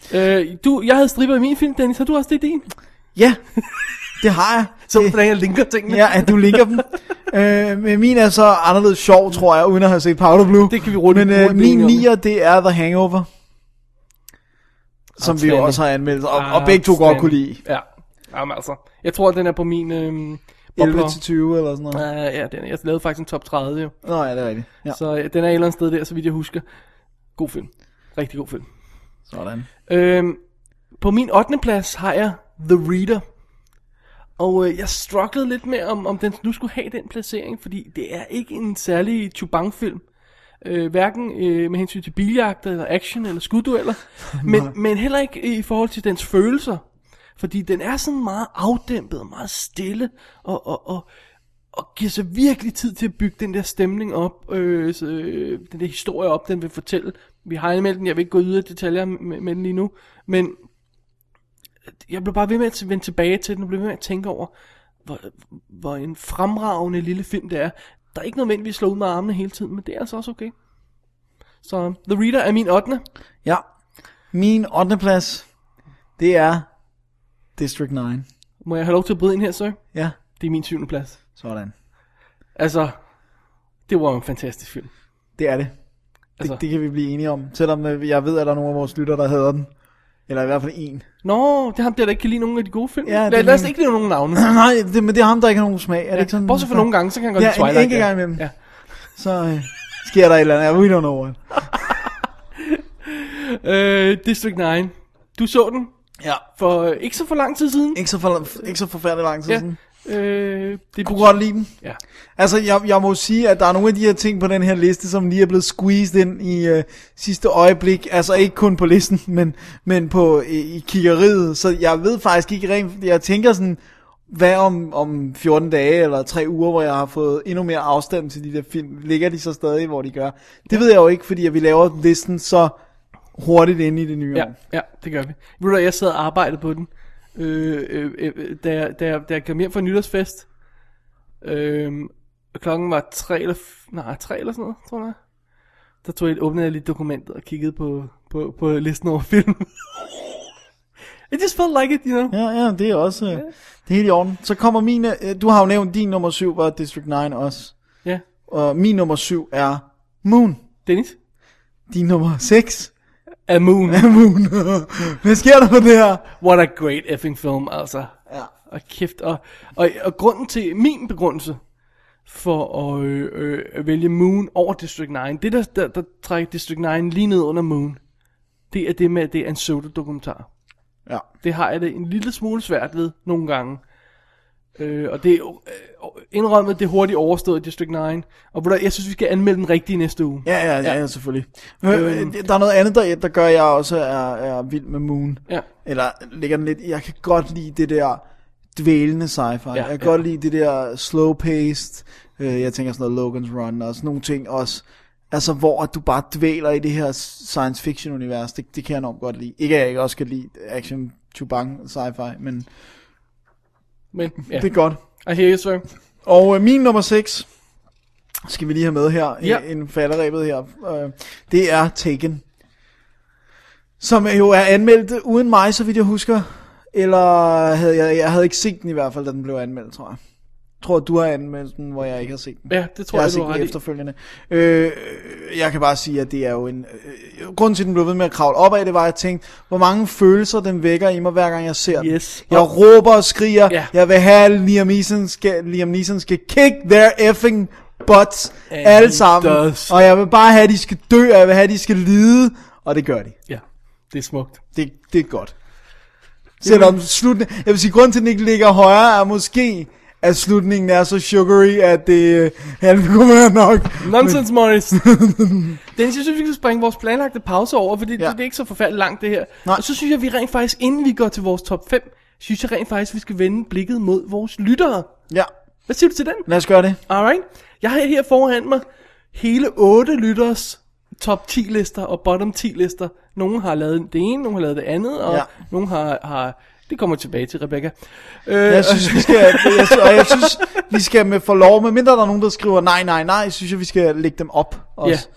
[SPEAKER 3] Øh, du, jeg havde stripper i min film, Dennis. Har du også det i din?
[SPEAKER 4] Ja, det har jeg.
[SPEAKER 3] Så
[SPEAKER 4] det,
[SPEAKER 3] hvordan jeg linker tingene.
[SPEAKER 4] ja, at du linker dem. øh, men min er så anderledes sjov, tror jeg, uden at have set Powder Blue.
[SPEAKER 3] Det kan vi runde
[SPEAKER 4] Men
[SPEAKER 3] hurtigt
[SPEAKER 4] øh, min
[SPEAKER 3] blive enige om.
[SPEAKER 4] nier, det er The Hangover. Som vi jo
[SPEAKER 3] Outstanding.
[SPEAKER 4] også har anmeldt, og,
[SPEAKER 3] Ah,
[SPEAKER 4] og begge to godt kunne lide.
[SPEAKER 3] Ja, Jamen, altså. Jeg tror, den er på min... Øhm,
[SPEAKER 4] 11
[SPEAKER 3] bobler.
[SPEAKER 4] til 20 eller sådan noget.
[SPEAKER 3] Ja, ja, den, jeg lavede faktisk en top 30 jo.
[SPEAKER 4] Nå ja, det er rigtigt. Ja,
[SPEAKER 3] Ja. Så øh, den er et eller andet sted der, så vidt jeg husker. God film. Rigtig god film.
[SPEAKER 4] sådan.
[SPEAKER 3] Øhm, på min 8. plads har jeg The Reader. Og øh, jeg strugglede lidt med, om, om den nu skulle have den placering, fordi det er ikke en særlig Chubang-film. Øh, hverken øh, med hensyn til biljagter, eller action, eller skuddueller. men, men heller ikke i forhold til dens følelser. Fordi den er sådan meget afdæmpet, og meget stille, og, og, og, og giver sig virkelig tid til at bygge den der stemning op, øh, så, øh, den der historie op, den vil fortælle. Vi har anmeldt den, jeg vil ikke gå yderligere detaljer med, med den lige nu, men jeg blev bare ved med at vende tilbage til den, og blev ved med at tænke over, hvor, hvor en fremragende lille film det er. Der er ikke nødvendigvis slå ud med armene hele tiden, men det er altså også okay. Så The Reader er min 8.
[SPEAKER 4] Ja. Min 8. plads, det er District 9.
[SPEAKER 3] Må jeg have lov til at bryde ind her, sir?
[SPEAKER 4] Ja,
[SPEAKER 3] Det er min 7. plads.
[SPEAKER 4] sådan.
[SPEAKER 3] Altså, det var en fantastisk film.
[SPEAKER 4] Det er det.
[SPEAKER 3] Altså,
[SPEAKER 4] Det, det kan vi blive enige om. Selvom øh, jeg ved, at der er nogle af vores lytter, der hader den. Eller i hvert fald en.
[SPEAKER 3] Nå, det er ham der, der ikke kan lide nogen af de gode film.
[SPEAKER 4] Ja,
[SPEAKER 3] Ja,
[SPEAKER 4] det
[SPEAKER 3] lad,
[SPEAKER 4] er
[SPEAKER 3] lad os
[SPEAKER 4] min-
[SPEAKER 3] ikke nævne nogen navne.
[SPEAKER 4] Nej, det, men det er ham, der ikke har nogen smag. Er det ikke sådan?
[SPEAKER 3] Bortset fra nogle gange, så kan han godt
[SPEAKER 4] Ja,
[SPEAKER 3] lide
[SPEAKER 4] en
[SPEAKER 3] Twilight.
[SPEAKER 4] enkelt gang imellem.
[SPEAKER 3] Ja.
[SPEAKER 4] Så øh, sker der et eller andet. We don't know what.
[SPEAKER 3] Øh, District 9. Du så den
[SPEAKER 4] Ja.
[SPEAKER 3] for øh, ikke så for lang tid siden.
[SPEAKER 4] Ikke så, for, ikke så forfærdelig lang tid
[SPEAKER 3] Ja.
[SPEAKER 4] siden.
[SPEAKER 3] Øh, det
[SPEAKER 4] Jeg kunne godt lide den.
[SPEAKER 3] Ja.
[SPEAKER 4] Altså, jeg, jeg må sige, at der er nogle af de her ting på den her liste, som lige er blevet squeezed ind i øh, sidste øjeblik. Altså, ikke kun på listen, men, men på øh, i kiggeriet. Så jeg ved faktisk ikke rent... Jeg tænker sådan, hvad om, om 14 dage eller 3 uger, hvor jeg har fået endnu mere afstand til de der film? Ligger de så stadig, hvor de gør? Det ved jeg jo ikke, fordi at vi laver listen så hurtigt ind i det nye
[SPEAKER 3] Ja,
[SPEAKER 4] år.
[SPEAKER 3] ja, det gør vi. Ved du hvad, jeg sad og arbejdede på den. øh, øh, øh, da, jeg, da, jeg, da jeg kom hjem fra nytårsfest. Øh, klokken var tre eller, f- nej, tre eller sådan noget, tror jeg. Der tog jeg, åbnede jeg lige dokumentet og kiggede på, på, på listen over film. It just felt like it, you know.
[SPEAKER 4] Ja, ja, det er også... Øh, det er helt i orden. Så kommer mine... Øh, du har jo nævnt, din nummer 7 var District 9 også.
[SPEAKER 3] Ja.
[SPEAKER 4] Og min nummer 7 er Moon.
[SPEAKER 3] Dennis?
[SPEAKER 4] Din nummer 6
[SPEAKER 3] er Moon.
[SPEAKER 4] Er Moon. Hvad sker der for det her?
[SPEAKER 3] What a great effing film, altså.
[SPEAKER 4] Ja.
[SPEAKER 3] Og kæft. Og, og, og grunden til, min begrundelse for at øh, øh, at vælge Moon over District 9, det der, der, der trækker District 9 lige ned under Moon, det er det med, at det er en pseudo-dokumentar.
[SPEAKER 4] Ja.
[SPEAKER 3] Det har jeg det en lille smule svært ved nogle gange. Øh, og det er jo, øh, indrømmet, det er hurtigt overstået i District 9. Og ved du hvad, jeg synes, vi skal anmelde den rigtige næste uge.
[SPEAKER 4] Ja, ja, ja, ja selvfølgelig. Øh, øh, der er noget andet, der, der gør, at jeg også er, er vild med Moon.
[SPEAKER 3] Ja.
[SPEAKER 4] Eller ligger den lidt... Jeg kan godt lide det der dvælende sci-fi. Ja, jeg kan ja. godt lide det der slow-paced. Øh, jeg tænker sådan noget Logan's Run og sådan nogle ting også. Altså, hvor at du bare dvæler i det her science fiction-univers. Det, det kan jeg enormt godt lide. Ikke at jeg ikke også kan lide action chubang sci-fi, men
[SPEAKER 3] Men ja.
[SPEAKER 4] det er godt.
[SPEAKER 3] I hear you, sir.
[SPEAKER 4] Og øh, min nummer 6 skal vi lige have med her,
[SPEAKER 3] Ja.
[SPEAKER 4] ja. inden falderæbet her, øh, det er Taken. Som jo er anmeldt uden mig, så vidt jeg husker. Eller havde jeg, jeg havde ikke set den i hvert fald, da den blev anmeldt, tror jeg. Jeg tror, du har anmeldt den, hvor jeg ikke har set den.
[SPEAKER 3] Ja, det tror jeg,
[SPEAKER 4] jeg har
[SPEAKER 3] du
[SPEAKER 4] set
[SPEAKER 3] har
[SPEAKER 4] den
[SPEAKER 3] ret i.
[SPEAKER 4] efterfølgende. Øh, jeg kan bare sige, at det er jo en... Øh, grunden til, at den blev ved med at kravle op af, det var, at jeg tænkte, hvor mange følelser den vækker i mig, hver gang jeg ser den.
[SPEAKER 3] Yes.
[SPEAKER 4] Jeg råber og skriger,
[SPEAKER 3] Ja.
[SPEAKER 4] ja. jeg vil have at Liam Neeson skal, Liam Neeson skal kick their effing butts,
[SPEAKER 3] And
[SPEAKER 4] alle
[SPEAKER 3] he
[SPEAKER 4] sammen.
[SPEAKER 3] does.
[SPEAKER 4] Og jeg vil bare have, at de skal dø, og jeg vil have, at de skal lide, og det gør de.
[SPEAKER 3] Ja, det er smukt.
[SPEAKER 4] Det, det er godt. Selvom slutningen, jeg vil sige, grunden til, at den ikke ligger højere, er måske, at slutningen er så sugary, at det øh, han kunne være nok.
[SPEAKER 3] Nonsense, Morris. Dennis, jeg synes, vi skal springe vores planlagte pause over, fordi ja.
[SPEAKER 4] Ja.
[SPEAKER 3] det, det er ikke så forfærdeligt langt, det her.
[SPEAKER 4] Nej.
[SPEAKER 3] Og så synes jeg, vi rent faktisk, inden vi går til vores top 5, synes jeg rent faktisk, vi skal vende blikket mod vores lyttere.
[SPEAKER 4] Ja,
[SPEAKER 3] Hvad siger du til den?
[SPEAKER 4] lad os gøre det.
[SPEAKER 3] Alright. Jeg har her foran mig hele 8 lytteres top 10 lister og bottom 10 lister. Nogle har lavet det ene, nogle har lavet det andet, og ja.
[SPEAKER 4] Ja.
[SPEAKER 3] nogle har, har... Det kommer tilbage til, Rebecca. Øh,
[SPEAKER 4] Jeg synes, vi skal, jeg, og jeg synes, vi skal med forlov, med mindre der er nogen, der skriver nej, nej, nej, synes jeg, vi skal lægge dem op også.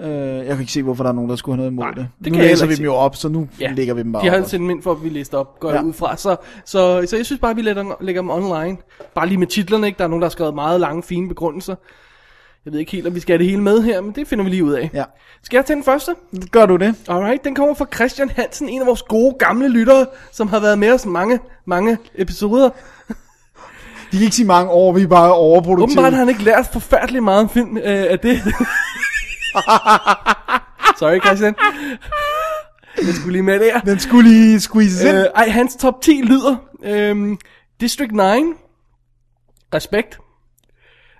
[SPEAKER 4] Ja. Øh, jeg kan ikke se, hvorfor der er nogen, der skulle have noget imod
[SPEAKER 3] Nej,
[SPEAKER 4] det.
[SPEAKER 3] det
[SPEAKER 4] nu
[SPEAKER 3] kan jeg
[SPEAKER 4] læser
[SPEAKER 3] heller
[SPEAKER 4] vi
[SPEAKER 3] ikke
[SPEAKER 4] dem jo op, så nu ja. lægger vi dem bare
[SPEAKER 3] De har
[SPEAKER 4] op.
[SPEAKER 3] jo sendt dem ind for, at vi læste op, går ja. jeg
[SPEAKER 4] Ja.
[SPEAKER 3] ud fra. Så, så, så jeg synes bare, vi lægger dem, lægger dem online. Bare lige med titlerne, ikke? Der er nogen, der har skrevet meget lange, fine begrundelser. Jeg ved ikke helt, om vi skal have det hele med her, men det finder vi lige ud af.
[SPEAKER 4] Ja.
[SPEAKER 3] Skal jeg tage den første?
[SPEAKER 4] Gør du det?
[SPEAKER 3] Alright, den kommer fra Christian Hansen, en af vores gode gamle lyttere, som har været med os mange, mange episoder.
[SPEAKER 4] De kan ikke sige mange år, vi er bare overproduktive.
[SPEAKER 3] Åbenbart har han ikke lært forfærdelig meget om film øh, af det. Sorry, Christian. Jeg skulle lige med der.
[SPEAKER 4] Den skulle lige squeeze ind.
[SPEAKER 3] Øh, ej, hans top 10 lyder øhm, District 9 Respekt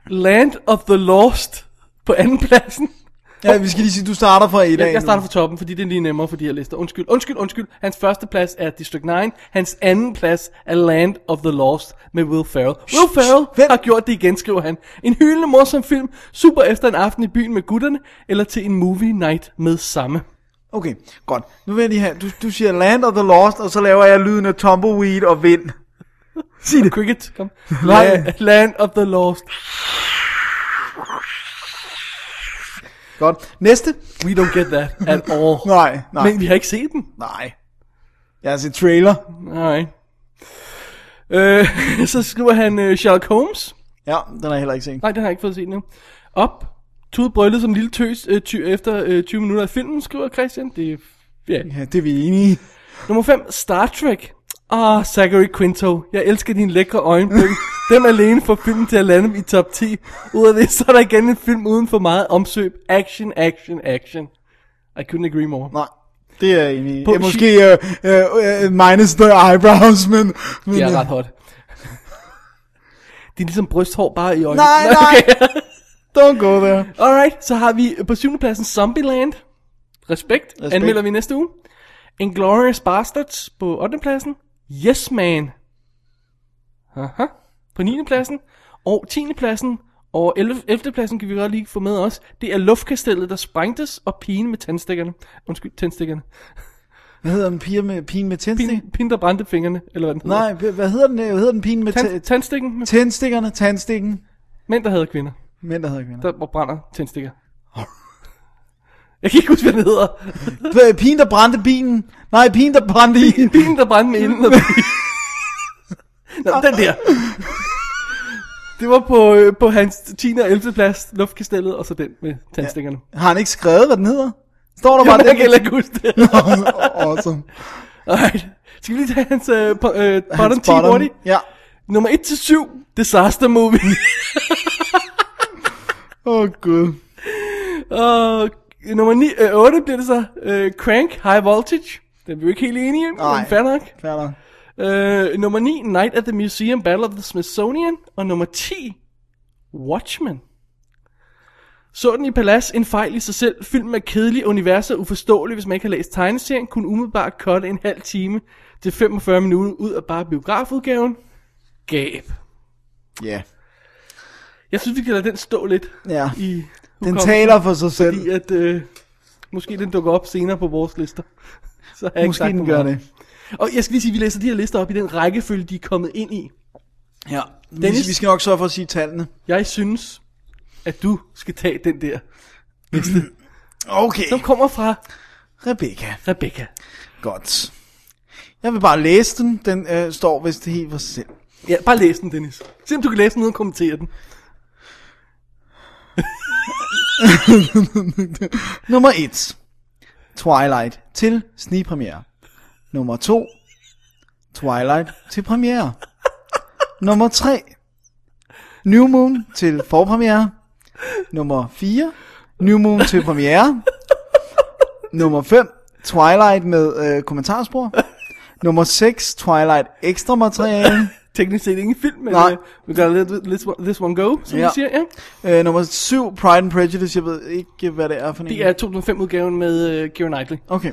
[SPEAKER 3] Land of the Lost På anden pladsen
[SPEAKER 4] ja, vi skal lige sige, du starter fra et
[SPEAKER 3] jeg, jeg starter fra toppen, fordi det er lige nemmere for de her lister Undskyld, undskyld, undskyld Hans første plads er District 9 Hans anden plads er Land of the Lost Med Will Ferrell Will Ferrell
[SPEAKER 4] vent.
[SPEAKER 3] har gjort det igen, skriver han En hyldende morsom film Super efter en aften i byen med gutterne Eller til en movie night med samme
[SPEAKER 4] Okay, godt. Nu vil jeg lige have, du, du siger Land of the Lost, og så laver jeg lyden af tumbleweed og vind.
[SPEAKER 3] Sig det Cricket, kom
[SPEAKER 4] Nej.
[SPEAKER 3] La- Land of the Lost
[SPEAKER 4] Godt. Næste?
[SPEAKER 3] We don't get that at all.
[SPEAKER 4] Nej, nej,
[SPEAKER 3] Men vi har ikke set den.
[SPEAKER 4] nej. Jeg har set trailer.
[SPEAKER 3] Nej. Øh, så skriver han øh, Sherlock Holmes.
[SPEAKER 4] Ja, den har jeg heller ikke set.
[SPEAKER 3] Nej, den har jeg ikke fået set endnu. Op. Tud brøllet som en lille tøs øh, ty, efter øh, 20 minutter af filmen, skriver Christian. Det er... Ja.
[SPEAKER 4] Ja, det er vi enige i.
[SPEAKER 3] Nummer 5. Star Trek. Ah, Zachary Quinto. Jeg elsker dine lækre øjenbryn. Dem alene får filmen til at lande i top 10. Ud af det, så er der igen en film uden for meget omsøb. Action, action, action. I couldn't agree more.
[SPEAKER 4] Nej, det er jeg enig i.
[SPEAKER 3] På
[SPEAKER 4] Ja, måske øh, øh, øh, minus the eyebrows, men... men
[SPEAKER 3] Det
[SPEAKER 4] øh,
[SPEAKER 3] er ret hot. Det er ligesom brysthår bare i øjnene.
[SPEAKER 4] Nej, nej. Don't go there.
[SPEAKER 3] Alright, så har vi på syvende pladsen Zombieland. Respekt. Respekt.
[SPEAKER 4] Respekt.
[SPEAKER 3] Anmelder vi næste uge. Inglourious Bastards på 8. pladsen. Yes Man. Aha. På 9. pladsen. Og 10. pladsen. Og 11. 11. pladsen kan vi godt lige få med os. Det er luftkastellet, der sprængtes, og pigen med tandstikkerne. Undskyld, tændstikkerne.
[SPEAKER 4] Hvad hedder den piger med, pigen med tændstikker?
[SPEAKER 3] Pigen, pigen, der brændte fingrene, eller hvad den hedder.
[SPEAKER 4] Nej, hvad- hvad hedder den? øh, Hvad hedder den pigen med
[SPEAKER 3] Tand,
[SPEAKER 4] tæ-
[SPEAKER 3] tandstikken?
[SPEAKER 4] Tændstikkerne, tandstikken.
[SPEAKER 3] Mænd, der hader kvinder.
[SPEAKER 4] Mænd, der hedder kvinder.
[SPEAKER 3] Der brænder tændstikker. Jeg kan ikke huske, hvad den hedder.
[SPEAKER 4] Hvad, Pigen, der brændte bilen. Nej, pigen, der brændte i.
[SPEAKER 3] Pigen, der brændte med inden. og- Nå, den der. Det var på, øh, på hans 10. og 11. plads, luftkastellet, og så den med tandstikkerne. Ja.
[SPEAKER 4] Har han ikke skrevet, hvad den hedder? Står der bare
[SPEAKER 3] Jeg kan
[SPEAKER 4] den?
[SPEAKER 3] heller ikke huske det.
[SPEAKER 4] awesome.
[SPEAKER 3] Alright. Skal vi lige tage hans uh, po- uh, bottom 10
[SPEAKER 4] bottom,
[SPEAKER 3] hurtigt?
[SPEAKER 4] ja.
[SPEAKER 3] Nummer 1 til 7, Disaster Movie.
[SPEAKER 4] Åh, oh, gud.
[SPEAKER 3] Og nummer 9, øh, 8 bliver det så øh, Crank High Voltage. Den er vi jo ikke helt enige om,
[SPEAKER 4] Nej.
[SPEAKER 3] men fair nok.
[SPEAKER 4] Fair nok.
[SPEAKER 3] Øh, nummer 9, Night at the Museum, Battle of the Smithsonian. Og nummer 10, Watchmen. Så den i Palace, en fejl i sig selv. Filmen er kedelig, universet uforståelig, hvis man ikke har læst tegneserien. Kunne umiddelbart cutte en halv time til 45 minutter ud af bare biografudgaven. Gab.
[SPEAKER 4] Ja. Yeah.
[SPEAKER 3] Jeg synes, vi kan lade den stå lidt.
[SPEAKER 4] Ja.
[SPEAKER 3] I
[SPEAKER 4] Den
[SPEAKER 3] hukommelsen,
[SPEAKER 4] taler for sig selv.
[SPEAKER 3] Fordi at, øh, måske den dukker op senere på vores lister. Så har jeg ikke
[SPEAKER 4] Måske
[SPEAKER 3] sagt
[SPEAKER 4] den
[SPEAKER 3] for
[SPEAKER 4] gør
[SPEAKER 3] meget. Og jeg skal lige sige, at vi læser de her lister op i den rækkefølge, de er kommet ind i.
[SPEAKER 4] Ja.
[SPEAKER 3] Dennis?
[SPEAKER 4] Vi, vi skal nok sørge for at sige tallene.
[SPEAKER 3] Jeg synes, at du skal tage den der liste,
[SPEAKER 4] Okay.
[SPEAKER 3] som kommer fra
[SPEAKER 4] Rebecca.
[SPEAKER 3] Rebecca.
[SPEAKER 4] Godt. Jeg vil bare læse den. Den øh, står vist helt for sig selv.
[SPEAKER 3] Ja, bare læs den, Dennis. Se om du kan læse den uden at kommentere den.
[SPEAKER 4] Nummer 1. Twilight til snigpremiere. Nummer 2. Twilight til premiere. Nummer 3. New Moon til forpremiere. Nummer 4. New Moon til premiere. Nummer 5. Twilight med øh, kommentarspor. Nummer 6. Twilight ekstra materiale.
[SPEAKER 3] Teknisk set ingen film, men
[SPEAKER 4] Nej.
[SPEAKER 3] øh, vi gør lidt this, one- this one go, som ja.
[SPEAKER 4] Ja.
[SPEAKER 3] vi siger. Ja.
[SPEAKER 4] Øh, nummer 7. Pride and Prejudice. Jeg ved ikke, hvad det er for en.
[SPEAKER 3] Det er 2005-udgaven med øh, Keira Knightley.
[SPEAKER 4] Okay.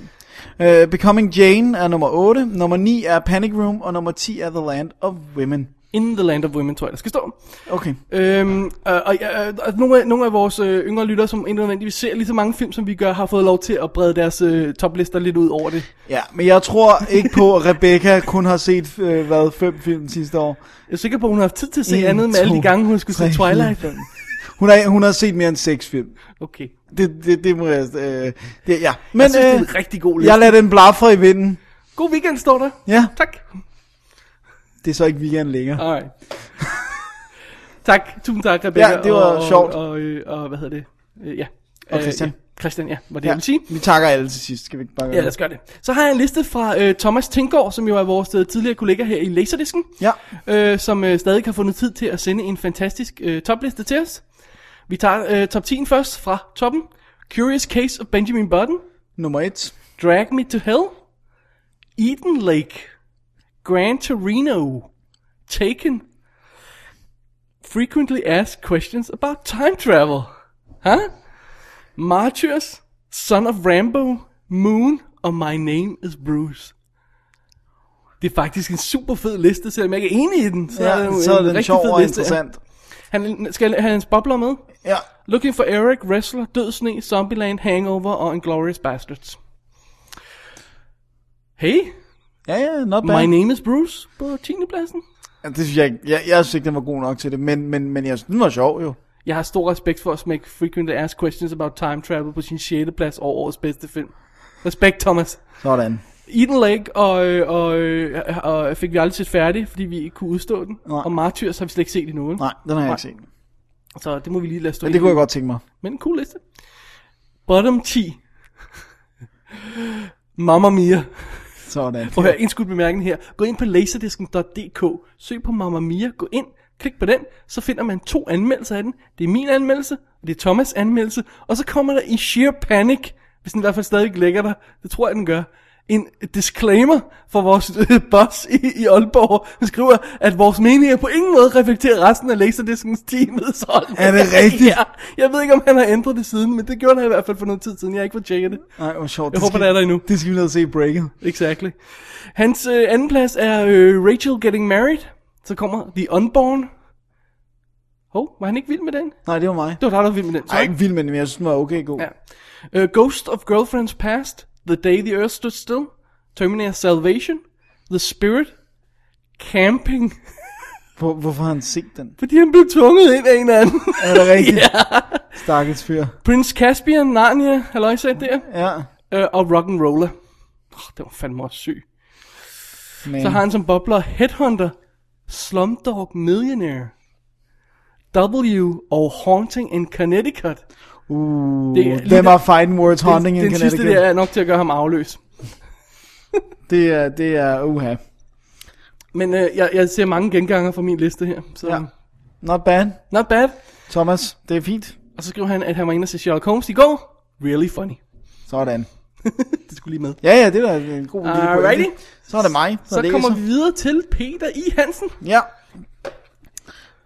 [SPEAKER 4] Uh, Becoming Jane er nummer 8, nummer 9 er Panic Room, og nummer 10 er The Land of Women.
[SPEAKER 3] In the Land of Women, tror jeg, der skal stå.
[SPEAKER 4] Okay.
[SPEAKER 3] Øhm, og, og, og, og nogle, af, nogle af vores øh, yngre lyttere, som ikke nødvendigvis ser lige så mange film, som vi gør, har fået lov til at brede deres øh, toplister lidt ud over det.
[SPEAKER 4] Ja, men jeg tror ikke på, at Rebecca kun har set, øh, hvad, fem film sidste år.
[SPEAKER 3] Jeg er sikker på, at hun har haft tid til at se
[SPEAKER 4] En,
[SPEAKER 3] andet med alle de
[SPEAKER 4] to,
[SPEAKER 3] gange, hun skulle se
[SPEAKER 4] tre, fire,
[SPEAKER 3] Twilight.
[SPEAKER 4] fem. Hun har, hun har set mere end seks film.
[SPEAKER 3] Okay.
[SPEAKER 4] Det, det, det må jeg... Øh, det, ja. Men,
[SPEAKER 3] synes, det er en rigtig god liste.
[SPEAKER 4] øh, Jeg lader den blafre i vinden.
[SPEAKER 3] God weekend, står der.
[SPEAKER 4] Ja,
[SPEAKER 3] Tak.
[SPEAKER 4] det er så ikke weekend længere.
[SPEAKER 3] Alright. tak. Tusind tak, Rebecca.
[SPEAKER 4] Ja, det var
[SPEAKER 3] og,
[SPEAKER 4] sjovt.
[SPEAKER 3] Og, og, øh, og, hvad hedder det? Øh, ja.
[SPEAKER 4] Og Christian.
[SPEAKER 3] Øh, ja. Christian, ja, var det, ja.
[SPEAKER 4] Ja,
[SPEAKER 3] jeg ville sige.
[SPEAKER 4] vi takker alle til sidst, skal vi ikke bare gøre
[SPEAKER 3] Ja,
[SPEAKER 4] det?
[SPEAKER 3] lad os gøre det. Så har jeg en liste fra øh, Thomas Tinggaard, som jo er vores øh, tidligere kollega her i Laserdisken.
[SPEAKER 4] Ja.
[SPEAKER 3] Øh, som øh, stadig har fundet tid til at sende en fantastisk øh, topliste til os. Vi tager øh, top 10 først fra toppen. Curious Case of Benjamin Button.
[SPEAKER 4] Nummer 1.
[SPEAKER 3] Drag Me to Hell. Eden Lake. Gran Torino. Taken. Frequently Asked Questions About Time Travel. Huh? Martyrs. Son of Rambo. Moon. Og My Name is Bruce. Det er faktisk en super fed liste, selvom jeg ikke er enig i den. Så er det
[SPEAKER 4] Ja,
[SPEAKER 3] jo
[SPEAKER 4] så er
[SPEAKER 3] en
[SPEAKER 4] den
[SPEAKER 3] rigtig
[SPEAKER 4] sjov
[SPEAKER 3] fed
[SPEAKER 4] og
[SPEAKER 3] liste.
[SPEAKER 4] interessant.
[SPEAKER 3] Han, skal han have hans bobler med?
[SPEAKER 4] Ja.
[SPEAKER 3] Looking for Eric, Wrestler, Død Sne, Zombieland, Hangover og Inglourious Bastards. Hey,
[SPEAKER 4] Ja, ja, not bad.
[SPEAKER 3] my name is Bruce på 10. pladsen.
[SPEAKER 4] Ja, det synes jeg ikke. Jeg, jeg synes ikke, den var god nok til det, men, men, men jeg synes, den var sjov jo.
[SPEAKER 3] Jeg har stor respekt for at smække Frequently Asked Questions About Time Travel på sin 6. plads over årets bedste film. Respekt, Thomas.
[SPEAKER 4] Sådan.
[SPEAKER 3] Eden Lake og, øh, og, øh, og, og fik vi aldrig set færdig, fordi vi ikke kunne udstå den.
[SPEAKER 4] Nej.
[SPEAKER 3] Og Martyrs har vi slet ikke set endnu. vel?
[SPEAKER 4] Nej, den har jeg ikke set.
[SPEAKER 3] Så det må vi lige lade stå
[SPEAKER 4] Men det kunne jeg godt tænke mig.
[SPEAKER 3] Men en cool liste. Bottom 10. Mamma Mia.
[SPEAKER 4] Sådan.
[SPEAKER 3] Prøv at høre, indskudt bemærkning her. Gå ind på laserdisken.dk, søg på Mamma Mia, gå ind, klik på den, så finder man to anmeldelser af den. Det er min anmeldelse, og det er Thomas' anmeldelse, og så kommer der i sheer panic, hvis den i hvert fald stadig ligger der, det tror jeg, den gør, en disclaimer for vores øh, boss i, i Aalborg, som skriver, at vores meninger på ingen måde reflekterer resten af Laserdiskens teamets hold.
[SPEAKER 4] Er det rigtigt?
[SPEAKER 3] Ja, jeg ved ikke, om han har ændret det siden, men det gjorde han i hvert fald for noget tid siden. Jeg har ikke fået tjekket det.
[SPEAKER 4] Nej, hvor sjovt.
[SPEAKER 3] Jeg håber, den er der endnu.
[SPEAKER 4] Det skal vi ned og se i breaket.
[SPEAKER 3] Exactly. Hans øh, anden plads er øh, Rachel Getting Married. Så kommer The Unborn. Hov, oh, var han ikke vild med den?
[SPEAKER 4] Nej, det var mig.
[SPEAKER 3] Det var dig, der var vild med den.
[SPEAKER 4] Jeg er
[SPEAKER 3] Sorry.
[SPEAKER 4] ikke vild med den, men jeg synes, den var okay god.
[SPEAKER 3] Ja. Øh, Ghost of Girlfriends Past. The Day the Earth Stood Still. Terminator Salvation, The Spirit, Camping.
[SPEAKER 4] Hvor, hvorfor har han set den?
[SPEAKER 3] Fordi han blev tvunget ind af en eller anden.
[SPEAKER 4] Er det rigtigt?
[SPEAKER 3] ja.
[SPEAKER 4] Stakkels fyr.
[SPEAKER 3] Prince Caspian, Narnia, halløjsa der.
[SPEAKER 4] Ja.
[SPEAKER 3] Øh, og Rock'n'Roller. Oh, det var fandme også syg.
[SPEAKER 4] Man.
[SPEAKER 3] Så har han som bobler Headhunter, Slumdog Millionaire, W og Haunting in Connecticut.
[SPEAKER 4] Uh,
[SPEAKER 3] Det er
[SPEAKER 4] det,
[SPEAKER 3] lige
[SPEAKER 4] dem
[SPEAKER 3] der-
[SPEAKER 4] are fighting words haunting
[SPEAKER 3] den,
[SPEAKER 4] in
[SPEAKER 3] den
[SPEAKER 4] Connecticut.
[SPEAKER 3] sidste der er nok til at gøre ham afløs.
[SPEAKER 4] Det er, det er uha.
[SPEAKER 3] Men øh, jeg, jeg ser mange genganger fra min liste her. Så. Ja.
[SPEAKER 4] Not bad.
[SPEAKER 3] Not bad.
[SPEAKER 4] Thomas, det er fint.
[SPEAKER 3] Og så skrev han, at han var inde og se Sherlock Holmes i går. Really funny.
[SPEAKER 4] Sådan.
[SPEAKER 3] det skulle lige med.
[SPEAKER 4] Ja, ja, det er da en god lille pointe.
[SPEAKER 3] Alrighty.
[SPEAKER 4] Så er det mig. der
[SPEAKER 3] Så
[SPEAKER 4] læser.
[SPEAKER 3] kommer vi videre til Peter I. Hansen.
[SPEAKER 4] Ja.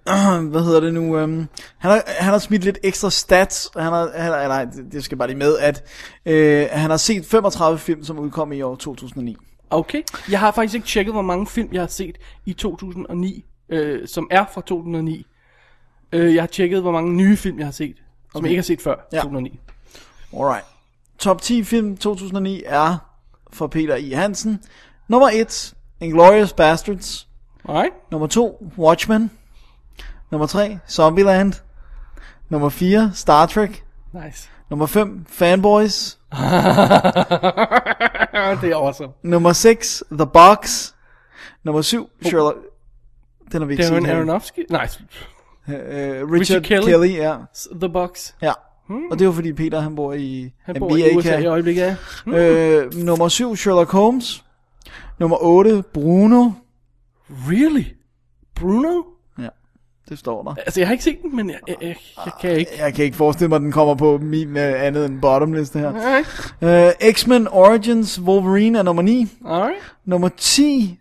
[SPEAKER 4] Hvad hedder det nu? øhm, Han har, han har smidt lidt ekstra stats. Han har, han har, nej, det- det skal bare lige med, at øh, han har set 35 film, som udkom i år 2009.
[SPEAKER 3] Okay. Jeg har faktisk ikke tjekket, hvor mange film jeg har set i 2009, øh, som er fra 2009. Øh, jeg har tjekket, hvor mange nye film jeg har set, som jeg ikke har set før
[SPEAKER 4] Ja.
[SPEAKER 3] 2009.
[SPEAKER 4] Alright. Top 10 film 2009 er for Peter I. Hansen. Nummer 1, Inglourious Bastards.
[SPEAKER 3] Alright.
[SPEAKER 4] Nummer 2, Watchmen. Nummer 3, Zombieland. Nummer 4, Star Trek.
[SPEAKER 3] Nice.
[SPEAKER 4] Nummer 5, Fanboys.
[SPEAKER 3] det er awesome.
[SPEAKER 4] Nummer 6, The Box. Nummer 7, Sherlock... Den har vi ikke
[SPEAKER 3] Darren
[SPEAKER 4] set. her.
[SPEAKER 3] Aronofsky? Nice.
[SPEAKER 4] Øh, Richard,
[SPEAKER 3] Richard Kelly.
[SPEAKER 4] Kelly. Kelly, ja.
[SPEAKER 3] The Box.
[SPEAKER 4] ja. Hmm. Og det var fordi Peter, han bor i
[SPEAKER 3] Han
[SPEAKER 4] han
[SPEAKER 3] bor
[SPEAKER 4] BA,
[SPEAKER 3] i USA i øjeblikket. ja. Hmm.
[SPEAKER 4] øh, Nummer 7, Sherlock Holmes. Nummer 8, Bruno.
[SPEAKER 3] Really? Bruno?
[SPEAKER 4] Ja, det står der.
[SPEAKER 3] Altså, jeg har ikke set den, men jeg, jeg, jeg, jeg kan ikke.
[SPEAKER 4] Jeg kan ikke forestille mig, at den kommer på min øh, andet end bottomliste her.
[SPEAKER 3] Alright.
[SPEAKER 4] Øh, X-Men Origins Wolverine er nummer 9.
[SPEAKER 3] Alright.
[SPEAKER 4] Nummer 10,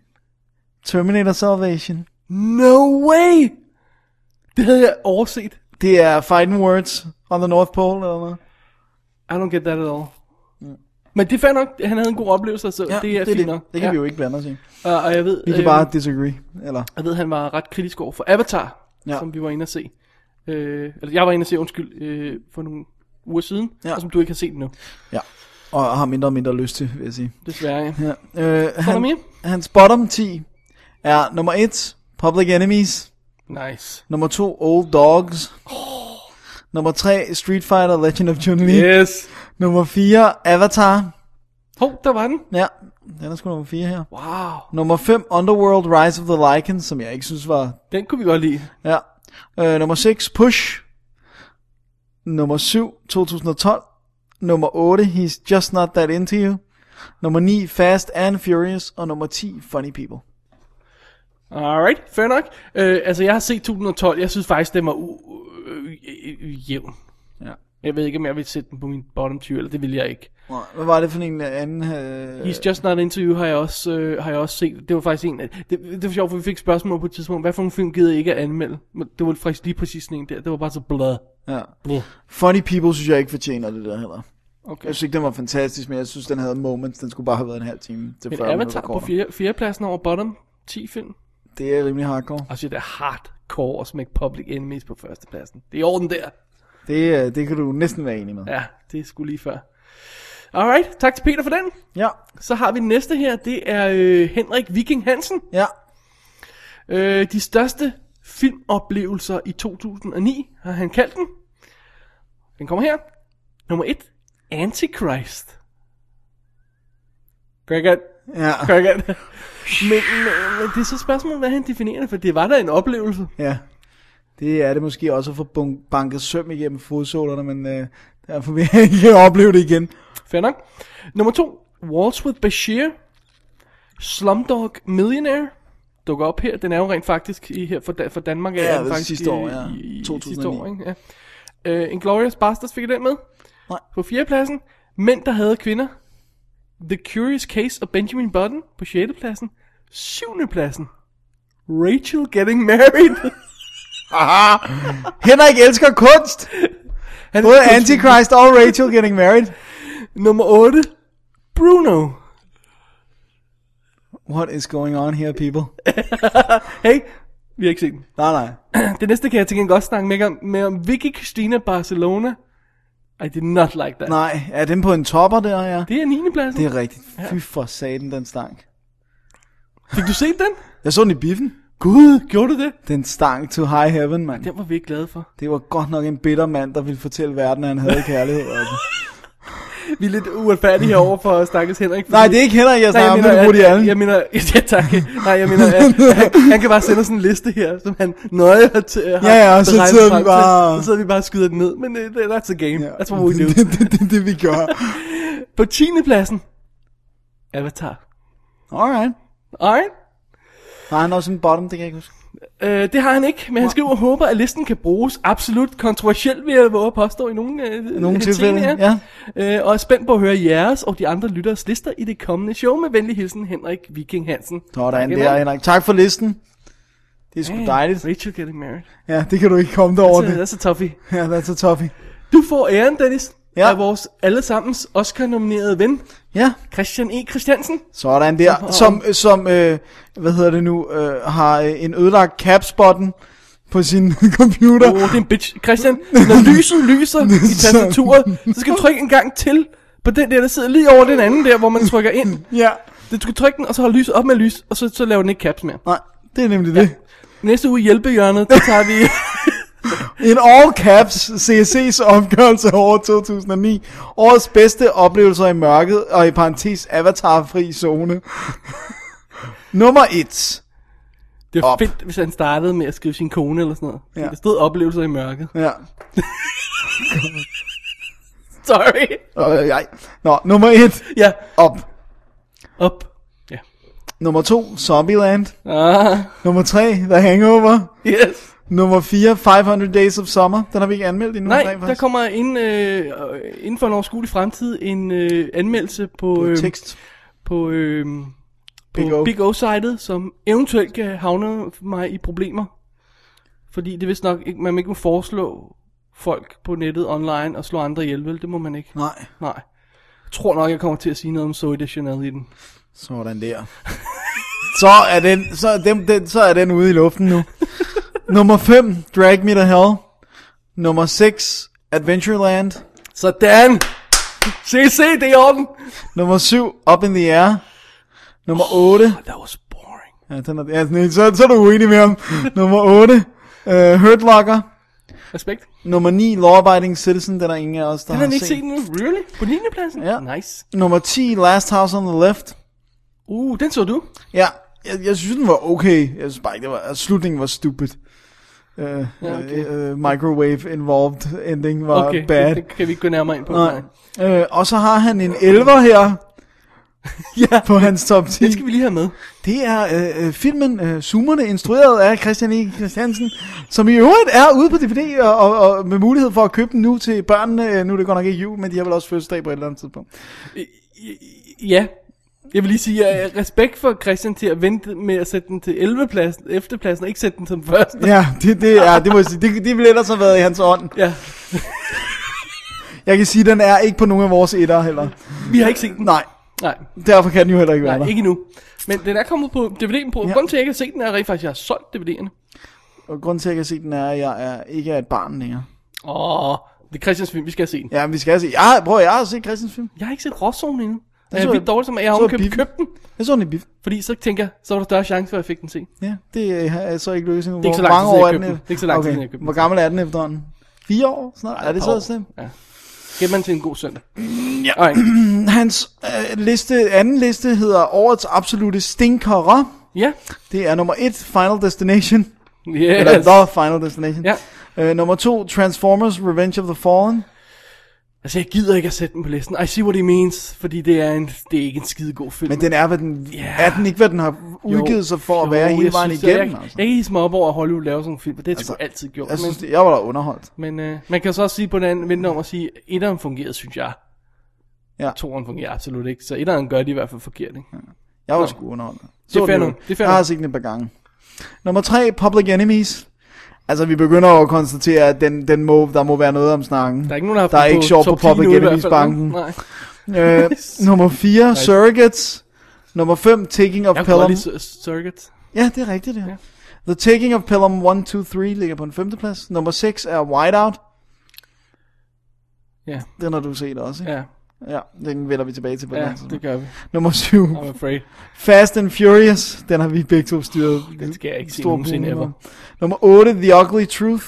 [SPEAKER 4] Terminator Salvation.
[SPEAKER 3] No way! Det havde jeg overset.
[SPEAKER 4] Det er Fighting Words on the North Pole, eller hvad?
[SPEAKER 3] I don't get that at all. Men det er fair nok, han havde en god oplevelse, så Mm. ja, det er fint nok.
[SPEAKER 4] Det kan ja. vi jo ikke blande os i.
[SPEAKER 3] Og, og jeg ved,
[SPEAKER 4] Vi kan
[SPEAKER 3] øh,
[SPEAKER 4] øh, bare disagree, eller...
[SPEAKER 3] jeg ved, han var ret kritisk over for Avatar, ja.
[SPEAKER 4] Ja.
[SPEAKER 3] som vi var inde at se. Øh, eller jeg var inde at se, undskyld, øh, for nogle uger siden, ja.
[SPEAKER 4] Ja.
[SPEAKER 3] og som du ikke har set endnu,
[SPEAKER 4] Ja. Og har mindre og mindre lyst til, vil jeg sige.
[SPEAKER 3] desværre. Ja.
[SPEAKER 4] Ja. Øh,
[SPEAKER 3] der mere?
[SPEAKER 4] han, hans bottom 10 er nummer 1, Public Enemies.
[SPEAKER 3] Nice.
[SPEAKER 4] Nummer 2, Old Dogs. Nummer 3, Street Fighter Legend of Chun-Li.
[SPEAKER 3] Yes.
[SPEAKER 4] Nummer 4, Avatar.
[SPEAKER 3] Hov, der var den.
[SPEAKER 4] Ja, den er sgu nummer 4 her.
[SPEAKER 3] Wow,
[SPEAKER 4] Nummer 5, Underworld Rise of the Lycans, som jeg ikke synes var...
[SPEAKER 3] den kunne vi godt lide.
[SPEAKER 4] Ja. Øh, nummer 6, Push. Nummer 7, 2012. Nummer 8, He's Just Not That Into You. Nummer 9, Fast and Furious. Og nummer 10, Funny People.
[SPEAKER 3] Alright, fair nok. Øh, altså, jeg har set 2012, jeg synes faktisk, den var u- øh, øh, jævn.
[SPEAKER 4] Ja.
[SPEAKER 3] Jeg ved ikke, om jeg vil sætte den på min bottom 20, eller det vil jeg ikke.
[SPEAKER 4] Nej, Hvad var det for en anden... Øh...
[SPEAKER 3] He's Just Not Into You har jeg også, øh, har jeg også set. Det var faktisk en af... Det, det var sjovt, for vi fik spørgsmål på et tidspunkt. Hvad for en film gider I ikke at anmelde? Men det var faktisk lige præcis sådan en der. Det var bare så blad.
[SPEAKER 4] Ja.
[SPEAKER 3] Blå.
[SPEAKER 4] Funny People synes jeg ikke fortjener det der heller.
[SPEAKER 3] Okay.
[SPEAKER 4] Jeg synes ikke, den var fantastisk, men jeg synes, den havde moments. Den skulle bare have været en halv time til
[SPEAKER 3] Men
[SPEAKER 4] 40
[SPEAKER 3] Avatar
[SPEAKER 4] minutter.
[SPEAKER 3] på
[SPEAKER 4] kortere.
[SPEAKER 3] fjerde, fjerdepladsen over bottom 10 film.
[SPEAKER 4] Det er rimelig hardcore.
[SPEAKER 3] Og så er det hardcore at smække Public Enemies på førstepladsen. Det er i orden der.
[SPEAKER 4] Det, øh, det kan du næsten være enig med.
[SPEAKER 3] Ja, det skulle lige før. Alright, tak til Peter for den.
[SPEAKER 4] Ja,
[SPEAKER 3] Så har vi den næste her. Det er øh, Henrik Viking Hansen.
[SPEAKER 4] ja.
[SPEAKER 3] Øh, de største filmoplevelser i 2009 har han kaldt den. Den kommer her. Nummer 1. Antichrist. Cricket.
[SPEAKER 4] Ja,
[SPEAKER 3] Cricket. men, men, men det er så spørgsmålet, hvad han definerer det, for det var da en oplevelse.
[SPEAKER 4] ja. Det er det måske også at få bunk- banket søm igennem fodsålerne, men øh, derfor vil jeg ikke opleve det igen.
[SPEAKER 3] Fair nok. Nummer 2. Waltz with Bashir. Slumdog Millionaire. Dukker op her. Den er jo rent faktisk i, her for, Da- for Danmark.
[SPEAKER 4] Ja,
[SPEAKER 3] er den
[SPEAKER 4] det er
[SPEAKER 3] faktisk
[SPEAKER 4] sidste år, ja.
[SPEAKER 3] i- i-
[SPEAKER 4] 2009.
[SPEAKER 3] Sidste år, ikke? Ja. Uh, Inglourious Basterds fik jeg den med.
[SPEAKER 4] Nej.
[SPEAKER 3] På fjerdepladsen. Mænd, der havde kvinder. The Curious Case of Benjamin Button på 6. pladsen. 7. pladsen. Rachel Getting Married.
[SPEAKER 4] Henrik elsker kunst!
[SPEAKER 3] Han
[SPEAKER 4] Både
[SPEAKER 3] er-
[SPEAKER 4] Antichrist og Rachel getting married.
[SPEAKER 3] Nummer 8. Bruno.
[SPEAKER 4] What is going on here, people?
[SPEAKER 3] Hey, vi har ikke set den.
[SPEAKER 4] Nej, nej.
[SPEAKER 3] Det næste kan jeg til gengæld godt snakke med om, med om Vicky Cristina Barcelona. I did not like that.
[SPEAKER 4] Nej, er den på en topper der, ja?
[SPEAKER 3] Det er 9. pladsen.
[SPEAKER 4] Det er rigtigt. Fy for satan, den stank.
[SPEAKER 3] Fik du set den?
[SPEAKER 4] Jeg så den i biffen.
[SPEAKER 3] Gud, gjorde du det?
[SPEAKER 4] Den stank to high heaven, mand.
[SPEAKER 3] Den var vi ikke glade for.
[SPEAKER 4] Det var godt nok en bitter mand, der ville fortælle verden, at han havde kærlighed. Altså.
[SPEAKER 3] Vi er lidt uretfærdige herovre for Stakkels Henrik.
[SPEAKER 4] Nej, det er ikke Henrik, jeg
[SPEAKER 3] Nej,
[SPEAKER 4] snakker om, det er
[SPEAKER 3] jeg,
[SPEAKER 4] Woody
[SPEAKER 3] mener,
[SPEAKER 4] Allen.
[SPEAKER 3] at- jeg mener, ja tak. Nej, jeg mener, at han, han kan bare sende os en liste her, som han nøje har, t- har
[SPEAKER 4] Ja, ja, og så
[SPEAKER 3] beregnet
[SPEAKER 4] sidder vi
[SPEAKER 3] frem til.
[SPEAKER 4] bare-
[SPEAKER 3] Så sidder vi bare og skyder den ned, men uh, that's a game. That's what we do.
[SPEAKER 4] det, det, det, det, vi gør.
[SPEAKER 3] På 10. pladsen, Avatar.
[SPEAKER 4] Alright.
[SPEAKER 3] Alright.
[SPEAKER 4] Har han også en bottom, det kan jeg ikke huske.
[SPEAKER 3] Øh, det har han ikke, men han skriver og håber, at listen kan bruges absolut kontroversielt, vil jeg våge at påstå i nogle, øh,
[SPEAKER 4] nogle tilfælde,
[SPEAKER 3] henseender. Øh, og er spændt på at høre jeres og de andre lytteres lister i det kommende show. Med venlig hilsen, Henrik Viking Hansen.
[SPEAKER 4] Sådan
[SPEAKER 3] Tak,
[SPEAKER 4] der, Henrik. Tak for listen. Det er sgu
[SPEAKER 3] Hey,
[SPEAKER 4] dejligt.
[SPEAKER 3] Rachel getting married.
[SPEAKER 4] Ja, det kan du ikke komme derover.
[SPEAKER 3] That's a,
[SPEAKER 4] det.
[SPEAKER 3] that's a toughie.
[SPEAKER 4] Ja, that's a toughie.
[SPEAKER 3] Du får æren, Dennis,
[SPEAKER 4] Ja.
[SPEAKER 3] ja. af vores allesammens Oscar-nominerede ven,
[SPEAKER 4] Ja,
[SPEAKER 3] Christian E. Christiansen.
[SPEAKER 4] sådan der. Som, som øh, hvad hedder det nu, øh, har øh, en ødelagt caps-button på sin computer.
[SPEAKER 3] Åh, oh, det er en bitch. Christian, når lyset lyser i tastaturet, så skal du trykke en gang til på den der, der sidder lige over den anden der, hvor man trykker ind.
[SPEAKER 4] Ja.
[SPEAKER 3] Det, du skal trykke den, og så holde lyset op med lys, og så, så laver den ikke caps mere.
[SPEAKER 4] Nej, det er nemlig det.
[SPEAKER 3] Næste uge i hjælpehjørnet, der tager vi...
[SPEAKER 4] In all caps, CSC's omgørelse af år 2009. Årets bedste oplevelser i mørket, og i parentes avatarfri zone. Nummer 1.
[SPEAKER 3] Det var
[SPEAKER 4] Op.
[SPEAKER 3] fedt, hvis han startede med at skrive sin kone eller sådan noget.
[SPEAKER 4] Ja.
[SPEAKER 3] Ja. Der stod oplevelser i mørket.
[SPEAKER 4] Ja.
[SPEAKER 3] Sorry.
[SPEAKER 4] Øh, ej. Nå, nummer 1.
[SPEAKER 3] Ja,
[SPEAKER 4] Op.
[SPEAKER 3] op. Ja.
[SPEAKER 4] Nummer 2. Zombieland.
[SPEAKER 3] Ah,
[SPEAKER 4] Nummer 3. The Hangover.
[SPEAKER 3] yes.
[SPEAKER 4] Nummer 4. 500 Days of Summer. Den har vi ikke anmeldt endnu.
[SPEAKER 3] Nej,
[SPEAKER 4] rent
[SPEAKER 3] der
[SPEAKER 4] faktisk.
[SPEAKER 3] kommer inden, øh, inden for en overskuelig fremtid en øh, anmeldelse på,
[SPEAKER 4] På
[SPEAKER 3] øh,
[SPEAKER 4] tekst.
[SPEAKER 3] på, øh,
[SPEAKER 4] Big O.
[SPEAKER 3] på Big O-sitet, som eventuelt kan havne mig i problemer. Fordi det er vist nok, ikke, man ikke må foreslå folk på nettet online og slå andre ihjel, vel? Det må man ikke.
[SPEAKER 4] Nej.
[SPEAKER 3] Nej. Jeg tror nok, jeg kommer til at sige noget om Zoe Deschanel i den.
[SPEAKER 4] Sådan der. så, er den, så, er den, den, så er den ude i luften nu. Nummer 5, Drag Me to Hell. Nummer 6, Adventureland.
[SPEAKER 3] Sådan! Se, se, det er i orden!
[SPEAKER 4] Nummer 7, Up in the Air. Nummer 8,
[SPEAKER 3] That was boring.
[SPEAKER 4] ja, den er, ja, nej, så, så er du uenig med ham. Nummer 8, uh, Hurt Locker.
[SPEAKER 3] Respekt.
[SPEAKER 4] Nummer 9, Law Abiding Citizen, den er ingen af os, der
[SPEAKER 3] Den
[SPEAKER 4] har
[SPEAKER 3] har vi ikke
[SPEAKER 4] set.
[SPEAKER 3] set nu. Really? På 9. pladsen?
[SPEAKER 4] Ja.
[SPEAKER 3] Nice.
[SPEAKER 4] Nummer 10, Last House on the Left.
[SPEAKER 3] Uh, den så du.
[SPEAKER 4] Ja, jeg, jeg synes, den var okay. Jeg synes bare ikke, det var, altså, slutningen var stupid. Uh, ja, okay.
[SPEAKER 3] okay.
[SPEAKER 4] uh, microwave involved ending var
[SPEAKER 3] Okay,
[SPEAKER 4] bad.
[SPEAKER 3] det, det kan vi ikke gå nærmere ind på.
[SPEAKER 4] Nej. Øh, og så har han en elver her
[SPEAKER 3] Ja,
[SPEAKER 4] på hans top 10.
[SPEAKER 3] det skal vi lige have med.
[SPEAKER 4] Det er øh, øh, filmen øh, Zoomerne, instrueret af Christian E. Christiansen, som i øvrigt er ude på DVD og, og, og med mulighed for at købe den nu til børnene. Øh, Nu er det godt nok ikke jul, men de har vel også fødselsdag på et eller andet tidspunkt.
[SPEAKER 3] Ja. Jeg vil lige sige, at jeg har respekt for Christian til at vente med at sætte den til 11. pladsen, efterpladsen, og ikke sætte den som første.
[SPEAKER 4] Ja, det, det, er, det må jeg sige. Det, det ville ellers have været i hans ånd.
[SPEAKER 3] Ja,
[SPEAKER 4] Jeg kan sige, at den er ikke på nogen af vores etter heller.
[SPEAKER 3] vi har ikke set den.
[SPEAKER 4] Nej,
[SPEAKER 3] Nej,
[SPEAKER 4] derfor kan den jo heller ikke være
[SPEAKER 3] nej
[SPEAKER 4] der.
[SPEAKER 3] ikke endnu. Men den er kommet på DVD'en på.
[SPEAKER 4] Ja.
[SPEAKER 3] Ja. Grunden til, at jeg ikke har set den, er rent faktisk, at jeg har solgt DVD'erne.
[SPEAKER 4] Og grunden til, at jeg kan se den, er, at jeg er, ikke er et barn længere.
[SPEAKER 3] Åh, det er Christians film, vi skal have set den.
[SPEAKER 4] Ja, men vi skal se. Jeg, har- prøv, jeg har set Christians film.
[SPEAKER 3] Jeg har ikke set Råzonen endnu. Og
[SPEAKER 4] så
[SPEAKER 3] jeg er
[SPEAKER 4] jeg-
[SPEAKER 3] vildt dårlig som, at jeg
[SPEAKER 4] så
[SPEAKER 3] har
[SPEAKER 4] jeg
[SPEAKER 3] omkøbt
[SPEAKER 4] biffen.
[SPEAKER 3] købt den.
[SPEAKER 4] Jeg så den i biffen.
[SPEAKER 3] Fordi så tænker jeg, så var der større chance for, at jeg fik den set.
[SPEAKER 4] Ja, det øh, er så ikke lykkedes endnu.
[SPEAKER 3] Det er ikke så
[SPEAKER 4] Hvor
[SPEAKER 3] lang tid
[SPEAKER 4] mange
[SPEAKER 3] siden, jeg
[SPEAKER 4] år er den
[SPEAKER 3] købte den.
[SPEAKER 4] e-
[SPEAKER 3] Det er ikke så lang tid
[SPEAKER 4] okay.
[SPEAKER 3] siden, jeg købte den.
[SPEAKER 4] Hvor gammel er den efterhånden? Fire år snart?
[SPEAKER 3] Ej,
[SPEAKER 4] Er det
[SPEAKER 3] et
[SPEAKER 4] så
[SPEAKER 3] par
[SPEAKER 4] slemt?
[SPEAKER 3] år. Ja. Gæt man til en god søndag.
[SPEAKER 4] Ja.
[SPEAKER 3] Alright.
[SPEAKER 4] Hans øh, liste, anden liste hedder Årets absolute stinkere.
[SPEAKER 3] Ja.
[SPEAKER 4] Det er nummer 1, Final Destination. Yes. Eller
[SPEAKER 3] Yes.
[SPEAKER 4] The Final Destination.
[SPEAKER 3] Ja.
[SPEAKER 4] Øh, nummer 2, Transformers Revenge of the Fallen.
[SPEAKER 3] Altså, jeg gider ikke at sætte den på listen. I see what he means, fordi det er, en, det er ikke en skide god film.
[SPEAKER 4] Men den er, hvad den,
[SPEAKER 3] Ja.
[SPEAKER 4] er den ikke, hvad den har udgivet sig for at være hele
[SPEAKER 3] jeg
[SPEAKER 4] vejen
[SPEAKER 3] synes,
[SPEAKER 4] igennem?
[SPEAKER 3] Jeg,
[SPEAKER 4] altså.
[SPEAKER 3] jeg, jeg kan hisse mig op over, at Hollywood laver sådan nogle film, for det har de
[SPEAKER 4] Altså,
[SPEAKER 3] sgu altid gjort.
[SPEAKER 4] jeg, synes,
[SPEAKER 3] men
[SPEAKER 4] det, jeg var da underholdt.
[SPEAKER 3] men øh, man kan så også sige på den anden vente om at sige, etteren fungerede, synes jeg.
[SPEAKER 4] Ja.
[SPEAKER 3] Toeren fungerer absolut ikke, så etteren gør det i hvert fald forkert, ikke?
[SPEAKER 4] Jeg var
[SPEAKER 3] Nå.
[SPEAKER 4] sgu underholdt.
[SPEAKER 3] Det er fair
[SPEAKER 4] den
[SPEAKER 3] nok.
[SPEAKER 4] jo.
[SPEAKER 3] Det er fair
[SPEAKER 4] Jeg har
[SPEAKER 3] nok.
[SPEAKER 4] set den et par gange. Nummer 3, Public Enemies. Altså, vi begynder jo at konstatere, at den, den må, der må være noget om snakken.
[SPEAKER 3] Der er ikke nogen, der har
[SPEAKER 4] Der er
[SPEAKER 3] haft den
[SPEAKER 4] ikke sjov
[SPEAKER 3] top
[SPEAKER 4] på
[SPEAKER 3] 10
[SPEAKER 4] Public
[SPEAKER 3] nu i hvert
[SPEAKER 4] Enemies
[SPEAKER 3] fald,
[SPEAKER 4] banken.
[SPEAKER 3] Nej.
[SPEAKER 4] Øh, nummer 4, Surrogates. Nummer 5, Taking of
[SPEAKER 3] Jeg kunne godt
[SPEAKER 4] Pelham.
[SPEAKER 3] lide Sur- Surrogate.
[SPEAKER 4] Ja, det er rigtigt, det ja.
[SPEAKER 3] Ja.
[SPEAKER 4] The Taking of Pelham 1, 2, 3 ligger på en femteplads. Nummer 6 er Whiteout.
[SPEAKER 3] Ja.
[SPEAKER 4] Den har du set også, ikke?
[SPEAKER 3] Ja.
[SPEAKER 4] Ja, den vender vi tilbage til på et
[SPEAKER 3] Ja,
[SPEAKER 4] eller andet tidspunkt.
[SPEAKER 3] det gør vi.
[SPEAKER 4] Nummer 7.
[SPEAKER 3] I'm afraid.
[SPEAKER 4] Fast and Furious. Den har vi begge to styret. Den
[SPEAKER 3] skal jeg ikke se
[SPEAKER 4] Stor
[SPEAKER 3] nogensinde
[SPEAKER 4] boom
[SPEAKER 3] ever.
[SPEAKER 4] med. Nummer 8, The Ugly Truth.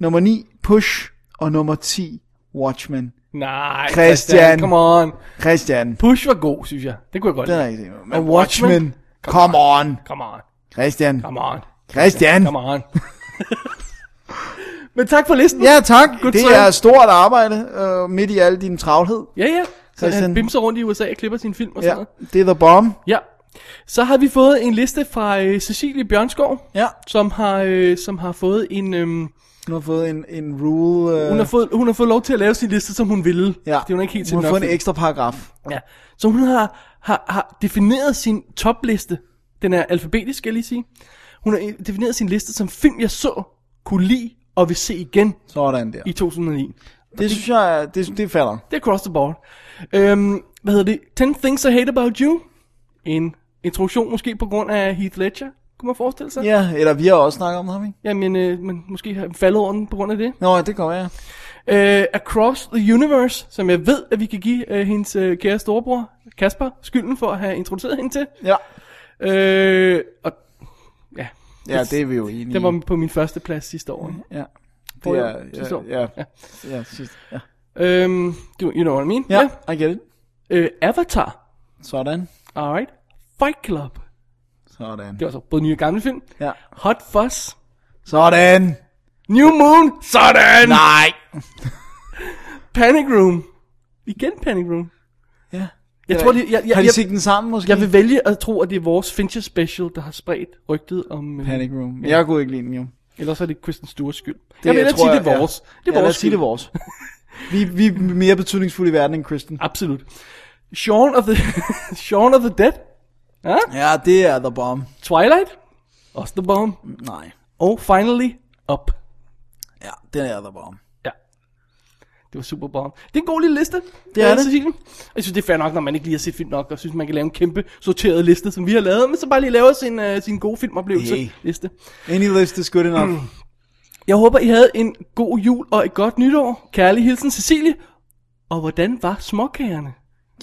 [SPEAKER 4] Nummer 9, Push. Og nummer 10, Watchmen.
[SPEAKER 3] Nej,
[SPEAKER 4] Christian.
[SPEAKER 3] Come on.
[SPEAKER 4] Christian.
[SPEAKER 3] Push var god, synes jeg. Det kunne jeg godt
[SPEAKER 4] Den
[SPEAKER 3] lide.
[SPEAKER 4] har jeg ikke set.
[SPEAKER 3] Og
[SPEAKER 4] Men Watchmen. Come on.
[SPEAKER 3] Come on.
[SPEAKER 4] Christian.
[SPEAKER 3] Come on.
[SPEAKER 4] Christian.
[SPEAKER 3] Come on. Men tak for listen.
[SPEAKER 4] Ja, tak.
[SPEAKER 3] Good
[SPEAKER 4] det
[SPEAKER 3] try.
[SPEAKER 4] er stort arbejde øh, midt i al din travlhed.
[SPEAKER 3] Ja, ja. Så
[SPEAKER 4] Christian.
[SPEAKER 3] han bimser rundt i USA og klipper sin film og sådan
[SPEAKER 4] Ja,
[SPEAKER 3] noget.
[SPEAKER 4] det er The Bomb.
[SPEAKER 3] Ja. Så har vi fået en liste fra øh, Cecilie Bjørnskov,
[SPEAKER 4] Ja.
[SPEAKER 3] som, har, øh, som har fået en... Øh,
[SPEAKER 4] Hun har fået en, en rule. Øh,
[SPEAKER 3] hun, har fået, hun har fået lov til at lave sin liste, som hun ville.
[SPEAKER 4] ja.
[SPEAKER 3] Det er hun ikke helt til
[SPEAKER 4] hun har
[SPEAKER 3] nok
[SPEAKER 4] fået en
[SPEAKER 3] for.
[SPEAKER 4] ekstra paragraf.
[SPEAKER 3] Ja. Så hun har, har, har defineret sin topliste. Den er alfabetisk, skal jeg lige sige. Hun har defineret sin liste som film, jeg så, kunne lide og vil se igen
[SPEAKER 4] Sådan der.
[SPEAKER 3] i 2009.
[SPEAKER 4] Det synes jeg, er- det, det falder.
[SPEAKER 3] Det er across the board. Øhm, hvad hedder det? 10 Things I Hate About You. En introduktion måske på grund af Heath Ledger, kunne man forestille sig.
[SPEAKER 4] Ja, eller vi har også snakket om ham, ikke?
[SPEAKER 3] Jamen, øh, men måske har han faldet over den på grund af det.
[SPEAKER 4] Nå, det kommer jeg.
[SPEAKER 3] Øh, Across the Universe, som jeg ved, at vi kan give øh, hendes øh, kære storebror, Kasper, skylden for at have introduceret hende til.
[SPEAKER 4] Ja.
[SPEAKER 3] Øh, og ja,
[SPEAKER 4] Ja, det er vi jo enige
[SPEAKER 3] den var
[SPEAKER 4] i.
[SPEAKER 3] på min første plads sidste år. ikke?
[SPEAKER 4] Ja. Det
[SPEAKER 3] Forrige
[SPEAKER 4] er,
[SPEAKER 3] år, sidste år.
[SPEAKER 4] ja, ja, ja, sidst. Ja.
[SPEAKER 3] Øhm, du, you know what I mean?
[SPEAKER 4] ja, I get it.
[SPEAKER 3] Ja. Øh, Avatar.
[SPEAKER 4] Sådan.
[SPEAKER 3] Alright. Fight Club.
[SPEAKER 4] Sådan.
[SPEAKER 3] Det var så både nye og gamle film.
[SPEAKER 4] Ja.
[SPEAKER 3] Hot Fuzz.
[SPEAKER 4] Sådan.
[SPEAKER 3] New Moon. Sådan.
[SPEAKER 4] Nej.
[SPEAKER 3] Panic Room. Igen Panic Room.
[SPEAKER 4] Ja.
[SPEAKER 3] Jeg tror, de, jeg, jeg,
[SPEAKER 4] har de
[SPEAKER 3] jeg,
[SPEAKER 4] set den sammen måske?
[SPEAKER 3] jeg vil vælge at tro, at det er vores Fincher special, der har spredt rygtet om... øh,
[SPEAKER 4] Panic Room. Jeg kunne ikke lide den jo. Det,
[SPEAKER 3] Ellers er det Kristen Stewart's skyld. Det, jeg vil ellers sige, det er vores.
[SPEAKER 4] Ja.
[SPEAKER 3] Det er
[SPEAKER 4] ja, lad
[SPEAKER 3] vores
[SPEAKER 4] os sige, det
[SPEAKER 3] skyld.
[SPEAKER 4] er vores. vi, vi er mere betydningsfulde i verden end Kristen.
[SPEAKER 3] Absolut. Shaun of the, Shaun of the Dead. Ja?
[SPEAKER 4] Ja, det er The Bomb.
[SPEAKER 3] Twilight. Også The Bomb.
[SPEAKER 4] Nej.
[SPEAKER 3] Og finally, Up.
[SPEAKER 4] Ja, den er The Bomb.
[SPEAKER 3] Ja. Det var super bomb. Det er en god lille liste.
[SPEAKER 4] Det er
[SPEAKER 3] øh,
[SPEAKER 4] det.
[SPEAKER 3] Cecilie. Jeg synes, det er fair nok, når man ikke lige har set film nok, og synes, man kan lave en kæmpe sorteret liste, som vi har lavet, men så bare lige lave sin, uh, sin gode filmoplevelse
[SPEAKER 4] Hey.
[SPEAKER 3] liste.
[SPEAKER 4] Any list is good
[SPEAKER 3] Mm.
[SPEAKER 4] enough.
[SPEAKER 3] Jeg håber, I havde en god jul og et godt nytår. Kærlig hilsen, Cecilie. Og hvordan var småkagerne?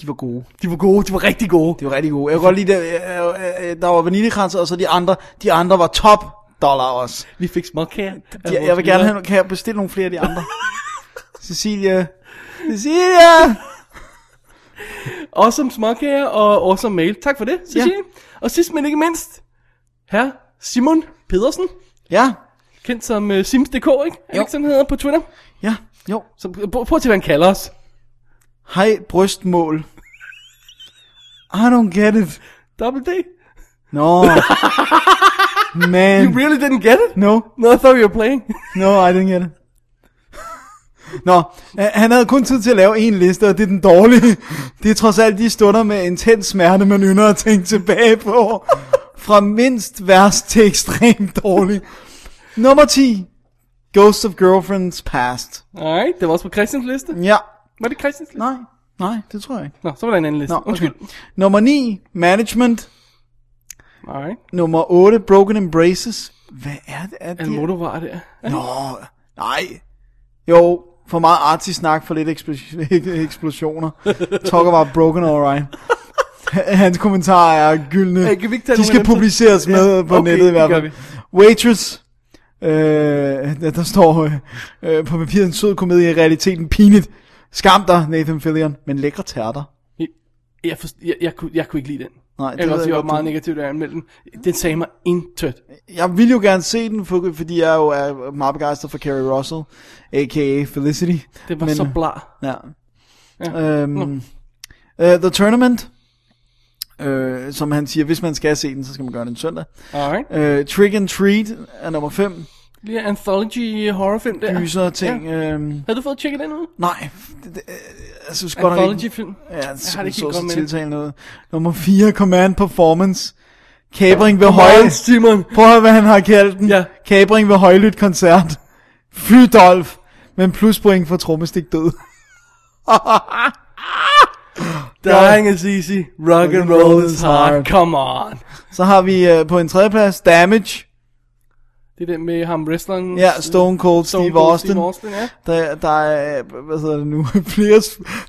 [SPEAKER 4] De var gode.
[SPEAKER 3] De var gode, de var rigtig gode.
[SPEAKER 4] De var rigtig gode. Jeg kunne godt lide, det, øh, øh, øh, der var vaniljekranser, og så de andre, de andre var top dollar også.
[SPEAKER 3] Vi fik småkager. af
[SPEAKER 4] Jeg,
[SPEAKER 3] vores
[SPEAKER 4] jeg vil gerne
[SPEAKER 3] lyttere.
[SPEAKER 4] have, kan jeg bestille nogle flere af de andre? Cecilia. Cecilia!
[SPEAKER 3] Awesome småkager og awesome mail. Tak for det, Cecilie. Og sidst men ikke mindst, her Simon Pedersen.
[SPEAKER 4] Ja,
[SPEAKER 3] Kendt som uh, Sims.dk, ikke? Er det ikke sådan, han hedder på Twitter?
[SPEAKER 4] ja, jo.
[SPEAKER 3] Så pr- prøv, prøv at se, hvad han kalder os.
[SPEAKER 4] Hej, brystmål. I don't get it.
[SPEAKER 3] Double D.
[SPEAKER 4] No. Man.
[SPEAKER 3] You really didn't get it?
[SPEAKER 4] No,
[SPEAKER 3] No, I thought you were playing.
[SPEAKER 4] no, I didn't get it. Nå, øh, han havde kun tid til at lave en liste, og det er den dårlige. Det er trods alt de stunder med intens smerte, man ynder at tænke tilbage på. Fra mindst værst til ekstremt dårlig. Nummer 10. Ghosts of Girlfriends Past.
[SPEAKER 3] Alright, det var også på Christians liste.
[SPEAKER 4] Ja.
[SPEAKER 3] Var det Christians liste?
[SPEAKER 4] Nej. Nej, det tror jeg ikke.
[SPEAKER 3] Nå, så var der en anden liste.
[SPEAKER 4] Nå, okay.
[SPEAKER 3] Undskyld.
[SPEAKER 4] Nummer 9. Management.
[SPEAKER 3] Alright.
[SPEAKER 4] Nummer 8. Broken Embraces. Hvad er det? Er
[SPEAKER 3] En
[SPEAKER 4] det?
[SPEAKER 3] motorvej der.
[SPEAKER 4] Nå, nej. Jo, for meget artsy snak, for lidt ekspl- eksplosioner. Talk about broken alright. Hans kommentarer er gyldne.
[SPEAKER 3] Hey, kan vi ikke tage nogle
[SPEAKER 4] De
[SPEAKER 3] af
[SPEAKER 4] skal
[SPEAKER 3] dem til-
[SPEAKER 4] publiceres med
[SPEAKER 3] Ja,
[SPEAKER 4] på
[SPEAKER 3] okay,
[SPEAKER 4] nettet i
[SPEAKER 3] det
[SPEAKER 4] hvert
[SPEAKER 3] gør
[SPEAKER 4] fald. Waitress. Øh, der, der står øh, øh, på papiret en sød komedie, i realiteten pinligt. Skam dig, Nathan Fillion, men lækre tærter.
[SPEAKER 3] Jeg, forst- jeg, jeg, kunne, jeg kunne ikke lide den.
[SPEAKER 4] Nej,
[SPEAKER 3] jeg
[SPEAKER 4] det
[SPEAKER 3] kan
[SPEAKER 4] ved
[SPEAKER 3] også
[SPEAKER 4] jeg
[SPEAKER 3] sige, jeg
[SPEAKER 4] godt,
[SPEAKER 3] var meget
[SPEAKER 4] du-
[SPEAKER 3] negativt, da jeg anmeldte den. Den sagde mig intet.
[SPEAKER 4] Jeg vil jo gerne se den, for, fordi jeg jo er meget begejstret for Carrie Russell, a.k.a. Felicity.
[SPEAKER 3] Det var
[SPEAKER 4] Men,
[SPEAKER 3] så
[SPEAKER 4] øh,
[SPEAKER 3] bla.
[SPEAKER 4] Ja.
[SPEAKER 3] Ja.
[SPEAKER 4] Øhm, uh, The Tournament, øh, som han siger, hvis man skal se den, så skal man gøre det en søndag.
[SPEAKER 3] Alright.
[SPEAKER 4] Øh, Trick and Treat er nummer 5.
[SPEAKER 3] Lige en anthology horrorfilm der.
[SPEAKER 4] Gyser og ting. Ja. Øhm,
[SPEAKER 3] Har du fået tjekket den ud?
[SPEAKER 4] nej, det, det, øh, jeg synes godt, nok ikke...
[SPEAKER 3] Anthology-film.
[SPEAKER 4] Ja, jeg
[SPEAKER 3] har det
[SPEAKER 4] synes,
[SPEAKER 3] ikke
[SPEAKER 4] så,
[SPEAKER 3] helt
[SPEAKER 4] så
[SPEAKER 3] godt med det.
[SPEAKER 4] tiltalende ud. Nummer 4, Command Performance. Kabring ved høje...
[SPEAKER 3] Høj, Simon.
[SPEAKER 4] Prøv at høre, hvad han har kaldt den.
[SPEAKER 3] Ja.
[SPEAKER 4] Kabring ved højlydt koncert. Fy Dolf. Men pluspoint for trommestik død.
[SPEAKER 3] Dying is easy. Rock and roll is hard. Come on.
[SPEAKER 4] Så har vi øh, på en tredjeplads Damage.
[SPEAKER 3] Det er den med ham wrestleren. øh,
[SPEAKER 4] Ja, Stone Cold Steve Austin.
[SPEAKER 3] Steve Austin, ja.
[SPEAKER 4] Der, der er, hvad hedder det nu, flere,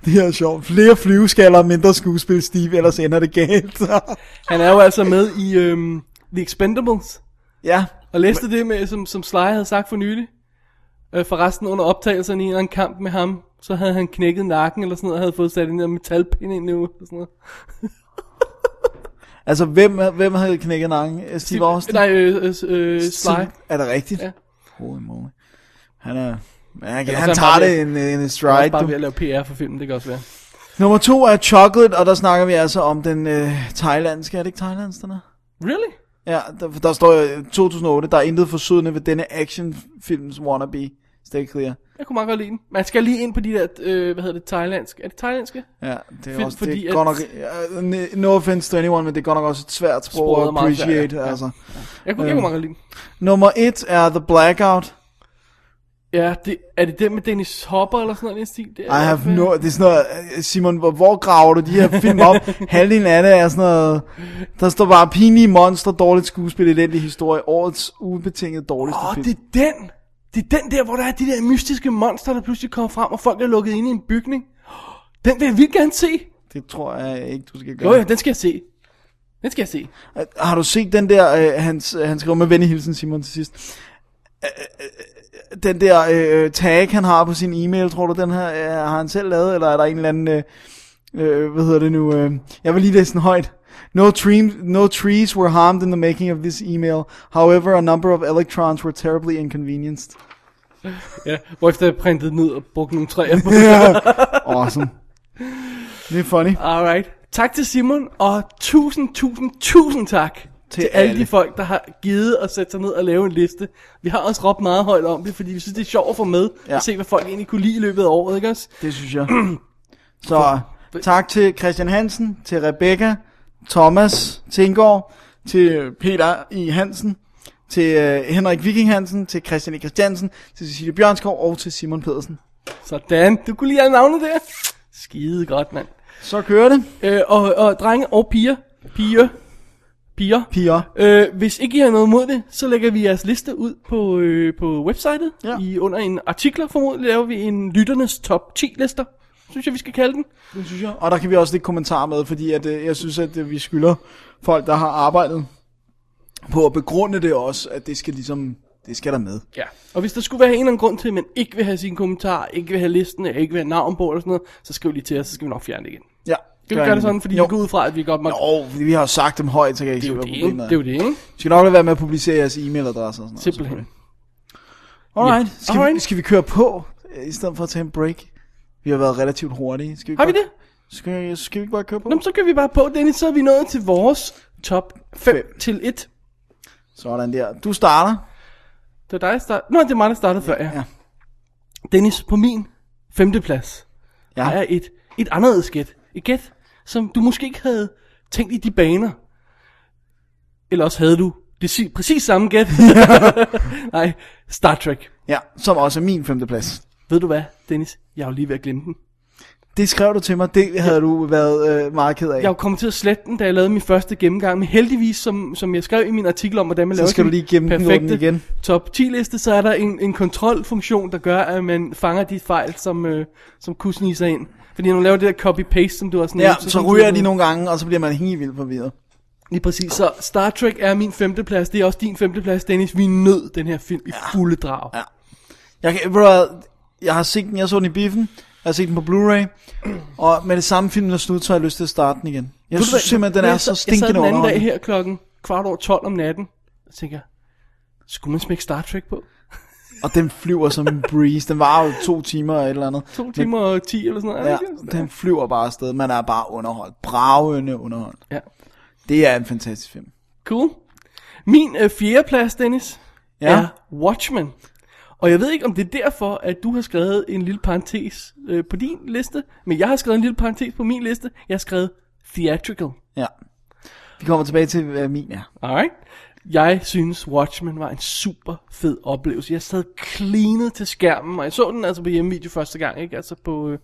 [SPEAKER 4] det her er sjovt, flere flyveskaller og mindre skuespil Steve, ellers ender det galt.
[SPEAKER 3] Han er jo altså med i øhm, The Expendables.
[SPEAKER 4] Ja.
[SPEAKER 3] Og læste det med, som, som Sly havde sagt for nylig. Øh, forresten under optagelserne i en eller anden kamp med ham, så havde han knækket nakken eller sådan noget, og havde fået sat en der metalpinde ind nu. Eller sådan noget.
[SPEAKER 4] Altså, hvem, hvem havde knækket nakken? Eh, Steve, Steve Austin?
[SPEAKER 3] Nej, øh, øh, øh, Sly.
[SPEAKER 4] Er det rigtigt?
[SPEAKER 3] Ja.
[SPEAKER 4] Holy moly. Han er, han,
[SPEAKER 3] Ellers
[SPEAKER 4] han, han
[SPEAKER 3] er
[SPEAKER 4] tager
[SPEAKER 3] bare
[SPEAKER 4] det
[SPEAKER 3] ved-
[SPEAKER 4] en, en
[SPEAKER 3] Han
[SPEAKER 4] stride.
[SPEAKER 3] er bare
[SPEAKER 4] du.
[SPEAKER 3] ved at lave PR for filmen, det kan også være.
[SPEAKER 4] Nummer to er Chocolate, og der snakker vi altså om den øh, thailandske, er det ikke thailandsk, den er?
[SPEAKER 3] Really?
[SPEAKER 4] Ja, der, for der står jo 2008, der er intet forsøgende ved denne actionfilms wannabe. Stay clear.
[SPEAKER 3] Jeg kunne meget godt lide den. Man skal lige ind på de der, øh, hvad hedder det, thailandsk. Er det thailandske?
[SPEAKER 4] Ja, det er
[SPEAKER 3] Fedt,
[SPEAKER 4] også,
[SPEAKER 3] fordi
[SPEAKER 4] det er
[SPEAKER 3] at-
[SPEAKER 4] godt nok, ja, øh, no offense to anyone, men det er godt nok også et svært sprog
[SPEAKER 3] Sproget er
[SPEAKER 4] at
[SPEAKER 3] meget svært, ja.
[SPEAKER 4] appreciate,
[SPEAKER 3] Ja.
[SPEAKER 4] altså.
[SPEAKER 3] Jeg kunne, jeg kunne
[SPEAKER 4] Øhm.
[SPEAKER 3] meget godt lide den.
[SPEAKER 4] Nummer et er The Blackout.
[SPEAKER 3] Ja, det, er det den med Dennis Hopper eller sådan noget i den stil? Det er,
[SPEAKER 4] I have no, det er sådan noget, øh, Simon, hvor, hvor graver du de her film op? Halvdelen af det er sådan noget, der står bare pinlige monster, dårligt skuespil, elendig historie, årets ubetinget dårligste
[SPEAKER 3] Åh,
[SPEAKER 4] film.
[SPEAKER 3] det er den! Det er den der, hvor der er de der mystiske monster, der pludselig kommer frem, og folk er lukket ind i en bygning. Den vil jeg vildt gerne se!
[SPEAKER 4] Det tror jeg ikke, du skal gøre.
[SPEAKER 3] Jo, ja, den skal jeg se. Den skal jeg se.
[SPEAKER 4] Har du set den der, øh, hans, han skriver med venlighilsen Simon til sidst, Øh, øh, øh, den der øh, tag, han har på sin e-mail, tror du, den her, øh, har han selv lavet, eller er der en eller anden, øh, øh, hvad hedder det nu, øh, jeg vil lige læse den højt. No, dream, no trees were harmed in the making of this email. However, a number of electrons were terribly inconvenienced.
[SPEAKER 3] Ja, hvorefter jeg printede den ud og brugte nogle træer på.
[SPEAKER 4] Awesome. Det er funny.
[SPEAKER 3] Alright. Tak til Simon, og tusind, tusind, tusind tak til, til alle.
[SPEAKER 4] alle.
[SPEAKER 3] de folk, der har givet at sætte sig ned og lave en liste. Vi har også råbt meget højt om det, fordi vi synes, det er sjovt at få med
[SPEAKER 4] Ja.
[SPEAKER 3] ja. og se, hvad folk egentlig kunne lide i løbet af året, ikke også?
[SPEAKER 4] Det synes jeg. Så tak til Christian Hansen, til Rebecca, Thomas Tinggaard, til Peter I. Hansen, til øh, Henrik Viking Hansen, til Christian E. Christiansen, til Cecilie Bjørnskov og til Simon Pedersen.
[SPEAKER 3] Sådan, du kunne lige have navnet der. Skide godt, mand.
[SPEAKER 4] Så kører det.
[SPEAKER 3] Øh, og, og drenge og piger, piger, piger,
[SPEAKER 4] Piger.
[SPEAKER 3] Øh, hvis ikke I har noget mod det, så lægger vi jeres liste ud på, øh, på websitet.
[SPEAKER 4] Ja.
[SPEAKER 3] I, under en artikler formodentlig laver vi en lytternes top 10 lister, synes jeg vi skal kalde den.
[SPEAKER 4] Det synes jeg. Og der kan vi også lidt kommentarer med, fordi at, øh, jeg synes, at øh, vi skylder folk, der har arbejdet på at begrunde det også, at det skal ligesom, det skal der med.
[SPEAKER 3] Ja. Og hvis der skulle være en eller anden grund til, at man ikke vil have sine kommentarer, ikke vil have listen, eller ikke vil have navn på eller sådan noget, så skriv lige til os, så skal vi nok fjerne det igen.
[SPEAKER 4] Ja.
[SPEAKER 3] Kan vi gøre det sådan, fordi jo. vi går ud fra, at vi godt må...
[SPEAKER 4] Jo, fordi vi har jo sagt dem højt, så kan jeg ikke
[SPEAKER 3] Det er
[SPEAKER 4] se,
[SPEAKER 3] jo
[SPEAKER 4] hvad
[SPEAKER 3] det, ikke?
[SPEAKER 4] problemet
[SPEAKER 3] Det er jo det, ikke?
[SPEAKER 4] Vi skal nok lade være med at publicere jeres e-mailadresser og sådan noget.
[SPEAKER 3] Simpelthen.
[SPEAKER 4] Alright.
[SPEAKER 3] Ja.
[SPEAKER 4] Skal, Vi,
[SPEAKER 3] Alright.
[SPEAKER 4] skal vi køre på, øh, i stedet for at tage en break? Vi har været relativt hurtige. Skal vi
[SPEAKER 3] Har vi
[SPEAKER 4] godt-
[SPEAKER 3] det?
[SPEAKER 4] Skal, skal vi ikke bare køre på?
[SPEAKER 3] Nå, men så kan vi bare på, Dennis, så er vi nået til vores top 5, 5. til 1.
[SPEAKER 4] Sådan der. Du starter.
[SPEAKER 3] Det var dig, der startede. Nå, det er mig, der startede før, ja.
[SPEAKER 4] ja.
[SPEAKER 3] Dennis, på min femte plads,
[SPEAKER 4] Ja.
[SPEAKER 3] ja. der er et, et anderledes gæt. Et gæt, som du måske ikke havde tænkt i de baner. Eller også havde du det si- præcis samme gæt. Nej, Star Trek.
[SPEAKER 4] Ja, som også er min femteplads.
[SPEAKER 3] Ved du hvad, Dennis? Jeg er jo lige ved at glemme den.
[SPEAKER 4] Det skrev du til mig. Det havde du været øh, meget ked af.
[SPEAKER 3] Jeg er jo kommet til at slette den, da jeg lavede min første gennemgang. Men heldigvis, som, som jeg skrev i min artikel om, hvordan man
[SPEAKER 4] Så
[SPEAKER 3] laver
[SPEAKER 4] skal
[SPEAKER 3] sin
[SPEAKER 4] du lige gennemgå den
[SPEAKER 3] perfekte
[SPEAKER 4] igen.
[SPEAKER 3] top 10 liste, så er der en, en kontrolfunktion, der gør, at man fanger de fejl, som, øh, som kunne snige sig ind. Fordi når man laver det der copy-paste, som du har snakket
[SPEAKER 4] ja, så ryger de nogle gange, og så bliver man helt vildt forvirret.
[SPEAKER 3] Lige præcis. Så Star Trek er min femteplads. Det er også din femteplads, Dennis. Vi nød den her film i fulde drag.
[SPEAKER 4] Ja. Jeg, kan, ved du hvad, jeg har set den, jeg så den i biffen, jeg har set den på Blu-ray, og med det samme film, der slut, så har jeg lyst til at starte den igen. Jeg synes simpelthen, den er så
[SPEAKER 3] Jeg sad
[SPEAKER 4] stinkende
[SPEAKER 3] den anden dag
[SPEAKER 4] underholdende.
[SPEAKER 3] her klokken kvart over 12 om natten. Jeg tænker, skulle man smække Star Trek på?
[SPEAKER 4] Og den flyver som en breeze. Den var jo to timer eller et eller andet.
[SPEAKER 3] To timer og 10 eller sådan noget. er
[SPEAKER 4] Ja,
[SPEAKER 3] det ikke?
[SPEAKER 4] den flyver bare afsted. Man er bare underholdt. Bravende underholdt.
[SPEAKER 3] Ja.
[SPEAKER 4] Det er en fantastisk film.
[SPEAKER 3] Cool. Min øh, fjerdeplads, Dennis,
[SPEAKER 4] Ja.
[SPEAKER 3] ja. er Watchmen. Og jeg ved ikke, om det er derfor, at du har skrevet en lille parentes øh, på din liste, men jeg har skrevet en lille parentes på min liste. Jeg har skrevet theatrical.
[SPEAKER 4] Ja. Vi kommer tilbage til, hvad min er.
[SPEAKER 3] Alright? Jeg synes, Watchmen var en super fed oplevelse. Jeg sad cleanet til skærmen, og jeg så den altså på hjemmevideo første gang, ikke? Altså på... Øh,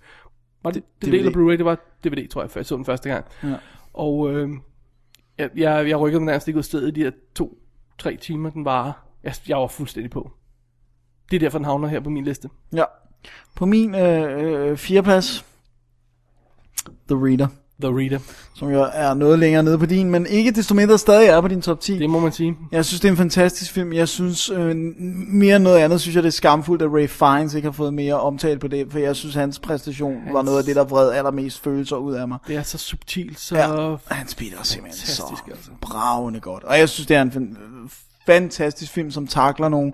[SPEAKER 3] var det DVD,
[SPEAKER 4] DVD?
[SPEAKER 3] eller Blu-ray? Det var DVD, tror jeg, før jeg så den første gang.
[SPEAKER 4] Ja.
[SPEAKER 3] Og øh, jeg, jeg, jeg rykkede mig nærmest ikke ud af stedet i de her to, tre timer, den var. Jeg, jeg var fuldstændig på. Det er derfor, den havner her på min liste.
[SPEAKER 4] Ja. På min øh, øh, fjerdeplads, The Reader.
[SPEAKER 3] The Reader.
[SPEAKER 4] Som jo er noget længere nede på din, men ikke desto mindre stadig er på din top 10.
[SPEAKER 3] Det må man sige.
[SPEAKER 4] Jeg synes, det er en fantastisk film. Jeg synes, øh, mere end noget andet, synes jeg, det er skamfuldt, at Ray Fiennes ikke har fået mere omtale på det, for jeg synes, hans præstation hans... var noget af det, der vred allermest følelser ud af mig.
[SPEAKER 3] Det er så subtilt, så... Ja,
[SPEAKER 4] han spiller simpelthen så altså. bravende godt. Og jeg synes, det er en fan- fantastisk film, som takler nogle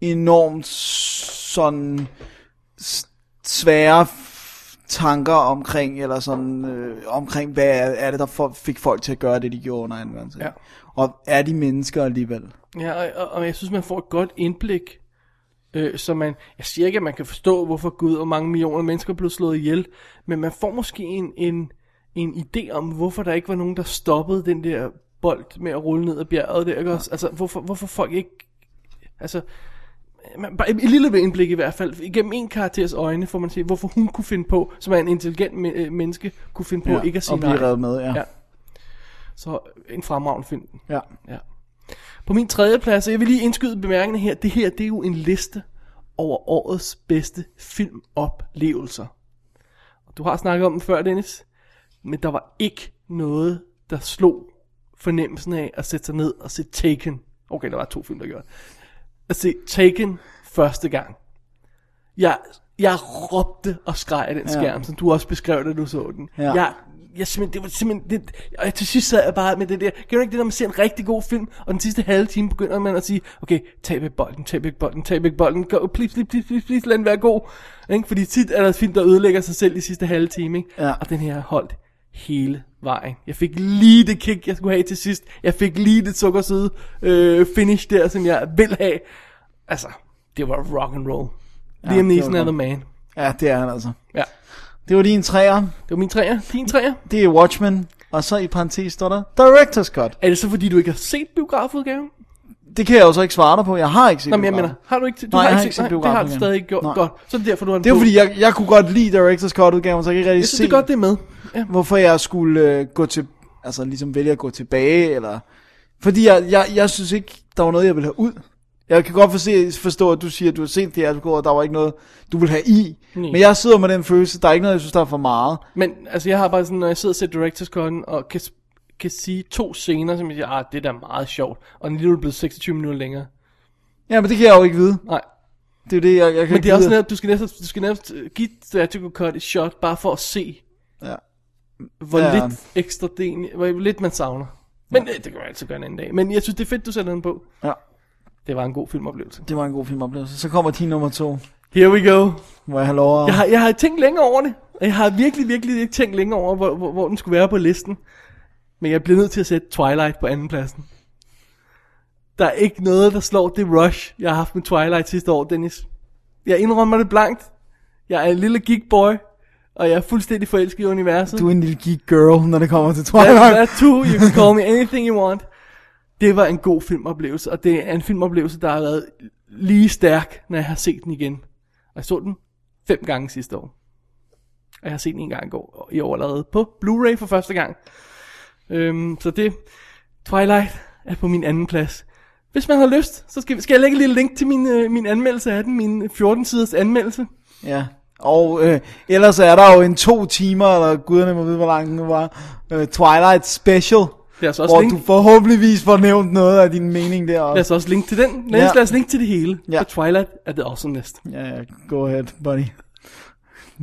[SPEAKER 4] enormt sådan s- svære f- tanker omkring, eller sådan, øh, omkring, hvad er, er det, der for, fik folk til at gøre det, de gjorde under 2. verdenskrig.
[SPEAKER 3] Ja.
[SPEAKER 4] Og er de mennesker alligevel?
[SPEAKER 3] Ja, og, og, og jeg synes, man får et godt indblik. Øh, så man, jeg siger ikke, at man kan forstå, hvorfor Gud og mange millioner mennesker blev slået ihjel, men man får måske en, en, en idé om, hvorfor der ikke var nogen, der stoppede den der bold med at rulle ned ad bjerget der, ikke også? Altså, hvorfor, hvorfor folk ikke... Altså, man, bare et, et lille indblik i hvert fald. Igennem en karakters øjne får man se, hvorfor hun kunne finde på, som er en intelligent me- øh, menneske, kunne finde på
[SPEAKER 4] Ja,
[SPEAKER 3] ikke at sige
[SPEAKER 4] og blive
[SPEAKER 3] nej.
[SPEAKER 4] revet med, ja.
[SPEAKER 3] ja. Så øh, en fremragende film.
[SPEAKER 4] Ja.
[SPEAKER 3] Ja. På min tredje plads, og jeg vil lige indskyde bemærkningen her, det her det er jo en liste over årets bedste filmoplevelser. Og Du har snakket om den før, Dennis, men der var ikke noget, der slog fornemmelsen af at sætte sig ned og se Taken. Okay, der var to film, der gjorde det. At se Taken første gang. Jeg, jeg råbte og skreg af den
[SPEAKER 4] Ja.
[SPEAKER 3] skærm, som du også beskrev, da du så den.
[SPEAKER 4] Ja.
[SPEAKER 3] Jeg, jeg simpelthen, det var simpelthen, det, og jeg til sidst sad jeg bare med det der, kan du ikke det, når man ser en rigtig god film, og den sidste halve time begynder man at sige, okay, tag væk bolden, tag væk bolden, tag væk bolden, go, please, please, please, please, please, lad den være god. Ikke? Fordi tit er der film, der ødelægger sig selv i sidste halve time, ikke?
[SPEAKER 4] Ja.
[SPEAKER 3] og den her holdt hele vejen. Jeg fik lige det kick, jeg skulle have til sidst. Jeg fik lige det sukkersøde øh, finish der, som jeg vil have. Altså, det var rock and roll. Ja, Liam
[SPEAKER 4] det var
[SPEAKER 3] Neeson er
[SPEAKER 4] godt.
[SPEAKER 3] the man.
[SPEAKER 4] Ja, det er han altså.
[SPEAKER 3] Ja.
[SPEAKER 4] Det var din træer.
[SPEAKER 3] Det var min træer. Din træer.
[SPEAKER 4] Det er Watchmen. Og så i parentes står der Director's Cut.
[SPEAKER 3] Er det så fordi, du ikke har set biografudgaven?
[SPEAKER 4] Det kan jeg jo så ikke svare dig på. Jeg har ikke set
[SPEAKER 3] Nå, men jeg
[SPEAKER 4] biografen.
[SPEAKER 3] mener, har du ikke, du
[SPEAKER 4] Nej,
[SPEAKER 3] har
[SPEAKER 4] jeg
[SPEAKER 3] ikke
[SPEAKER 4] har
[SPEAKER 3] set,
[SPEAKER 4] ikke set
[SPEAKER 3] nej, det har du
[SPEAKER 4] biografudgaven.
[SPEAKER 3] stadig ikke gjort
[SPEAKER 4] Nej.
[SPEAKER 3] godt. Så er det derfor, du har en
[SPEAKER 4] Det var
[SPEAKER 3] på.
[SPEAKER 4] fordi, jeg, jeg kunne godt lide Director's Cut-udgaven, så jeg kan ikke rigtig
[SPEAKER 3] Jeg synes,
[SPEAKER 4] se,
[SPEAKER 3] det er godt, det er med. Ja.
[SPEAKER 4] hvorfor jeg skulle øh, gå til, altså ligesom vælge at gå tilbage, eller... Fordi jeg, jeg, jeg synes ikke, der var noget, jeg ville have ud. Jeg kan godt forse, forstå, at du siger, at du har set det her, du går, og der var ikke noget, du vil have i.
[SPEAKER 3] Nej.
[SPEAKER 4] Men jeg sidder med den følelse, der er ikke noget, jeg synes, der er for meget.
[SPEAKER 3] Men altså, jeg har bare sådan, når jeg sidder og ser Directors Cut og kan, kan sige to scener, som jeg siger, ah, det der er da meget sjovt. Og nu er det blevet 26 minutter længere.
[SPEAKER 4] Ja, men det kan jeg jo ikke vide.
[SPEAKER 3] Nej.
[SPEAKER 4] Det er jo det, jeg, jeg kan
[SPEAKER 3] Men
[SPEAKER 4] ikke
[SPEAKER 3] det er også
[SPEAKER 4] vide.
[SPEAKER 3] netop, du skal næsten, du skal næsten øh, give Directors Cut et shot, bare for at se,
[SPEAKER 4] Ja.
[SPEAKER 3] hvor
[SPEAKER 4] Ja.
[SPEAKER 3] lidt ekstra del, hvor lidt man savner. Men ja. det, det kan man altid gøre en anden dag. Men jeg synes, det er fedt, du sætter den på.
[SPEAKER 4] Ja.
[SPEAKER 3] Det var en god filmoplevelse.
[SPEAKER 4] Det var en god filmoplevelse. Så kommer din nummer to.
[SPEAKER 3] Here we go.
[SPEAKER 4] Må jeg have lov at...
[SPEAKER 3] Jeg har, jeg har tænkt længe over det. Og jeg har virkelig, virkelig ikke tænkt længe over, hvor, hvor, hvor den skulle være på listen. Men jeg bliver nødt til at sætte Twilight på andenpladsen. Der er ikke noget, der slår det rush, jeg har haft med Twilight sidste år, Dennis. Jeg indrømmer det blankt. Jeg er en lille geekboy, og jeg er fuldstændig forelsket i universet.
[SPEAKER 4] Du er en lille geek girl, når det kommer til
[SPEAKER 3] That's,
[SPEAKER 4] Twilight.
[SPEAKER 3] that's true. You can call me anything you want. Det var en god filmoplevelse, og det er en filmoplevelse, der har været lige stærk, når jeg har set den igen. Og jeg så den fem gange sidste år. Og jeg har set den en gang i går, i år allerede på Blu-ray for første gang. Øhm, så det, Twilight er på min anden plads. Hvis man har lyst, så skal, skal jeg lægge et lille link til min, øh, min anmeldelse af den, min 14-siders anmeldelse.
[SPEAKER 4] Ja. Og øh, ellers er der jo en to timer, eller guderne må vide, hvor lang den nu var, øh, Twilight Special,
[SPEAKER 3] Det er altså også
[SPEAKER 4] hvor
[SPEAKER 3] link.
[SPEAKER 4] du forhåbentligvis får nævnt noget af din mening der
[SPEAKER 3] Lad
[SPEAKER 4] også.
[SPEAKER 3] os også linke til den. Lad,
[SPEAKER 4] Ja.
[SPEAKER 3] os, lad os linke til det hele.
[SPEAKER 4] Ja.
[SPEAKER 3] For Twilight er det også næste.
[SPEAKER 4] Ja, ja, go ahead, buddy.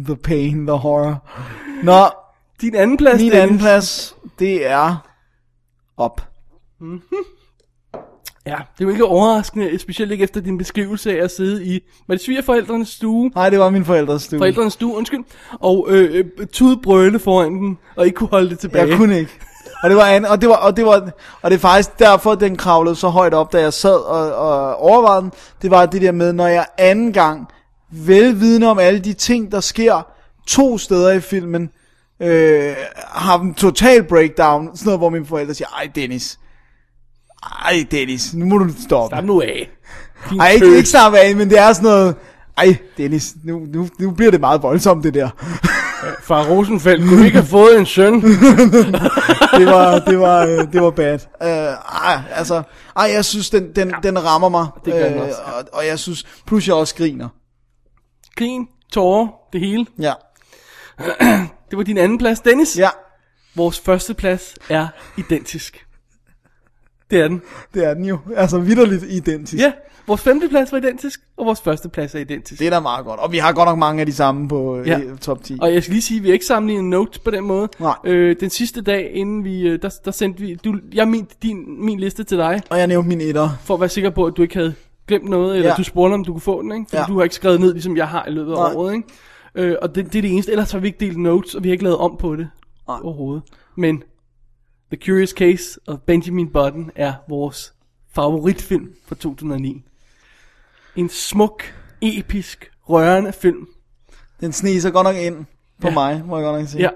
[SPEAKER 4] The pain, the horror. Nå,
[SPEAKER 3] Din anden plads,
[SPEAKER 4] min
[SPEAKER 3] Dennis.
[SPEAKER 4] anden plads, det er op.
[SPEAKER 3] Ja, det er jo ikke overraskende, specielt ikke efter din beskrivelse af at sidde i, var det svigerforældrenes stue?
[SPEAKER 4] Nej, det var min forældres stue.
[SPEAKER 3] Forældrenes stue, undskyld. Og øh, øh, tude brøle foran den, og ikke kunne holde det tilbage.
[SPEAKER 4] Jeg kunne ikke. Og det var, an, og det var, og det var, og det er faktisk derfor, den kravlede så højt op, da jeg sad og, og overvejede den. Det var det der med, når jeg anden gang, velvidende om alle de ting, der sker to steder i filmen, øh, har en total breakdown, sådan noget, hvor mine forældre siger, ej Dennis, ej Dennis, nu må du stoppe.
[SPEAKER 3] Slap nu af. Din
[SPEAKER 4] Ej, ikke,
[SPEAKER 3] tøs.
[SPEAKER 4] ikke snart af, men det er sådan noget, ej Dennis, nu, nu, nu bliver det meget voldsomt det der.
[SPEAKER 3] Far Rosenfeldt kunne ikke have fået en søn.
[SPEAKER 4] det var, det var, øh, det var bad. Øh, ej, altså, ej, jeg synes, den, den, den rammer mig. øh,
[SPEAKER 3] Det gør den også.
[SPEAKER 4] og, og, jeg synes, plus jeg også griner.
[SPEAKER 3] Grin, tårer, det hele.
[SPEAKER 4] Ja.
[SPEAKER 3] Det var din anden plads, Dennis.
[SPEAKER 4] Ja.
[SPEAKER 3] Vores første plads er identisk. Det er den.
[SPEAKER 4] Det er den jo. Altså vidderligt identisk.
[SPEAKER 3] Ja, vores femte plads var identisk, og vores første plads er identisk.
[SPEAKER 4] Det er da meget godt. Og vi har godt nok mange af de samme på
[SPEAKER 3] Ja.
[SPEAKER 4] ja. top 10.
[SPEAKER 3] Og jeg skal lige sige, at vi har ikke sammenlignet notes på den måde.
[SPEAKER 4] Nej.
[SPEAKER 3] Øh, den sidste dag, inden vi, øh, der, der sendte vi, du, jeg mente din, min liste til dig,
[SPEAKER 4] Og jeg nævnte min etter.
[SPEAKER 3] for at være sikker på, at du ikke havde glemt noget, eller ja.
[SPEAKER 4] Ja.
[SPEAKER 3] du spurgte, om du kunne få den, ikke? Fordi ja.
[SPEAKER 4] Ja.
[SPEAKER 3] du har ikke skrevet ned, ligesom jeg har i løbet af
[SPEAKER 4] Nej.
[SPEAKER 3] året, ikke? Øh, og det, det er det eneste, ellers har vi ikke delt notes, og vi har ikke lavet om på det Nej. overhovedet. Men The Curious Case of Benjamin Button er vores favoritfilm fra 2009. En smuk, episk, rørende film.
[SPEAKER 4] Den sneser godt nok ind på ja. mig, må jeg godt nok sige.
[SPEAKER 3] Ja,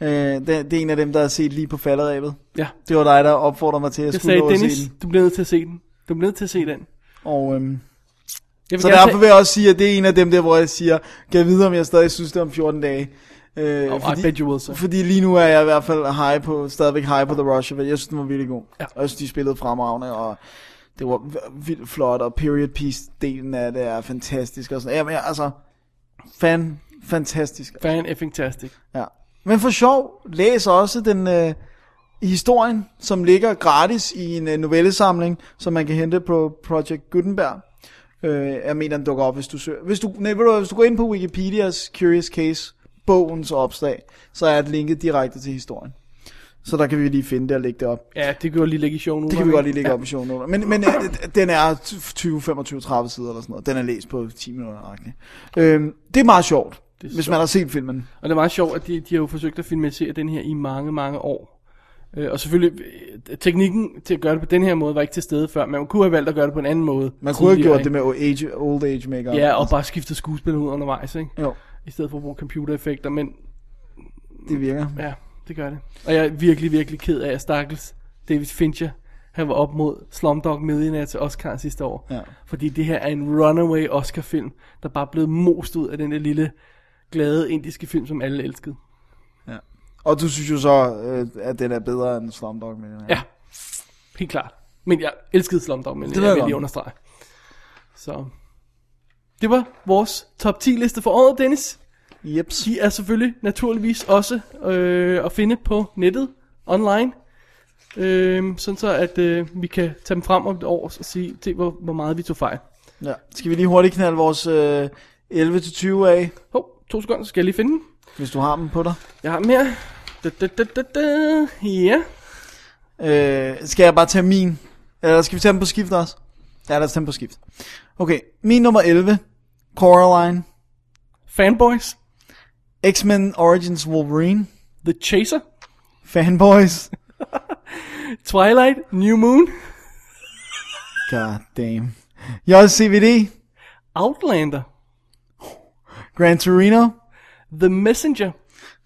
[SPEAKER 4] Øh, det, det, er en af dem, der har set lige på falderæbet.
[SPEAKER 3] ja.
[SPEAKER 4] Det var dig, der opfordrede mig til at
[SPEAKER 3] Jeg
[SPEAKER 4] skulle
[SPEAKER 3] sagde,
[SPEAKER 4] nå at se
[SPEAKER 3] Dennis,
[SPEAKER 4] den.
[SPEAKER 3] du bliver nødt til at se den. Du bliver nødt til at se den.
[SPEAKER 4] Og, øhm,
[SPEAKER 3] Jeg vil
[SPEAKER 4] så
[SPEAKER 3] gerne
[SPEAKER 4] derfor
[SPEAKER 3] se-
[SPEAKER 4] vil jeg også sige, at det er en af dem der, hvor jeg siger, kan jeg vide, om jeg stadig synes det om 14 dage. Øh,
[SPEAKER 3] Oh, I bet you will, sir.
[SPEAKER 4] fordi lige nu er jeg i hvert fald high på, stadigvæk high på The Rush, jeg synes, den var virkelig god.
[SPEAKER 3] Ja.
[SPEAKER 4] Og jeg synes, de spillede fremragende, og det var vildt flot, og period piece-delen af det er fantastisk. Og sådan. Jamen, jeg, altså, fan, fantastisk.
[SPEAKER 3] Fan effing tastic.
[SPEAKER 4] Ja. Men for sjov, læs også den øh, historien, som ligger gratis i en øh, novellesamling, som man kan hente på Project Gutenberg. Øh, jeg mener, den dukker op, hvis du søger. Hvis du, nej, ved du, hvad, hvis du går ind på Wikipedias Curious Case, bogens opslag, så er et linket direkte til historien. Så der kan vi lige finde det og lægge det op.
[SPEAKER 3] Ja, det kan jo lige ligge i show nu.
[SPEAKER 4] Det kan vi godt lige lægge ja. op i show Men, men øh, den er 20, 25, 30 sider eller sådan noget. Den er læst på 10 minutter. Øh, det er meget sjovt,
[SPEAKER 3] Det er
[SPEAKER 4] hvis man har set filmen.
[SPEAKER 3] Og det er meget sjovt, at de, de har jo forsøgt at filmatisere den her i mange, mange år. Øh, og selvfølgelig, øh, teknikken til at gøre det på den her måde var ikke til stede før, men man kunne have valgt at gøre det på en anden måde.
[SPEAKER 4] Man kunne have
[SPEAKER 3] tidligere,
[SPEAKER 4] gjort det med age, old age makeup.
[SPEAKER 3] ikke? Ja, og bare skiftet skuespillet ud undervejs, ikke?
[SPEAKER 4] Jo,
[SPEAKER 3] I stedet for at bruge computereffekter, men
[SPEAKER 4] det virker.
[SPEAKER 3] ja, det gør det. Og jeg er virkelig, virkelig ked af, at stakkels David Fincher, han var op mod Slumdog Millionaire til Oscar sidste år.
[SPEAKER 4] Ja.
[SPEAKER 3] Fordi det her er en runaway Oscar-film, der bare er blevet most ud af den der lille, glade indiske film, som alle elskede.
[SPEAKER 4] Og du synes jo så, øh, at den er bedre end Slumdog Millionaire.
[SPEAKER 3] Ja, helt klart. Men jeg elskede Slumdog Millionaire,
[SPEAKER 4] Det
[SPEAKER 3] det
[SPEAKER 4] ved
[SPEAKER 3] jeg
[SPEAKER 4] jeg
[SPEAKER 3] vil
[SPEAKER 4] godt.
[SPEAKER 3] lige understrege. Så det var vores top 10 liste for året, Dennis.
[SPEAKER 4] Jeps.
[SPEAKER 3] De er selvfølgelig naturligvis også øh, at finde på nettet, online. Øh, sådan så, at øh, vi kan tage dem frem om et år og sige, se hvor, hvor meget vi tog fejl.
[SPEAKER 4] Ja. Skal vi lige hurtigt knalde vores øh, 11-20 af,
[SPEAKER 3] Hov, to sekunder, så skal jeg lige finde den.
[SPEAKER 4] hvis du har dem på dig?
[SPEAKER 3] Jeg har mere. Da, da, da, da, da. Ja.
[SPEAKER 4] Øh, skal jeg bare tage min? Eller skal vi tage dem på skift også? Ja, lad os tage dem på skift. Okay, min nummer 11, Coraline,
[SPEAKER 3] Fanboys.
[SPEAKER 4] X-Men Origins Wolverine,
[SPEAKER 3] The Chaser.
[SPEAKER 4] Fanboys,
[SPEAKER 3] Twilight. New Moon.
[SPEAKER 4] god damn, JCVD,
[SPEAKER 3] Outlander.
[SPEAKER 4] Gran Torino,
[SPEAKER 3] The Messenger.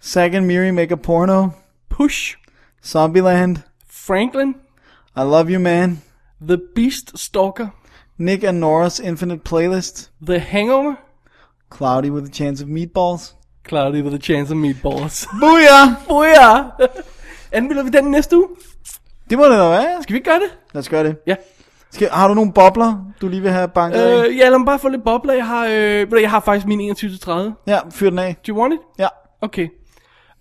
[SPEAKER 4] Zack and Miri Make a Porno,
[SPEAKER 3] Push.
[SPEAKER 4] Zombieland,
[SPEAKER 3] Franklin,
[SPEAKER 4] I Love You Man,
[SPEAKER 3] The Beast Stalker,
[SPEAKER 4] Nick and Nora's Infinite Playlist,
[SPEAKER 3] The Hangover,
[SPEAKER 4] Cloudy with a Chance of Meatballs.
[SPEAKER 3] Cloudy with a Chance of Meatballs.
[SPEAKER 4] Booyah!
[SPEAKER 3] Booyah! Anmelder vi den næste uge?
[SPEAKER 4] Det må det da være.
[SPEAKER 3] Skal vi ikke gøre det?
[SPEAKER 4] Lad os gøre det.
[SPEAKER 3] Ja.
[SPEAKER 4] Skal, har du nogle bobler, du lige vil have banket øh... af?
[SPEAKER 3] Øh, ja, lad mig bare få lidt bobler. Jeg har, øh, ved du, jeg har faktisk min 21-30.
[SPEAKER 4] Ja, fyr den af.
[SPEAKER 3] Do you want it?
[SPEAKER 4] Ja.
[SPEAKER 3] Okay.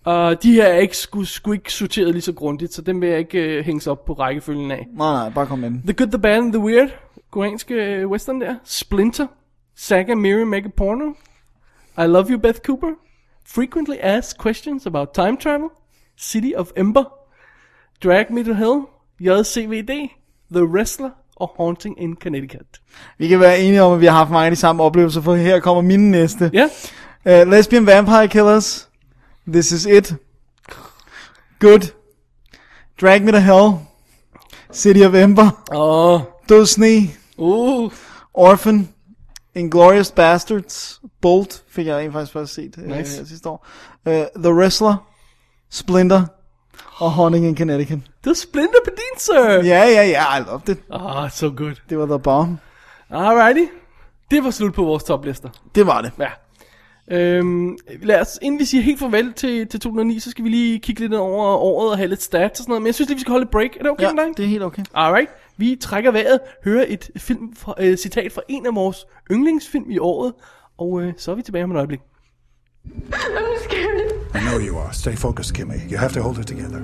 [SPEAKER 3] Og de her er ikke, sku, sku ikke sorteret lige så grundigt, så dem vil jeg ikke øh, hænges op på rækkefølgen af.
[SPEAKER 4] Nej, nej, bare kom med den.
[SPEAKER 3] The Good, The Bad and The Weird. Koreanske øh, western der. Splinter. Saga, Mary, Mega Porno. I Love You, Beth Cooper. Frequently Asked Questions About Time Travel. City of Ember. Drag Me to Hell. JCVD. The Wrestler. Og Haunting in Connecticut.
[SPEAKER 4] Vi kan være enige om, at vi har haft mange af de samme oplevelser, for her kommer mine næste.
[SPEAKER 3] Ja.
[SPEAKER 4] Uh, lesbian Vampire Killers. This is it. Good. Drag Me to Hell. City of Ember.
[SPEAKER 3] Åh.
[SPEAKER 4] Død Sne.
[SPEAKER 3] Uh.
[SPEAKER 4] Orphan, Inglourious Bastards, Bolt, fik jeg rent faktisk først set nice. øh,
[SPEAKER 3] Nice.
[SPEAKER 4] sidste år. Uh, The Wrestler, Splinter og Haunting in Connecticut.
[SPEAKER 3] Det var Splinter på din, sir.
[SPEAKER 4] Ja, ja, ja, I loved it.
[SPEAKER 3] Ah, yeah. so good.
[SPEAKER 4] Det var The Bomb.
[SPEAKER 3] Alrighty. Det var slut på vores toplister.
[SPEAKER 4] Det var det.
[SPEAKER 3] Ja. Øhm, lad os, inden vi siger helt farvel til, til 2009, så skal vi lige kigge lidt over året og have lidt stats og sådan noget. Men jeg synes lige, vi skal holde et break. Er det okay ja, med dig?
[SPEAKER 4] det er helt okay.
[SPEAKER 3] Alright. Vi trækker vejret, hører et film fra, øh, citat fra en af vores yndlingsfilm i året, og øh, så er vi tilbage om et øjeblik.
[SPEAKER 12] I'm scared.
[SPEAKER 13] I know you are. Stay focused, Kimmy. You have to hold it together.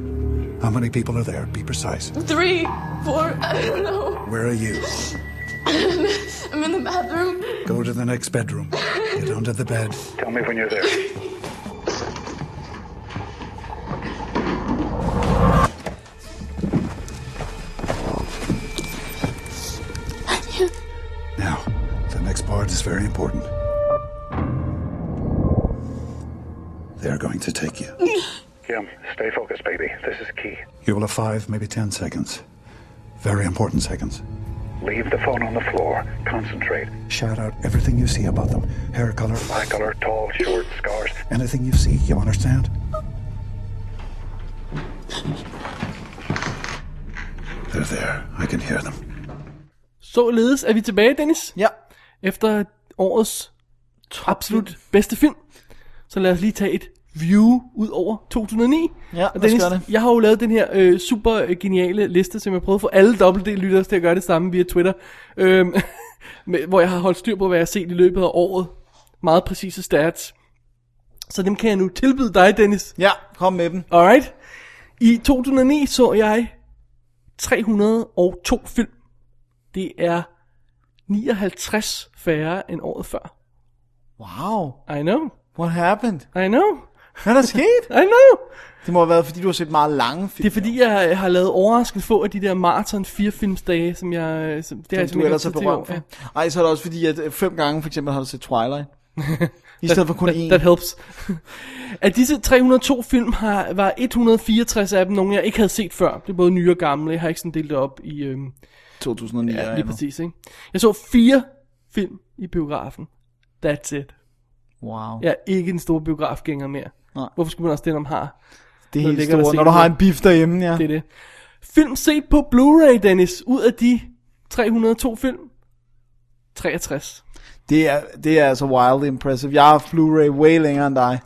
[SPEAKER 13] How many people are there? Be precise.
[SPEAKER 12] Three, four, I don't know.
[SPEAKER 13] Where are you?
[SPEAKER 12] I'm in the bathroom.
[SPEAKER 13] Go to the next bedroom. Get under the bed.
[SPEAKER 14] Tell me when you're there.
[SPEAKER 13] Now, the next part is very important. They're going to take you.
[SPEAKER 14] Jim, stay focused, baby. This is key.
[SPEAKER 13] You will have five, maybe ten seconds. Very important seconds.
[SPEAKER 14] Leave the phone on the floor. Concentrate.
[SPEAKER 13] Shout out everything you see about them hair color,
[SPEAKER 14] Eye color, tall, short, scars.
[SPEAKER 13] anything you see. You understand? They're there. I can hear them.
[SPEAKER 3] Således er vi tilbage, Dennis.
[SPEAKER 4] Ja.
[SPEAKER 3] Efter årets absolut bedste film. Så lad os lige tage et view ud over 2009.
[SPEAKER 4] Ja,
[SPEAKER 3] og
[SPEAKER 4] lad os
[SPEAKER 3] Dennis,
[SPEAKER 4] gøre det.
[SPEAKER 3] jeg har jo lavet den her øh, super øh, geniale liste, som jeg prøvede at få alle dobbelt-D-lyttere til at gøre det samme via Twitter. Øhm, med, hvor jeg har holdt styr på, hvad jeg har set i løbet af året. Meget præcise stats. Så dem kan jeg nu tilbyde dig, Dennis.
[SPEAKER 4] Ja, kom med dem.
[SPEAKER 3] Alright. I 2009 så jeg 302 film. Det er 59 færre end året før.
[SPEAKER 4] Wow.
[SPEAKER 3] I know.
[SPEAKER 4] What happened?
[SPEAKER 3] I know.
[SPEAKER 4] Hvad er der sket?
[SPEAKER 3] I know.
[SPEAKER 4] Det må have været, fordi du har set meget lange film.
[SPEAKER 3] Det er fordi, jeg øh, har lavet overraskende få af de der maraton 4-filmsdage, som jeg... øh, Som, det har jeg simpelthen
[SPEAKER 4] som du
[SPEAKER 3] ikke
[SPEAKER 4] ellers er
[SPEAKER 3] haft tid til i år.
[SPEAKER 4] berømt for.
[SPEAKER 3] Ja.
[SPEAKER 4] Ej, så er det også fordi, at øh, fem gange for eksempel har du set Twilight. I stedet for kun
[SPEAKER 3] that,
[SPEAKER 4] én.
[SPEAKER 3] That helps. af disse 302 film har, var 164 af dem nogle, jeg ikke havde set før. Det er både nye og gamle. Jeg har ikke sådan delt det op i... Øhm,
[SPEAKER 4] 2009.
[SPEAKER 3] ja,
[SPEAKER 4] er
[SPEAKER 3] lige
[SPEAKER 4] nu.
[SPEAKER 3] præcis, ikke? Jeg så fire film i biografen. That's it.
[SPEAKER 4] Wow.
[SPEAKER 3] Jeg er ikke en stor biografgænger mere.
[SPEAKER 4] Nej.
[SPEAKER 3] Hvorfor skulle man også det, når man har?
[SPEAKER 4] Det er
[SPEAKER 3] noget
[SPEAKER 4] helt
[SPEAKER 3] lækkert at
[SPEAKER 4] stort.
[SPEAKER 3] se
[SPEAKER 4] Når du
[SPEAKER 3] på?
[SPEAKER 4] har en beef derhjemme, ja.
[SPEAKER 3] Det er det. Film set på Blu-ray, Dennis, ud af de 302 film, 63.
[SPEAKER 4] Det er, det er altså wildly impressive. Jeg har haft Blu-ray way længere end dig.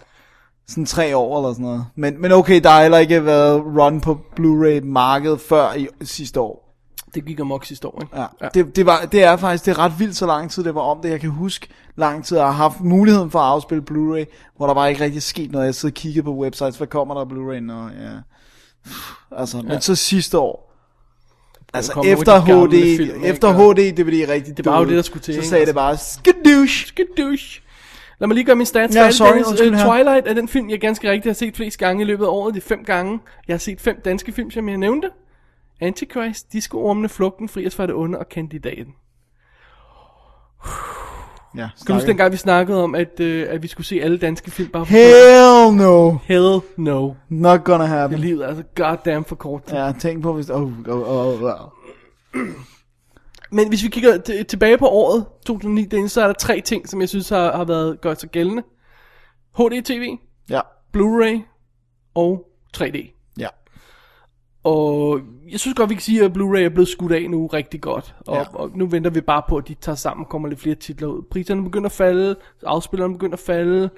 [SPEAKER 4] Sådan tre år eller sådan noget. Men, men okay, der har heller ikke været run på Blu-ray-markedet før i, sidste år.
[SPEAKER 3] Det gik amok sidste år, ikke?
[SPEAKER 4] Ja. ja. Det, det, var, det er faktisk det er ret vildt, så lang tid det var om det. Jeg kan huske lang tid, jeg har haft muligheden for at afspille Blu-ray, hvor der bare ikke rigtig sket noget. Jeg sidder og kigger på websites, hvad kommer der af Blu-ray? Og, ja. Altså, men
[SPEAKER 3] Ja.
[SPEAKER 4] så sidste år. Altså
[SPEAKER 3] kommer jo
[SPEAKER 4] efter
[SPEAKER 3] de gamle
[SPEAKER 4] HD,
[SPEAKER 3] film, ikke?
[SPEAKER 4] efter HD, det var de rigtig
[SPEAKER 3] Det var jo
[SPEAKER 4] døde.
[SPEAKER 3] det, der skulle til,
[SPEAKER 4] Så
[SPEAKER 3] ikke? Altså.
[SPEAKER 4] sagde det bare, skidouche.
[SPEAKER 3] Skidouche. Lad mig lige gøre min stats
[SPEAKER 4] Ja,
[SPEAKER 3] færdig,
[SPEAKER 4] sorry,
[SPEAKER 3] Dennis.
[SPEAKER 4] undskyld
[SPEAKER 3] Øh,
[SPEAKER 4] her.
[SPEAKER 3] Twilight er den film, jeg ganske rigtigt har set flest gange i løbet af året. Det er fem gange. Jeg har set fem danske film, som jeg nævnte. Antichrist, Disco-ormene, Flugten, Fri os fra det onde og Kandidaten.
[SPEAKER 4] Ja,
[SPEAKER 3] Skal du huske dengang, vi snakkede om, at, øh, at vi skulle se alle danske film bare for
[SPEAKER 4] Hell no.
[SPEAKER 3] Hell no.
[SPEAKER 4] Not gonna happen.
[SPEAKER 3] Livet er altså goddamn for kort.
[SPEAKER 4] Ja, tænk på, hvis... Oh, oh, oh, oh.
[SPEAKER 3] Men hvis vi kigger t- tilbage på året 2009, Dennis, så er der tre ting, som jeg synes har, har været godt så gældende. HD-TV,
[SPEAKER 4] Ja,
[SPEAKER 3] Blu-ray og 3D.
[SPEAKER 4] ja.
[SPEAKER 3] Og jeg synes godt, vi kan sige, at Blu-ray er blevet skudt af nu rigtig godt. Og, ja.
[SPEAKER 4] Ja.
[SPEAKER 3] og nu venter vi bare på, at de tager sammen og kommer lidt flere titler ud. Priserne begynder at falde, afspillerne begynder at falde.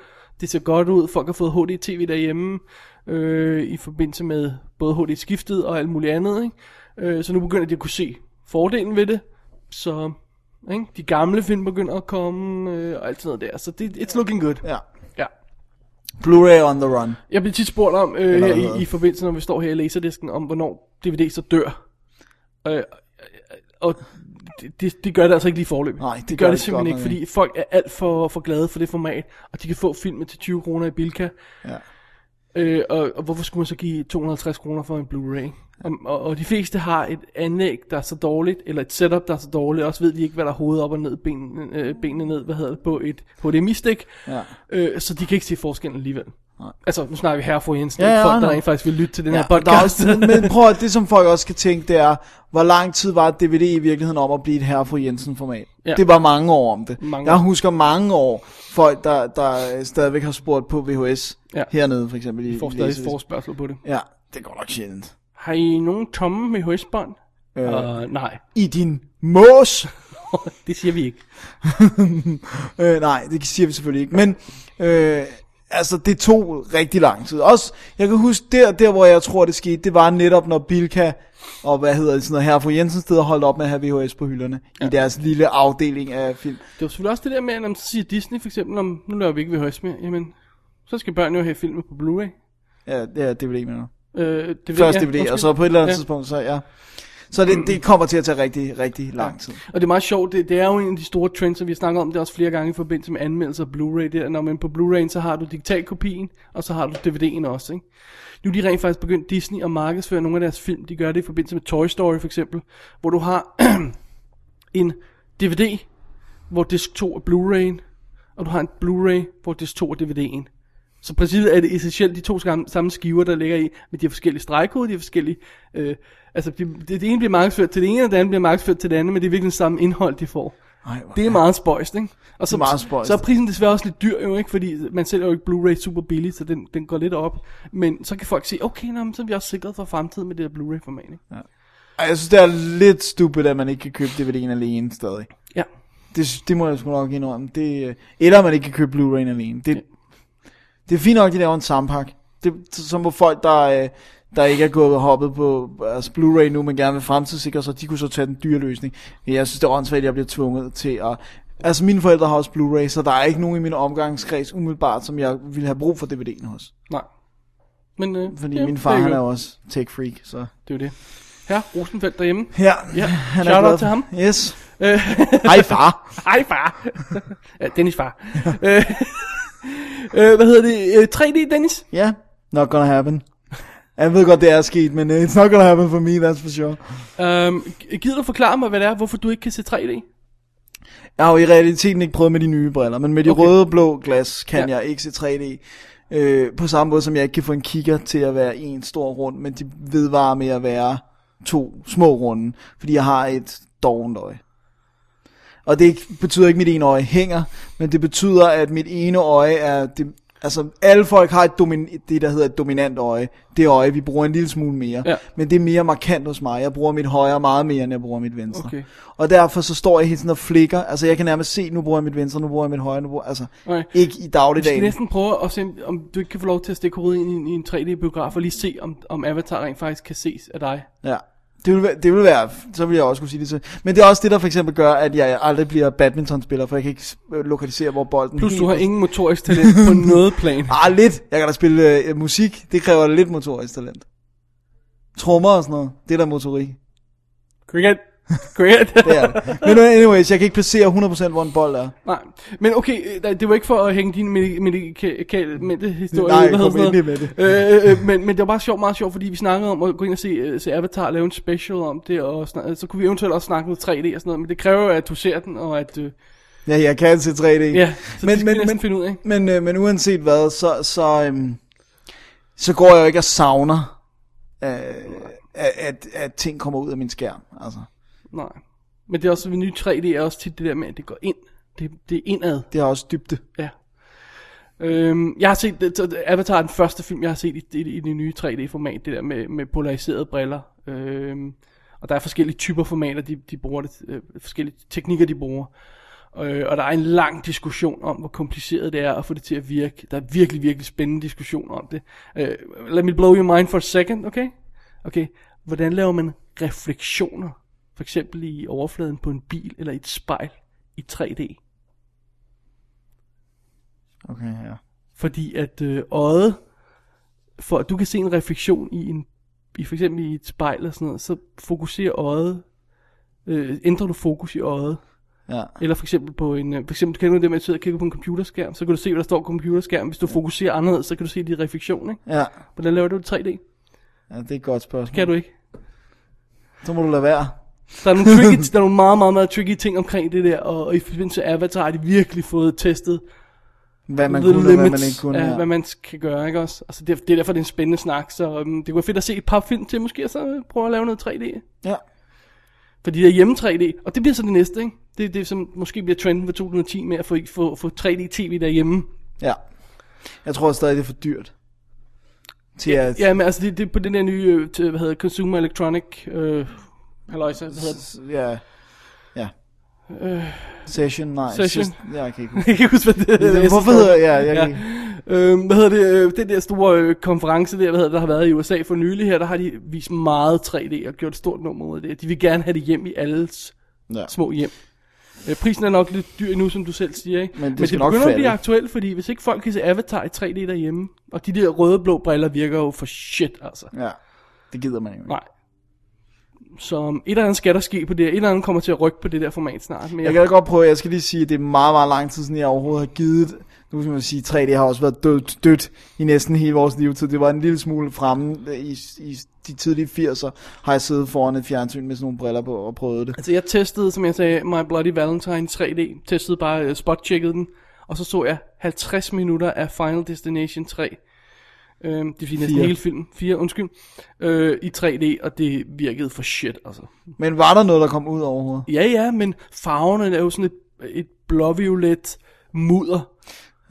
[SPEAKER 3] Det ser godt ud, folk har fået HD-TV derhjemme. Øh, I forbindelse med både HD-skiftet og alt muligt andet. Ikke? Øh, så nu begynder de at kunne se fordelen ved det. Så ikke? de gamle film begynder at komme øh, og alt sådan noget der. Så det, it's looking good.
[SPEAKER 4] Ja.
[SPEAKER 3] Ja.
[SPEAKER 4] Blu-ray on the run.
[SPEAKER 3] Jeg bliver tit spurgt om, øh,
[SPEAKER 4] Eller
[SPEAKER 3] her
[SPEAKER 4] hvad hedder
[SPEAKER 3] i, i
[SPEAKER 4] det?
[SPEAKER 3] forbindelse, når vi står her i laserdisken, om hvornår DVD så dør. Øh, og det, det, det gør det altså ikke lige forløbig.
[SPEAKER 4] Nej, det
[SPEAKER 3] det
[SPEAKER 4] gør
[SPEAKER 3] gør det
[SPEAKER 4] det
[SPEAKER 3] simpelthen
[SPEAKER 4] godt
[SPEAKER 3] ikke,
[SPEAKER 4] nok
[SPEAKER 3] fordi folk er alt for, for glade for det format, og de kan få filmen til 20 kroner i Bilka.
[SPEAKER 4] Ja.
[SPEAKER 3] Øh, og, og hvorfor skulle man så give 250 kroner for en Blu-ray? Og, og, og de fleste har et anlæg, der er så dårligt, eller et setup, der er så dårligt, også ved de ikke, hvad der er hovedet op og ned, benene, øh, benene ned, hvad hedder det, på et HDMI-stik,
[SPEAKER 4] Ja.
[SPEAKER 3] øh, så de kan ikke se forskellen alligevel. Nej. Altså, nu snakker vi her for Jensen,
[SPEAKER 4] Ja,
[SPEAKER 3] ja, ja,
[SPEAKER 4] ja,
[SPEAKER 3] folk, der
[SPEAKER 4] nej.
[SPEAKER 3] rent faktisk vil lytte til den ja,
[SPEAKER 4] ja
[SPEAKER 3] her
[SPEAKER 4] der er
[SPEAKER 3] podcast.
[SPEAKER 4] også, men prøv at, det som folk også skal tænke, det er, hvor lang tid var DVD i virkeligheden om at blive et herre fru Jensen format?
[SPEAKER 3] Ja.
[SPEAKER 4] Ja. Det var mange år om det.
[SPEAKER 3] Mange
[SPEAKER 4] Mange. Jeg
[SPEAKER 3] år.
[SPEAKER 4] husker mange år, folk der, der øh, stadigvæk har spurgt på VHS
[SPEAKER 3] Ja.
[SPEAKER 4] ja. hernede for eksempel. I,
[SPEAKER 3] Vi får
[SPEAKER 4] i
[SPEAKER 3] stadig
[SPEAKER 4] læsevis.
[SPEAKER 3] forspørgsel på det.
[SPEAKER 4] Ja, det går nok sjældent.
[SPEAKER 3] Har I nogen tomme med højsbånd? Øh. Uh, nej.
[SPEAKER 4] I din mås!
[SPEAKER 3] det siger vi ikke.
[SPEAKER 4] øh, nej, det siger vi selvfølgelig ikke. Men øh, altså, det tog rigtig lang tid. Også, jeg kan huske, der, der hvor jeg tror, det skete, det var netop, når Bilka og hvad hedder det, sådan noget, her fra Jensen sted holdt op med at have VHS på hylderne ja. i deres lille afdeling af film.
[SPEAKER 3] Det var selvfølgelig også det der med, at når man så siger Disney for eksempel, om nu laver vi ikke ved højst mere, jamen, så skal børn jo have filmen på Blu-ray.
[SPEAKER 4] Ja, det er DVD, mener
[SPEAKER 3] du. Øh, DVD,
[SPEAKER 4] Først
[SPEAKER 3] ja,
[SPEAKER 4] DVD, ja, og
[SPEAKER 3] undskyld.
[SPEAKER 4] så på et eller andet
[SPEAKER 3] Ja.
[SPEAKER 4] ja. tidspunkt, så ja. Så det, det kommer til at tage rigtig, rigtig lang tid.
[SPEAKER 3] Og det er meget sjovt, det, det er jo en af de store trends, og vi har snakket om det også flere gange i forbindelse med anmeldelser af Blu-ray. Det er, når man på Blu-ray, så har du digitalkopien, og så har du DVD'en også. Ikke? Nu er de rent faktisk begyndt Disney at markedsføre nogle af deres film. De gør det i forbindelse med Toy Story for eksempel, hvor du har en DVD, hvor disk 2 er Blu-ray'en, og du har en Blu-ray, hvor disk 2 er DVD'en. Så i princippet er det essentielt de to skam- samme skiver, der ligger i, men de har forskellige stregkoder, de har forskellige... Øh, altså, de, det, det ene bliver markedsført til det ene, og det andet bliver markedsført til det andet, men det er virkelig det samme indhold, de får.
[SPEAKER 4] Ej,
[SPEAKER 3] det er meget spøjst, ikke? Og
[SPEAKER 4] Det er meget spøjst.
[SPEAKER 3] Så er prisen desværre også lidt dyr jo, ikke? Fordi man sælger jo ikke Blu-ray super billigt, så den, den går lidt op. Men så kan folk sige, okay, nå, men så er vi også sikret for fremtiden med det der Blu-ray-format, ikke?
[SPEAKER 4] Ja. Ej, jeg synes, det er lidt stupid, at man ikke kan købe DVD'en alene stadig.
[SPEAKER 3] Ja.
[SPEAKER 4] Det, sy- det må jeg sgu nok indrømme. Det, øh, eller man ikke kan købe Blu-ray'en alene. Det, det er fint nok, at de laver en sampakke. Det, så så må folk, der, øh, der ikke er gået og hoppet på altså Blu-ray nu, men gerne vil fremtidssikre sig, de kunne så tage den dyre løsning. Men jeg synes, det er åndssvagt, at jeg bliver tvunget til at... Altså, mine forældre har også Blu-ray, så der er ikke nogen i min omgangskreds umiddelbart, som jeg ville have brug for DVD'en hos.
[SPEAKER 3] Nej. Men, øh,
[SPEAKER 4] Fordi
[SPEAKER 3] ja,
[SPEAKER 4] min far,
[SPEAKER 3] det
[SPEAKER 4] han
[SPEAKER 3] jo-
[SPEAKER 4] er jo også tech-freak, så...
[SPEAKER 3] Det er jo det. Her, Rosenfeldt derhjemme.
[SPEAKER 4] Ja,
[SPEAKER 3] ja.
[SPEAKER 4] han er
[SPEAKER 3] Shout
[SPEAKER 4] glad.
[SPEAKER 3] out til ham.
[SPEAKER 4] Yes.
[SPEAKER 3] Øh,
[SPEAKER 4] Hej, far.
[SPEAKER 3] Hej far. ja, Dennis far. øh, øh, hvad hedder det? Øh, 3D Dennis?
[SPEAKER 4] Ja. Yeah, not gonna happen. Jeg ved godt, det er sket, men uh, it's not gonna happen for me, that's for sure.
[SPEAKER 3] Øhm, g- gider du forklare mig, hvad det er, hvorfor du ikke kan se 3D?
[SPEAKER 4] Jeg har jo i realiteten ikke prøvet med de nye briller, men med de okay. røde og blå glas kan ja. jeg ikke se 3D. Øh, på samme måde som jeg ikke kan få en kigger til at være en stor rund, men de vedvarer med at være to små runde, fordi jeg har et dovent øje. Og det ikke- betyder ikke, at mit ene øje hænger, men det betyder, at mit ene øje er... Det, altså, alle folk har et domin, det, der hedder et dominant øje. Det øje, vi bruger en lille smule mere.
[SPEAKER 3] Ja.
[SPEAKER 4] Men det er mere markant hos mig. Jeg bruger mit højre meget mere, end jeg bruger mit venstre.
[SPEAKER 3] Okay.
[SPEAKER 4] Og derfor så står jeg hele tiden og flikker. Altså, jeg kan nærmest se, nu bruger jeg mit venstre, nu bruger jeg mit højre, nu bruger Altså,
[SPEAKER 3] Nej.
[SPEAKER 4] ikke i
[SPEAKER 3] Vi skal
[SPEAKER 4] dagligdagen.
[SPEAKER 3] næsten prøve at se, om du ikke kan få lov til at stikke hovedet ind i en, i en 3D-biograf og lige se, om, om Avatar rent faktisk kan ses af dig.
[SPEAKER 4] Ja. Det vil, være- det vil være, så vil jeg også kunne sige det til. Men det er også det, der for eksempel gør, at jeg aldrig bliver badmintonspiller, for jeg kan ikke øh, lokalisere, hvor bolden
[SPEAKER 3] Plus,
[SPEAKER 4] helt
[SPEAKER 3] du har
[SPEAKER 4] præcis-
[SPEAKER 3] ingen motorisk talent på noget plan.
[SPEAKER 4] Ah, lidt. Jeg kan da spille øh, musik. Det kræver lidt motorisk talent. Trommer og sådan noget. Det er der motorik.
[SPEAKER 3] Cricket. Cricket.
[SPEAKER 4] det er det. Men nu, anyways, jeg kan ikke placere 100% hvor en bold er.
[SPEAKER 3] Nej, men okay, øh, nej, det var ikke for at hænge din medikale med det historie.
[SPEAKER 4] Nej,
[SPEAKER 3] ud, hvad hedder
[SPEAKER 4] kom
[SPEAKER 3] sådan noget.
[SPEAKER 4] endelig med det.
[SPEAKER 3] Øh, øh, men, men det var bare sjovt, meget sjovt, fordi vi snakkede om at gå ind og se, øh, se Avatar og lave en special om det, og snak, øh, så kunne vi eventuelt også snakke noget 3D og sådan noget, men det kræver jo, at du ser den, og at... Øh,
[SPEAKER 4] Ja, jeg kan se 3D.
[SPEAKER 3] Ja, så det skal vi næsten finde ud af.
[SPEAKER 4] Men, øh, men uanset hvad, så, så, øhm, så går jeg jo ikke og savner, øh, at, at, at ting kommer ud af min skærm. Altså.
[SPEAKER 3] nej. Men det er også, ved nye 3D er også tit det der med, at det går ind. Det, det er indad.
[SPEAKER 4] Det har også dybde.
[SPEAKER 3] Ja. Øhm, jeg har set det- så Avatar er den første film jeg har set i, i, i det nye 3D-format Det der med, med polariserede briller øhm, Og der er forskellige typer formater De, de bruger det, øh, Forskellige teknikker de bruger øh, Og der er en lang diskussion om Hvor kompliceret det er at få det til at virke Der er virkelig virkelig spændende diskussioner om det øh, Let me blow your mind for a second Okay Okay Hvordan laver man refleksioner For eksempel i overfladen på en bil Eller i et spejl i 3D
[SPEAKER 4] Okay, ja.
[SPEAKER 3] Fordi at øh, øjet, for at du kan se en refleksion i en, i for eksempel i et spejl eller sådan noget, så fokuserer øjet, øh, ændrer du fokus i øjet.
[SPEAKER 4] Ja.
[SPEAKER 3] Eller for eksempel på en, øh, for eksempel kender du det med at sidde og kigge på en computerskærm, så kan du se, hvad der står på computerskærmen. Hvis du fokuserer anderledes, så kan du se din refleksion, ikke?
[SPEAKER 4] Ja.
[SPEAKER 3] Hvordan laver du det i 3D?
[SPEAKER 4] ja, det er et godt spørgsmål.
[SPEAKER 3] Kan du ikke?
[SPEAKER 4] Så må du lade være.
[SPEAKER 3] Der er nogle, tricky, der er nogle meget, meget, meget tricky ting omkring det der, og, og i forbindelse med Avatar har de virkelig fået testet
[SPEAKER 4] Hvad man
[SPEAKER 3] the
[SPEAKER 4] kunne, og hvad
[SPEAKER 3] limits
[SPEAKER 4] man ikke kunne,
[SPEAKER 3] af,
[SPEAKER 4] ja.
[SPEAKER 3] hvad man kan gøre, ikke også? Altså, det, er- det er derfor, det er en spændende snak, så um, det kunne være fedt at se et par film til, måske og så øh, prøve at lave noget 3D.
[SPEAKER 4] Ja.
[SPEAKER 3] Fordi der er hjemme 3D, og det bliver så det næste, ikke? Det er det, som måske bliver trenden for 2010 med at få, få, få 3D-tv derhjemme.
[SPEAKER 4] Ja. Jeg tror stadig, det er for dyrt. Til at,
[SPEAKER 3] Ja, men altså, det, det er på den der nye, øh, til, hvad hedder det, Consumer Electronic, øh, halløjsa, hvad hedder det?
[SPEAKER 4] Ja. Ja.
[SPEAKER 3] Øh,
[SPEAKER 4] Session, nej.
[SPEAKER 3] Session.
[SPEAKER 4] Session. Jeg kan ikke
[SPEAKER 3] jeg kan ikke huske, hvad det
[SPEAKER 4] hedder.
[SPEAKER 3] er.
[SPEAKER 4] Hvorfor hedder ja, jeg? Kan ikke.
[SPEAKER 3] Øhm, hvad hedder det? øh, Den der store øh, konference der, hvad hedder, det, der har været i USA for nylig her, der har de vist meget 3D og gjort et stort nummer ud af det. De vil gerne have det hjem i alles
[SPEAKER 4] ja.
[SPEAKER 3] små hjem. Øh, prisen er nok lidt dyr nu, som du selv siger, ikke?
[SPEAKER 4] Men det
[SPEAKER 3] Men det
[SPEAKER 4] skal nok
[SPEAKER 3] begynder at blive
[SPEAKER 4] falde.
[SPEAKER 3] aktuelt, fordi hvis ikke folk kan se Avatar i 3D derhjemme, og de der røde-blå briller virker jo for shit, altså.
[SPEAKER 4] Ja, det gider man jo ikke.
[SPEAKER 3] Nej. Så um, et eller andet skal der ske på det, her. et eller andet kommer til at rykke på det der format snart. Men
[SPEAKER 4] Jeg kan da godt prøve, jeg skal lige sige, at det er meget, meget lang tid siden, jeg overhovedet har givet. Nu skal man sige, 3D har også været dødt, dødt i næsten hele vores livetid. Det var en lille smule fremme i, i de tidlige 80'er, har jeg siddet foran et fjernsyn med sådan nogle briller på og prøvet det.
[SPEAKER 3] Altså jeg testede, som jeg sagde, My Bloody Valentine 3D, testede bare uh, spot-checkede den, og så så jeg 50 minutter af Final Destination 3. Øhm, det vil sige næsten
[SPEAKER 4] Fire.
[SPEAKER 3] hele filmen, 4, undskyld, øh, i 3D, og det virkede for shit, altså.
[SPEAKER 4] Men var der noget, der kom ud overhovedet?
[SPEAKER 3] Ja, ja, men farverne er jo sådan et, et blåviolet mudder.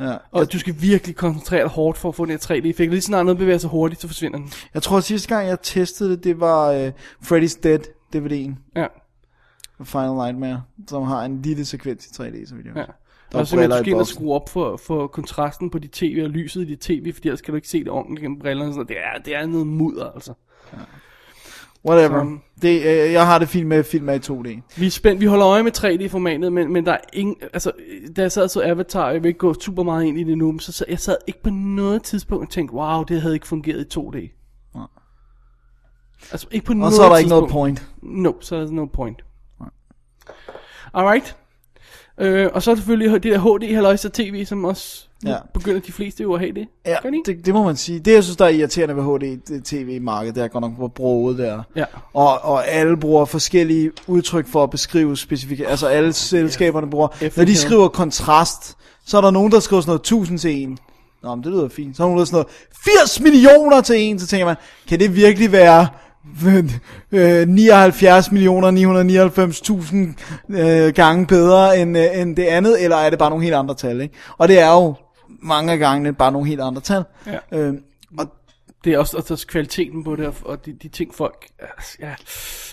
[SPEAKER 4] Ja.
[SPEAKER 3] Og du skal virkelig koncentrere dig hårdt for at få den her 3D-effekt. Lige snart noget bevæger sig hurtigt, så forsvinder den.
[SPEAKER 4] Jeg tror, at sidste gang, jeg testede det, det var øh, Freddy's Dead DVD'en.
[SPEAKER 3] Ja.
[SPEAKER 4] Final Nightmare, som har en lille sekvens i 3D, så vidt jeg
[SPEAKER 3] Ja.
[SPEAKER 4] husker.
[SPEAKER 3] Der er simpelthen, du skal ind og skrue op for, for kontrasten på dit tv og lyset i dit tv, fordi ellers kan du ikke se det ordentligt gennem brillerne. og Sådan noget. det, er, det er noget mudder, altså.
[SPEAKER 4] Whatever.
[SPEAKER 3] Så-
[SPEAKER 4] Det, øh, jeg har det fint med, at film er i 2D.
[SPEAKER 3] Vi er spændt, vi holder øje med 3D-formatet, men, men der er ingen, altså, da jeg sad og så Avatar, og jeg vil ikke gå super meget ind i det nu, men så sad, jeg sad ikke på noget tidspunkt og tænkte, wow, det havde ikke fungeret i 2D.
[SPEAKER 4] Nej.
[SPEAKER 3] Altså, ikke på
[SPEAKER 4] Og
[SPEAKER 3] noget
[SPEAKER 4] så er der ikke noget
[SPEAKER 3] tidspunkt. No, så er der no point. Alright. Øh, og så er der selvfølgelig det der hd halløjsa tv, som også ja.
[SPEAKER 4] Ja.
[SPEAKER 3] begynder de fleste jo at have det.
[SPEAKER 4] Ja, det, det må man sige. Det, jeg synes, der er irriterende ved HD-tv-markedet, det er godt nok, hvor broget det er.
[SPEAKER 3] Ja.
[SPEAKER 4] Og, og alle bruger forskellige udtryk for at beskrive specifikke... Altså alle selskaberne bruger... Når de
[SPEAKER 3] hell.
[SPEAKER 4] skriver kontrast, så er der nogen, der skriver sådan noget 1000 til en. Nå, men det lyder fint. Så er der nogen, der sådan noget 80 millioner til en. Så tænker man, kan det virkelig være... øh, 79 millioner 999.000 øh, gange bedre end, øh, end det andet, eller er det bare nogle helt andre tal, ikke? Og det er jo mange af gangene bare nogle helt andre tal.
[SPEAKER 3] Ja.
[SPEAKER 4] Øhm, og
[SPEAKER 3] Det er også, og så kvaliteten på det, og- og de, de ting folk, altså, ja,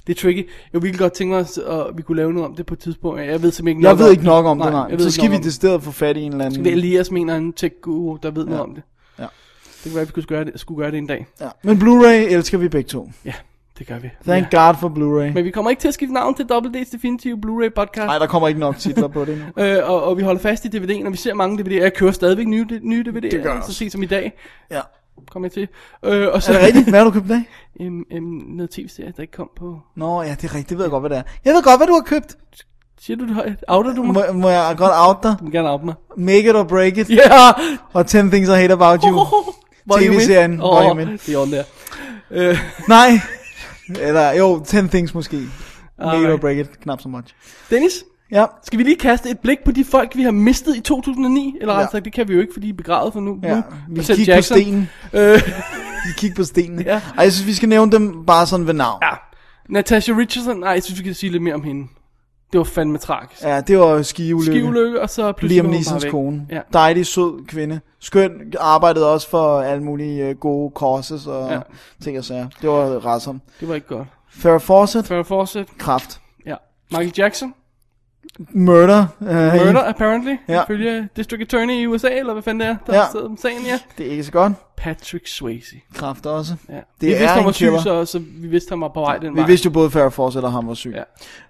[SPEAKER 3] det er tricky. Jeg ville godt tænke mig, at vi kunne lave noget om det på et tidspunkt. Jeg ved simpelthen ikke
[SPEAKER 4] jeg
[SPEAKER 3] noget
[SPEAKER 4] ved ikke nok om det, nej.
[SPEAKER 3] jeg ved
[SPEAKER 4] Så
[SPEAKER 3] ikke
[SPEAKER 4] skal
[SPEAKER 3] nok
[SPEAKER 4] vi
[SPEAKER 3] om det.
[SPEAKER 4] decideret få fat i en eller anden...
[SPEAKER 3] Skal vi Elias mener en tech guru, der ved ja. noget om det.
[SPEAKER 4] Ja.
[SPEAKER 3] Det kan være, at vi skulle gøre det, skulle gøre det en dag.
[SPEAKER 4] Ja. Men Blu-ray elsker vi begge to.
[SPEAKER 3] Ja, det gør vi.
[SPEAKER 4] Thank
[SPEAKER 3] ja.
[SPEAKER 4] ja. God for Blu-ray.
[SPEAKER 3] Men vi kommer ikke til at skifte navn til WD's Definitive Blu-ray podcast.
[SPEAKER 4] Nej, der kommer ikke nok titler på det endnu.
[SPEAKER 3] Øh, og, og vi holder fast i DVD'en, og vi ser mange DVD'er. Jeg kører stadigvæk nye, nye DVD'er,
[SPEAKER 4] Det gør jeg
[SPEAKER 3] så
[SPEAKER 4] også.
[SPEAKER 3] sent som i dag.
[SPEAKER 4] Ja.
[SPEAKER 3] Kom jeg til. Øh, og så,
[SPEAKER 4] Er det rigtigt? Hvad har du købt af?
[SPEAKER 3] Em, em, noget tv-serie, der ikke kom på...
[SPEAKER 4] Nå, ja, det er rigtigt. Det ved jeg godt, hvad det er. Jeg ved godt, hvad du har købt.
[SPEAKER 3] Siger du det højt? Outer du mig?
[SPEAKER 4] Må, må jeg godt out dig?
[SPEAKER 3] Du må gerne out mig.
[SPEAKER 4] Make it or break it.
[SPEAKER 3] Yeah!
[SPEAKER 4] Og 10 things I hate about you.
[SPEAKER 3] Hvor er I med?
[SPEAKER 4] oh, TV-serien.
[SPEAKER 3] Åh,
[SPEAKER 4] Hvor er I med?
[SPEAKER 3] Det er on der. Øh,
[SPEAKER 4] Nej. Eller jo, 10 things måske. Make it or
[SPEAKER 3] Alright.
[SPEAKER 4] break it. Knap så much.
[SPEAKER 3] Dennis?
[SPEAKER 4] Ja.
[SPEAKER 3] Skal vi lige kaste et blik på de folk, vi har mistet i 2009? Eller
[SPEAKER 4] Ja.
[SPEAKER 3] altså, det kan vi jo ikke, fordi de er begravet for nu.
[SPEAKER 4] Ja,
[SPEAKER 3] nu.
[SPEAKER 4] vi
[SPEAKER 3] Selv
[SPEAKER 4] kigger på
[SPEAKER 3] Jackson.
[SPEAKER 4] stenen.
[SPEAKER 3] Øh,
[SPEAKER 4] Vi kigger på stenene.
[SPEAKER 3] Ja.
[SPEAKER 4] Ej, jeg synes, vi skal nævne dem bare sådan ved navn. Ja.
[SPEAKER 3] Natasha Richardson, nej, jeg synes, vi kan sige lidt mere om hende. Det var fandme tragisk.
[SPEAKER 4] Ja, det var skiulykke.
[SPEAKER 3] Skiulykke, og så pludselig
[SPEAKER 4] Liam
[SPEAKER 3] var hun bare
[SPEAKER 4] Neesons
[SPEAKER 3] væk.
[SPEAKER 4] kone.
[SPEAKER 3] Ja.
[SPEAKER 4] Ja. Dejlig, sød kvinde. Skøn. Arbejdede også for alle mulige øh, gode causes og
[SPEAKER 3] Ja.
[SPEAKER 4] ja. ting og sager. Det var rasom.
[SPEAKER 3] Det var ikke godt.
[SPEAKER 4] Farrah Fawcett.
[SPEAKER 3] Farrah Fawcett.
[SPEAKER 4] Kraft.
[SPEAKER 3] Ja. Michael Jackson.
[SPEAKER 4] Murder. Uh,
[SPEAKER 3] Murder, apparently.
[SPEAKER 4] Ja.
[SPEAKER 3] Ifølge District Attorney i USA, eller hvad fanden det er, der
[SPEAKER 4] Ja.
[SPEAKER 3] ja. sidder om sagen, ja.
[SPEAKER 4] Det er ikke så godt.
[SPEAKER 3] Patrick Swayze.
[SPEAKER 4] Kraft også.
[SPEAKER 3] Ja.
[SPEAKER 4] Det
[SPEAKER 3] vi vidste,
[SPEAKER 4] er
[SPEAKER 3] han
[SPEAKER 4] en
[SPEAKER 3] var syg,
[SPEAKER 4] killer.
[SPEAKER 3] så, så vi vidste, han var på vej den
[SPEAKER 4] Vi
[SPEAKER 3] vej.
[SPEAKER 4] vidste jo både Farrah Fawcett og ham var syg.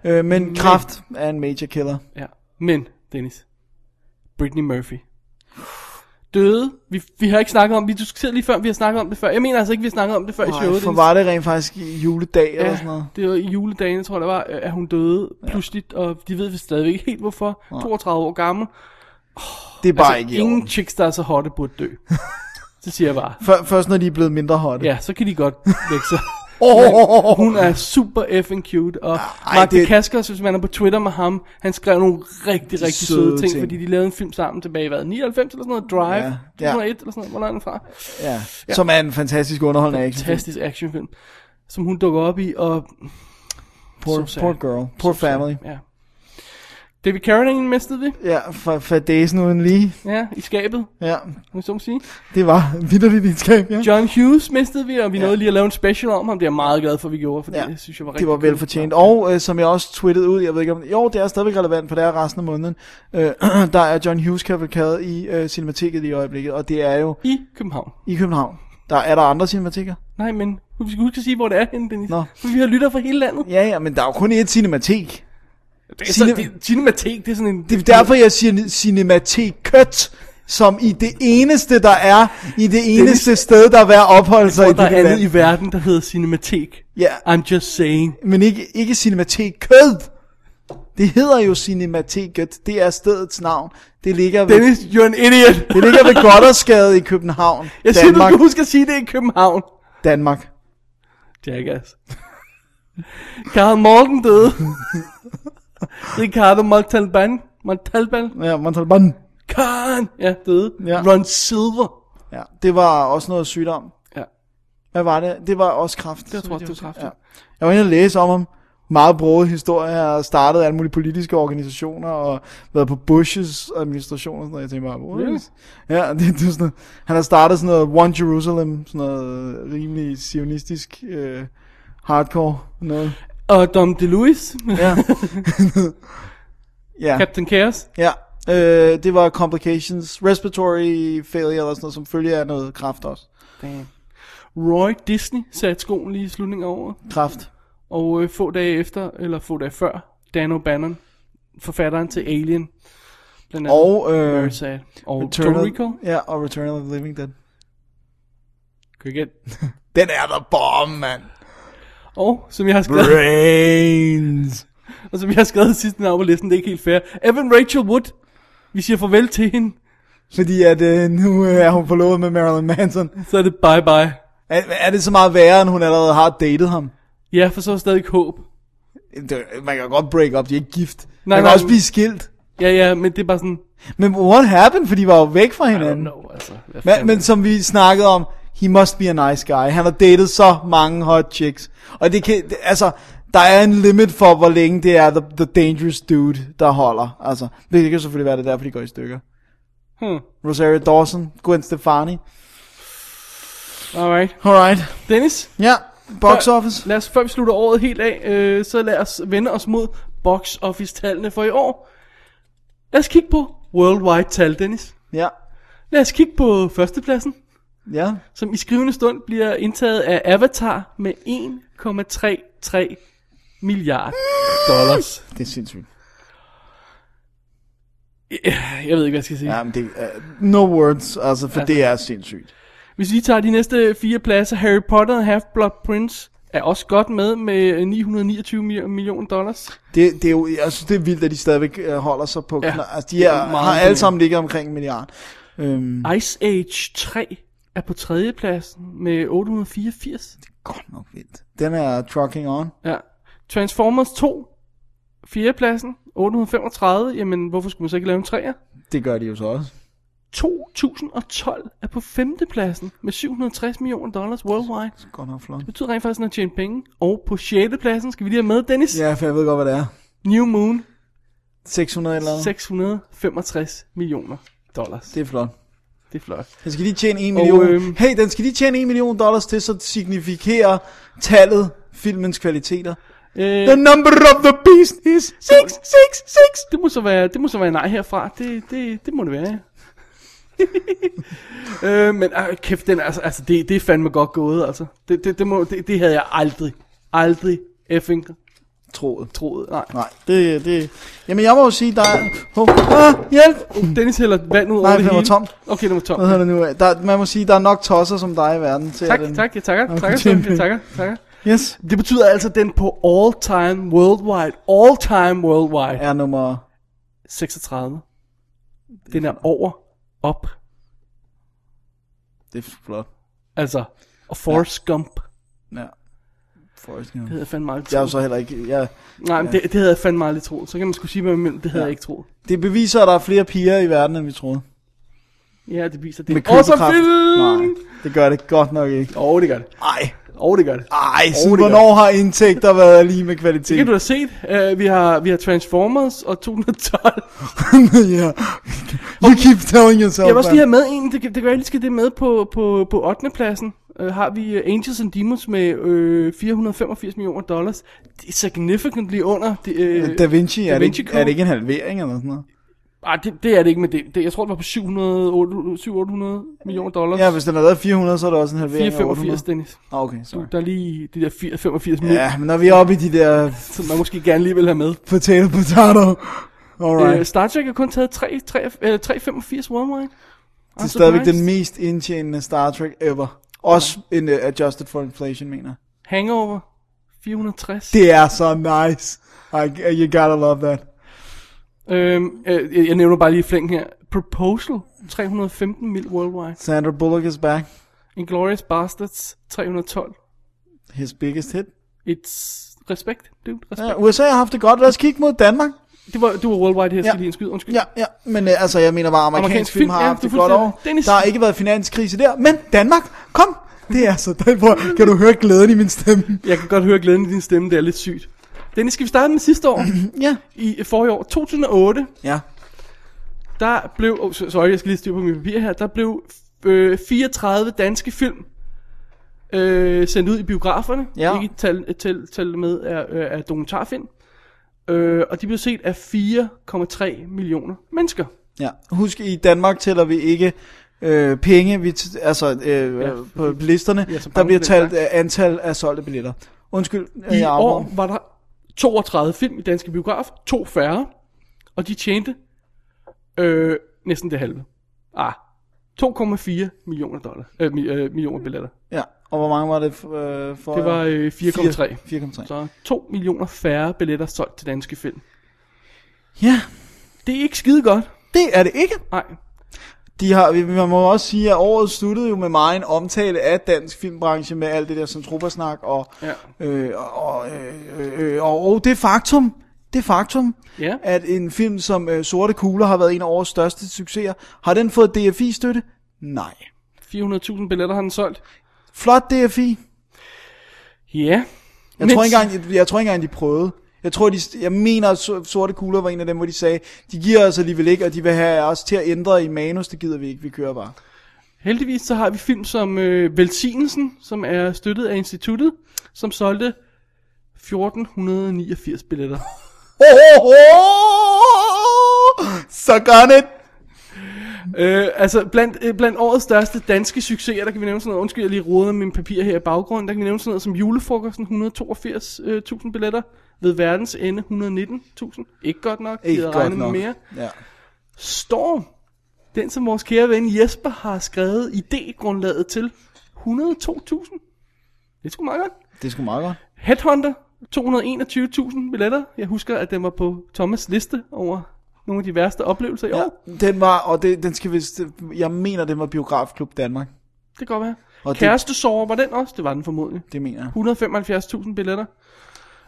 [SPEAKER 4] Ja. Øh, men Kraft er en major killer.
[SPEAKER 3] Ja. Men, Dennis. Britney Murphy. Døde. Vi, vi har ikke snakket om, vi diskuterede lige før, vi har snakket om det før. Jeg mener altså ikke, vi har snakket om det før i
[SPEAKER 4] Nej,
[SPEAKER 3] showet.
[SPEAKER 4] for
[SPEAKER 3] Dennis.
[SPEAKER 4] var det rent faktisk juledag ja.
[SPEAKER 3] Ja,
[SPEAKER 4] eller sådan noget.
[SPEAKER 3] det var i juledagene, tror jeg, det var, øh, at hun døde ja. pludseligt, og de ved vi stadigvæk ikke helt hvorfor. 32 år gammel.
[SPEAKER 4] Det er bare ikke i
[SPEAKER 3] Altså, ingen
[SPEAKER 4] orden.
[SPEAKER 3] chicks, der er så hotte, burde dø. det siger jeg bare.
[SPEAKER 4] Før, først når de er blevet mindre hotte.
[SPEAKER 3] Ja, så kan de godt vække sig.
[SPEAKER 4] Åh.
[SPEAKER 3] hun er super effing cute, og Ej, Mark det...
[SPEAKER 4] det-
[SPEAKER 3] Kaskers, hvis man er på Twitter med ham, han skrev nogle rigtig, rigtig søde, søde
[SPEAKER 4] Søde
[SPEAKER 3] ting, ting,
[SPEAKER 4] ting.
[SPEAKER 3] fordi de lavede en film sammen tilbage i hvad, 99 eller sådan noget, Drive, ja,
[SPEAKER 4] Ja,
[SPEAKER 3] ja.
[SPEAKER 4] ja.
[SPEAKER 3] 2001 eller sådan noget, hvor er den fra?
[SPEAKER 4] Ja. Som er en fantastisk underholdende action.
[SPEAKER 3] Fantastisk actionfilm, som hun dukker op i, og
[SPEAKER 4] Poor,
[SPEAKER 3] sad.
[SPEAKER 4] poor girl. Poor
[SPEAKER 3] Så sad.
[SPEAKER 4] family.
[SPEAKER 3] Ja. David Carradine mistede vi.
[SPEAKER 4] Ja, for, for dagen uden lige.
[SPEAKER 3] Ja, i skabet.
[SPEAKER 4] Ja.
[SPEAKER 3] Må så må sige.
[SPEAKER 4] Det var vidderligt i et skab, ja.
[SPEAKER 3] John Hughes mistede vi, og vi ja. nåede lige at lave en special om ham. Det er jeg meget glad for, at vi gjorde, for ja. det synes jeg var rigtig
[SPEAKER 4] Det var
[SPEAKER 3] cool.
[SPEAKER 4] vel fortjent. Og øh, som jeg også twittede ud, jeg ved ikke om... Jo, det er stadigvæk relevant, for det er resten af måneden. Øh, der er John Hughes kavalkade i øh, Cinemateket i øjeblikket, og det er jo...
[SPEAKER 3] I København.
[SPEAKER 4] I København. Der er der andre cinematikker.
[SPEAKER 3] Nej, men vi skal huske at sige, hvor det er henne, Dennis. Nå. For vi har lyttere fra hele landet.
[SPEAKER 4] Ja, ja, men der er jo kun ét cinematik.
[SPEAKER 3] Det er så, det, cinematek, det er sådan en...
[SPEAKER 4] Det er derfor, jeg siger cinematikøt, som i det eneste, der er, i det eneste sted, der er værd at opholde sig i
[SPEAKER 3] der er
[SPEAKER 4] det
[SPEAKER 3] andet i verden, der hedder cinematek.
[SPEAKER 4] Ja.
[SPEAKER 3] I'm just saying.
[SPEAKER 4] Men ikke, ikke cinematikød. Det hedder jo Cinemateket. Det er stedets navn. Det ligger ved...
[SPEAKER 3] Dennis, you're an idiot.
[SPEAKER 4] Det ligger ved Goddersgade i København.
[SPEAKER 3] Jeg siger, du
[SPEAKER 4] Danmark.
[SPEAKER 3] skal huske at sige det i København.
[SPEAKER 4] Danmark.
[SPEAKER 3] Jackass. Karl Morten døde. Ricardo Montalban. Montalban.
[SPEAKER 4] Ja, Montalban.
[SPEAKER 3] Karen. Ja, døde.
[SPEAKER 4] Ja.
[SPEAKER 3] Ron Silver.
[SPEAKER 4] Ja, det var også noget sygdom.
[SPEAKER 3] Ja.
[SPEAKER 4] Hvad var det? Det var også kræft.
[SPEAKER 3] Jeg tror også, det var
[SPEAKER 4] så
[SPEAKER 3] kræft,
[SPEAKER 4] vidt husker. Jeg var inde og læse om ham. Meget broet historie og startet alle mulige politiske organisationer og været på Bushes administration og sådan noget. Jeg tænkte bare, what?
[SPEAKER 3] Really?
[SPEAKER 4] Ja, det, det er sådan noget. Han har startet sådan noget One Jerusalem, sådan noget rimelig sionistisk øh, hardcore noget.
[SPEAKER 3] Og Dom DeLuis.
[SPEAKER 4] Ja. ja.
[SPEAKER 3] Captain Chaos.
[SPEAKER 4] Ja, øh, det var complications, respiratory failure eller sådan noget, som følge af noget kræft også.
[SPEAKER 3] Damn. Roy Disney satte skoen lige i slutningen af året.
[SPEAKER 4] Kræft.
[SPEAKER 3] Og øh, få dage efter, eller få dage før, Dan O'Bannon, forfatteren til Alien. Blandt andet.
[SPEAKER 4] Og, øh,
[SPEAKER 3] Very sad. Og
[SPEAKER 4] Return
[SPEAKER 3] Total
[SPEAKER 4] of-
[SPEAKER 3] Recall.
[SPEAKER 4] Ja, og Return of the Living Dead.
[SPEAKER 3] Kan vi gætte?
[SPEAKER 4] Den er der bomb, mand.
[SPEAKER 3] Og, som jeg har skrevet...
[SPEAKER 4] Brains.
[SPEAKER 3] Og som jeg har skrevet sidste navn på listen, det er ikke helt fair. Evan Rachel Wood. Vi siger farvel til hende.
[SPEAKER 4] Fordi at øh, nu øh, er hun forlovet med Marilyn Manson.
[SPEAKER 3] Så er det bye bye.
[SPEAKER 4] Er, er det så meget værre, end hun allerede har datet ham?
[SPEAKER 3] Ja, for så er der stadig håb.
[SPEAKER 4] Det, man kan godt break up, de er ikke gift.
[SPEAKER 3] Nej,
[SPEAKER 4] Nej, man kan
[SPEAKER 3] nej,
[SPEAKER 4] også
[SPEAKER 3] men-
[SPEAKER 4] blive skilt.
[SPEAKER 3] Ja, ja, men det er bare sådan...
[SPEAKER 4] Men what happened? For de var jo væk fra hinanden.
[SPEAKER 3] No, altså. Hvad
[SPEAKER 4] Men, men som vi snakkede om, he must be a nice guy. Han har datet så mange hot chicks. Og det kan, det, altså, der er en limit for, hvor længe det er the, the dangerous dude, der holder. Altså, det kan selvfølgelig være det er derfor, de går i stykker.
[SPEAKER 3] Hmm.
[SPEAKER 4] Rosario Dawson, Gwen Stefani.
[SPEAKER 3] Alright.
[SPEAKER 4] Alright.
[SPEAKER 3] Dennis?
[SPEAKER 4] Ja, box
[SPEAKER 3] Før-
[SPEAKER 4] office.
[SPEAKER 3] Lad os, før vi slutter året helt af, øh, så lad os vende os mod box office-tallene for i år. Lad os kigge på worldwide tal, Dennis.
[SPEAKER 4] Ja,
[SPEAKER 3] Lad os kigge på førstepladsen,
[SPEAKER 4] ja.
[SPEAKER 3] som i skrivende stund bliver indtaget af Avatar med 1,33 milliard dollars.
[SPEAKER 4] Det er sindssygt.
[SPEAKER 3] Jeg ved ikke, hvad jeg skal sige.
[SPEAKER 4] Ja, men det øh, er, no words, altså, for
[SPEAKER 3] Altså.
[SPEAKER 4] altså. det er sindssygt.
[SPEAKER 3] Hvis vi tager de næste fire pladser, Harry Potter og Half-Blood Prince er også godt med med 929 mi- millioner dollars.
[SPEAKER 4] Det, det er jo, jeg synes, det er vildt, at de stadigvæk øh, holder sig på.
[SPEAKER 3] Ja,
[SPEAKER 4] Ja, altså, de
[SPEAKER 3] det er meget
[SPEAKER 4] er, har alle
[SPEAKER 3] imponerende.
[SPEAKER 4] sammen ligget omkring en milliard. Øhm,
[SPEAKER 3] Ice Age 3 er på tredje pladsen med 884.
[SPEAKER 4] godt nok vildt. Den er trucking on.
[SPEAKER 3] Ja. Transformers 2, fjerde pladsen, 835. Jamen, hvorfor skulle man så ikke lave en træer?
[SPEAKER 4] Det gør de jo så også.
[SPEAKER 3] 2012 er på femte pladsen med 760 millioner dollars worldwide.
[SPEAKER 4] Det er Godt nok flot.
[SPEAKER 3] Det betyder rent faktisk, at den har tjent penge. Og på sjette pladsen, skal vi lige have med, Dennis?
[SPEAKER 4] Ja, for jeg ved godt, hvad det er.
[SPEAKER 3] New Moon,
[SPEAKER 4] 600 eller andet.
[SPEAKER 3] 665 millioner dollars.
[SPEAKER 4] Det er flot.
[SPEAKER 3] Det er flot.
[SPEAKER 4] Den skal lige tjene 1
[SPEAKER 3] Og,
[SPEAKER 4] million. Og,
[SPEAKER 3] øhm,
[SPEAKER 4] øhm, hey, den skal lige tjene 1 million dollars til, så signifikerer tallet filmens kvaliteter.
[SPEAKER 3] Øh,
[SPEAKER 4] The number of the beast is 666.
[SPEAKER 3] Det må så være, det må så være nej herfra. Det, det, det må det være. ja. øh, men øh, kæft, den, er altså, altså det, det er fandme godt gået, altså. Det, det, det, må, det, det havde jeg aldrig, aldrig effing
[SPEAKER 4] Troet.
[SPEAKER 3] troet. Nej.
[SPEAKER 4] Nej, det, det... Jamen, jeg må jo sige, der er... Oh, ah, hjælp!
[SPEAKER 3] Dennis hælder vand ud over
[SPEAKER 4] Nej,
[SPEAKER 3] det
[SPEAKER 4] den
[SPEAKER 3] hele.
[SPEAKER 4] var tom.
[SPEAKER 3] Okay, den var tom.
[SPEAKER 4] Hvad hedder det nu? af? Der, man må sige, der er nok tosser som dig i verden til
[SPEAKER 3] Tak,
[SPEAKER 4] at den...
[SPEAKER 3] tak, jeg takker,
[SPEAKER 4] Okay,
[SPEAKER 3] takker,
[SPEAKER 4] Tim.
[SPEAKER 3] Tim, jeg takker, takker.
[SPEAKER 4] Yes.
[SPEAKER 3] Det betyder altså, at den på all time worldwide, all time worldwide,
[SPEAKER 4] Er nummer...
[SPEAKER 3] 36. Den er over, op,
[SPEAKER 4] Det er flot.
[SPEAKER 3] altså, og Forrest Gump.
[SPEAKER 4] Ja. Forrest Gump.
[SPEAKER 3] Det havde jeg fandme aldrig
[SPEAKER 4] Jeg er jo
[SPEAKER 3] troet.
[SPEAKER 4] så heller ikke... Jeg,
[SPEAKER 3] Nej, men det, det havde jeg fandme aldrig troet. Så kan man skulle sige, hvad man vil. Det havde ja.
[SPEAKER 4] Ja.
[SPEAKER 3] jeg ikke troet.
[SPEAKER 4] det beviser, at der er flere piger i verden, end vi troede.
[SPEAKER 3] Ja, det viser det.
[SPEAKER 4] Med
[SPEAKER 3] Awesome
[SPEAKER 4] købekraft.
[SPEAKER 3] film!
[SPEAKER 4] Nej, det gør det godt nok ikke.
[SPEAKER 3] Åh, oh, det gør det.
[SPEAKER 4] Nej.
[SPEAKER 3] Og det gør det.
[SPEAKER 4] Ej,
[SPEAKER 3] Åh,
[SPEAKER 4] siden
[SPEAKER 3] det gør
[SPEAKER 4] hvornår har indtægter været lige med
[SPEAKER 3] Det kan
[SPEAKER 4] kvalitet?
[SPEAKER 3] du da se. Uh, vi, har, vi har Transformers og 212.
[SPEAKER 4] yeah. You keep telling yourself
[SPEAKER 3] Jeg vil også lige
[SPEAKER 4] that.
[SPEAKER 3] have med en, det kan, det kan være, jeg lige skal det med på, på, på 8. pladsen. Uh, har vi øh, Angels and Demons med øh, 485 millioner dollars. Det er significantly under det, øh,
[SPEAKER 4] Da Vinci, er,
[SPEAKER 3] Da
[SPEAKER 4] det ikke,
[SPEAKER 3] Vinci
[SPEAKER 4] er det ikke en halvering eller sådan noget?
[SPEAKER 3] Ej, ah, det, det er det ikke, men det, det, jeg tror, det var på 700, 800 700 millioner dollars.
[SPEAKER 4] Ja, hvis den har været 400, så er der også en halvering af
[SPEAKER 3] 485,
[SPEAKER 4] 800.
[SPEAKER 3] Dennis.
[SPEAKER 4] Ah, okay, sorry.
[SPEAKER 3] Du, der er lige de der 4, 85 mil,
[SPEAKER 4] Ja, men når vi er oppe i de der
[SPEAKER 3] som man måske gerne lige vil have med.
[SPEAKER 4] potato potato. Alright.
[SPEAKER 3] Øh, Star Trek har kun taget 3, 3, øh, 385 worldwide.
[SPEAKER 4] Det er stadigvæk den mest indtjenende Star Trek ever. Også in, uh, adjusted for inflation, mener jeg.
[SPEAKER 3] Hangover 460.
[SPEAKER 4] Det er så nice. I, you gotta love that.
[SPEAKER 3] Øhm, øh, jeg, jeg nævner bare lige i flæng her. Proposal 315 mil worldwide.
[SPEAKER 4] Sandra Bullock is back.
[SPEAKER 3] Inglourious Bastards 312.
[SPEAKER 4] His biggest hit.
[SPEAKER 3] It's respekt, dude. Respekt.
[SPEAKER 4] Ja, USA har haft det godt. Lad os kigge mod Danmark.
[SPEAKER 3] Det var, det var worldwide her,
[SPEAKER 4] Ja.
[SPEAKER 3] ja. lige en skyd, undskyld.
[SPEAKER 4] Ja, ja. Men øh, altså, jeg mener bare, amerikansk, amerikansk film har
[SPEAKER 3] ja,
[SPEAKER 4] haft
[SPEAKER 3] det er
[SPEAKER 4] det godt
[SPEAKER 3] fuldstændig.
[SPEAKER 4] år.
[SPEAKER 3] Dennis.
[SPEAKER 4] Der har ikke været finanskrise der. Men Danmark, kom. Det er så derfor. Kan du høre glæden i min stemme?
[SPEAKER 3] Jeg kan godt høre glæden i din stemme, det er lidt sygt. Dennis, skal vi starte med sidste år?
[SPEAKER 4] ja.
[SPEAKER 3] I forrige år, 2008,
[SPEAKER 4] Ja.
[SPEAKER 3] der blev, oh, so- sorry, jeg skal lige styre på mine papirer her, der blev øh, 34 danske film øh, sendt ud i biograferne.
[SPEAKER 4] Ja.
[SPEAKER 3] Ikke tal, tal, tal med af, øh, af dokumentarfilm. Øh, og de blev set af 4,3 millioner mennesker.
[SPEAKER 4] Ja, husk i Danmark tæller vi ikke øh, penge, vi t- altså øh, ja, på listerne,
[SPEAKER 3] ja,
[SPEAKER 4] ja,
[SPEAKER 3] som
[SPEAKER 4] der bliver
[SPEAKER 3] bankbilletter,
[SPEAKER 4] talt øh, antal af solgte billetter. Undskyld, øh,
[SPEAKER 3] I
[SPEAKER 4] jeg afbryder.
[SPEAKER 3] år var der 32 film i danske biograf, to færre, og de tjente øh, næsten det halve. Ah, 2,4 millioner dollar, øh, mi- øh, millioner billetter.
[SPEAKER 4] Ja, og hvor mange var det øh, for?
[SPEAKER 3] Det var øh, 4,3.
[SPEAKER 4] 4,3.
[SPEAKER 3] Så 2 millioner færre billetter solgt til danske film.
[SPEAKER 4] Ja.
[SPEAKER 3] Det er ikke skide godt.
[SPEAKER 4] Det er det ikke.
[SPEAKER 3] Nej.
[SPEAKER 4] De har, vi- man må også sige, at året sluttede jo med meget en omtale af dansk filmbranche med alt det der Santropa-snak og,
[SPEAKER 3] Ja.
[SPEAKER 4] øh, og, øh, øh, øh, og, og det faktum, det faktum,
[SPEAKER 3] Ja.
[SPEAKER 4] at en film som øh, Sorte Kugler har været en af årets største succeser, har den fået DFI-støtte? Nej.
[SPEAKER 3] 400.000 billetter har den solgt.
[SPEAKER 4] Flot DFI.
[SPEAKER 3] Ja.
[SPEAKER 4] Jeg
[SPEAKER 3] Men-
[SPEAKER 4] tror, ikke engang, jeg, jeg tror ikke engang, de prøvede. Jeg tror, de, jeg mener, at So- Sorte Kugler var en af dem, hvor de sagde, de giver os alligevel ikke, og de vil have os til at ændre i manus, det gider vi ikke, vi kører bare.
[SPEAKER 3] Heldigvis så har vi film som øh, Velsignelsen, som er støttet af instituttet, som solgte 1489 billetter.
[SPEAKER 4] Oh, oh, oh! Så gør det!
[SPEAKER 3] øh, altså blandt, øh, blandt årets største danske succeser, der kan vi nævne sådan noget, undskyld jeg lige roder med mine papirer her i baggrunden, der kan vi nævne sådan noget som julefrokosten 182.000 øh, billetter, ved verdens ende 119.000. Ikke godt nok,
[SPEAKER 4] Ikke
[SPEAKER 3] havde
[SPEAKER 4] godt
[SPEAKER 3] regnet med
[SPEAKER 4] nok.
[SPEAKER 3] mere.
[SPEAKER 4] Ja.
[SPEAKER 3] Storm, den som vores kære ven Jesper har skrevet idégrundlaget til, 102.000. Det er sgu meget godt.
[SPEAKER 4] Det er sgu meget godt.
[SPEAKER 3] Headhunter, 221.000 billetter. Jeg husker, at den var på Thomas' liste over nogle af de værste oplevelser i år.
[SPEAKER 4] Ja, den var, og det, den skal vist, jeg mener, den var Biografklub Danmark.
[SPEAKER 3] Det kan godt være.
[SPEAKER 4] Og
[SPEAKER 3] Og
[SPEAKER 4] det-
[SPEAKER 3] Kærestesorger var den også, det var den formodentlig.
[SPEAKER 4] Det mener jeg.
[SPEAKER 3] 175.000 billetter.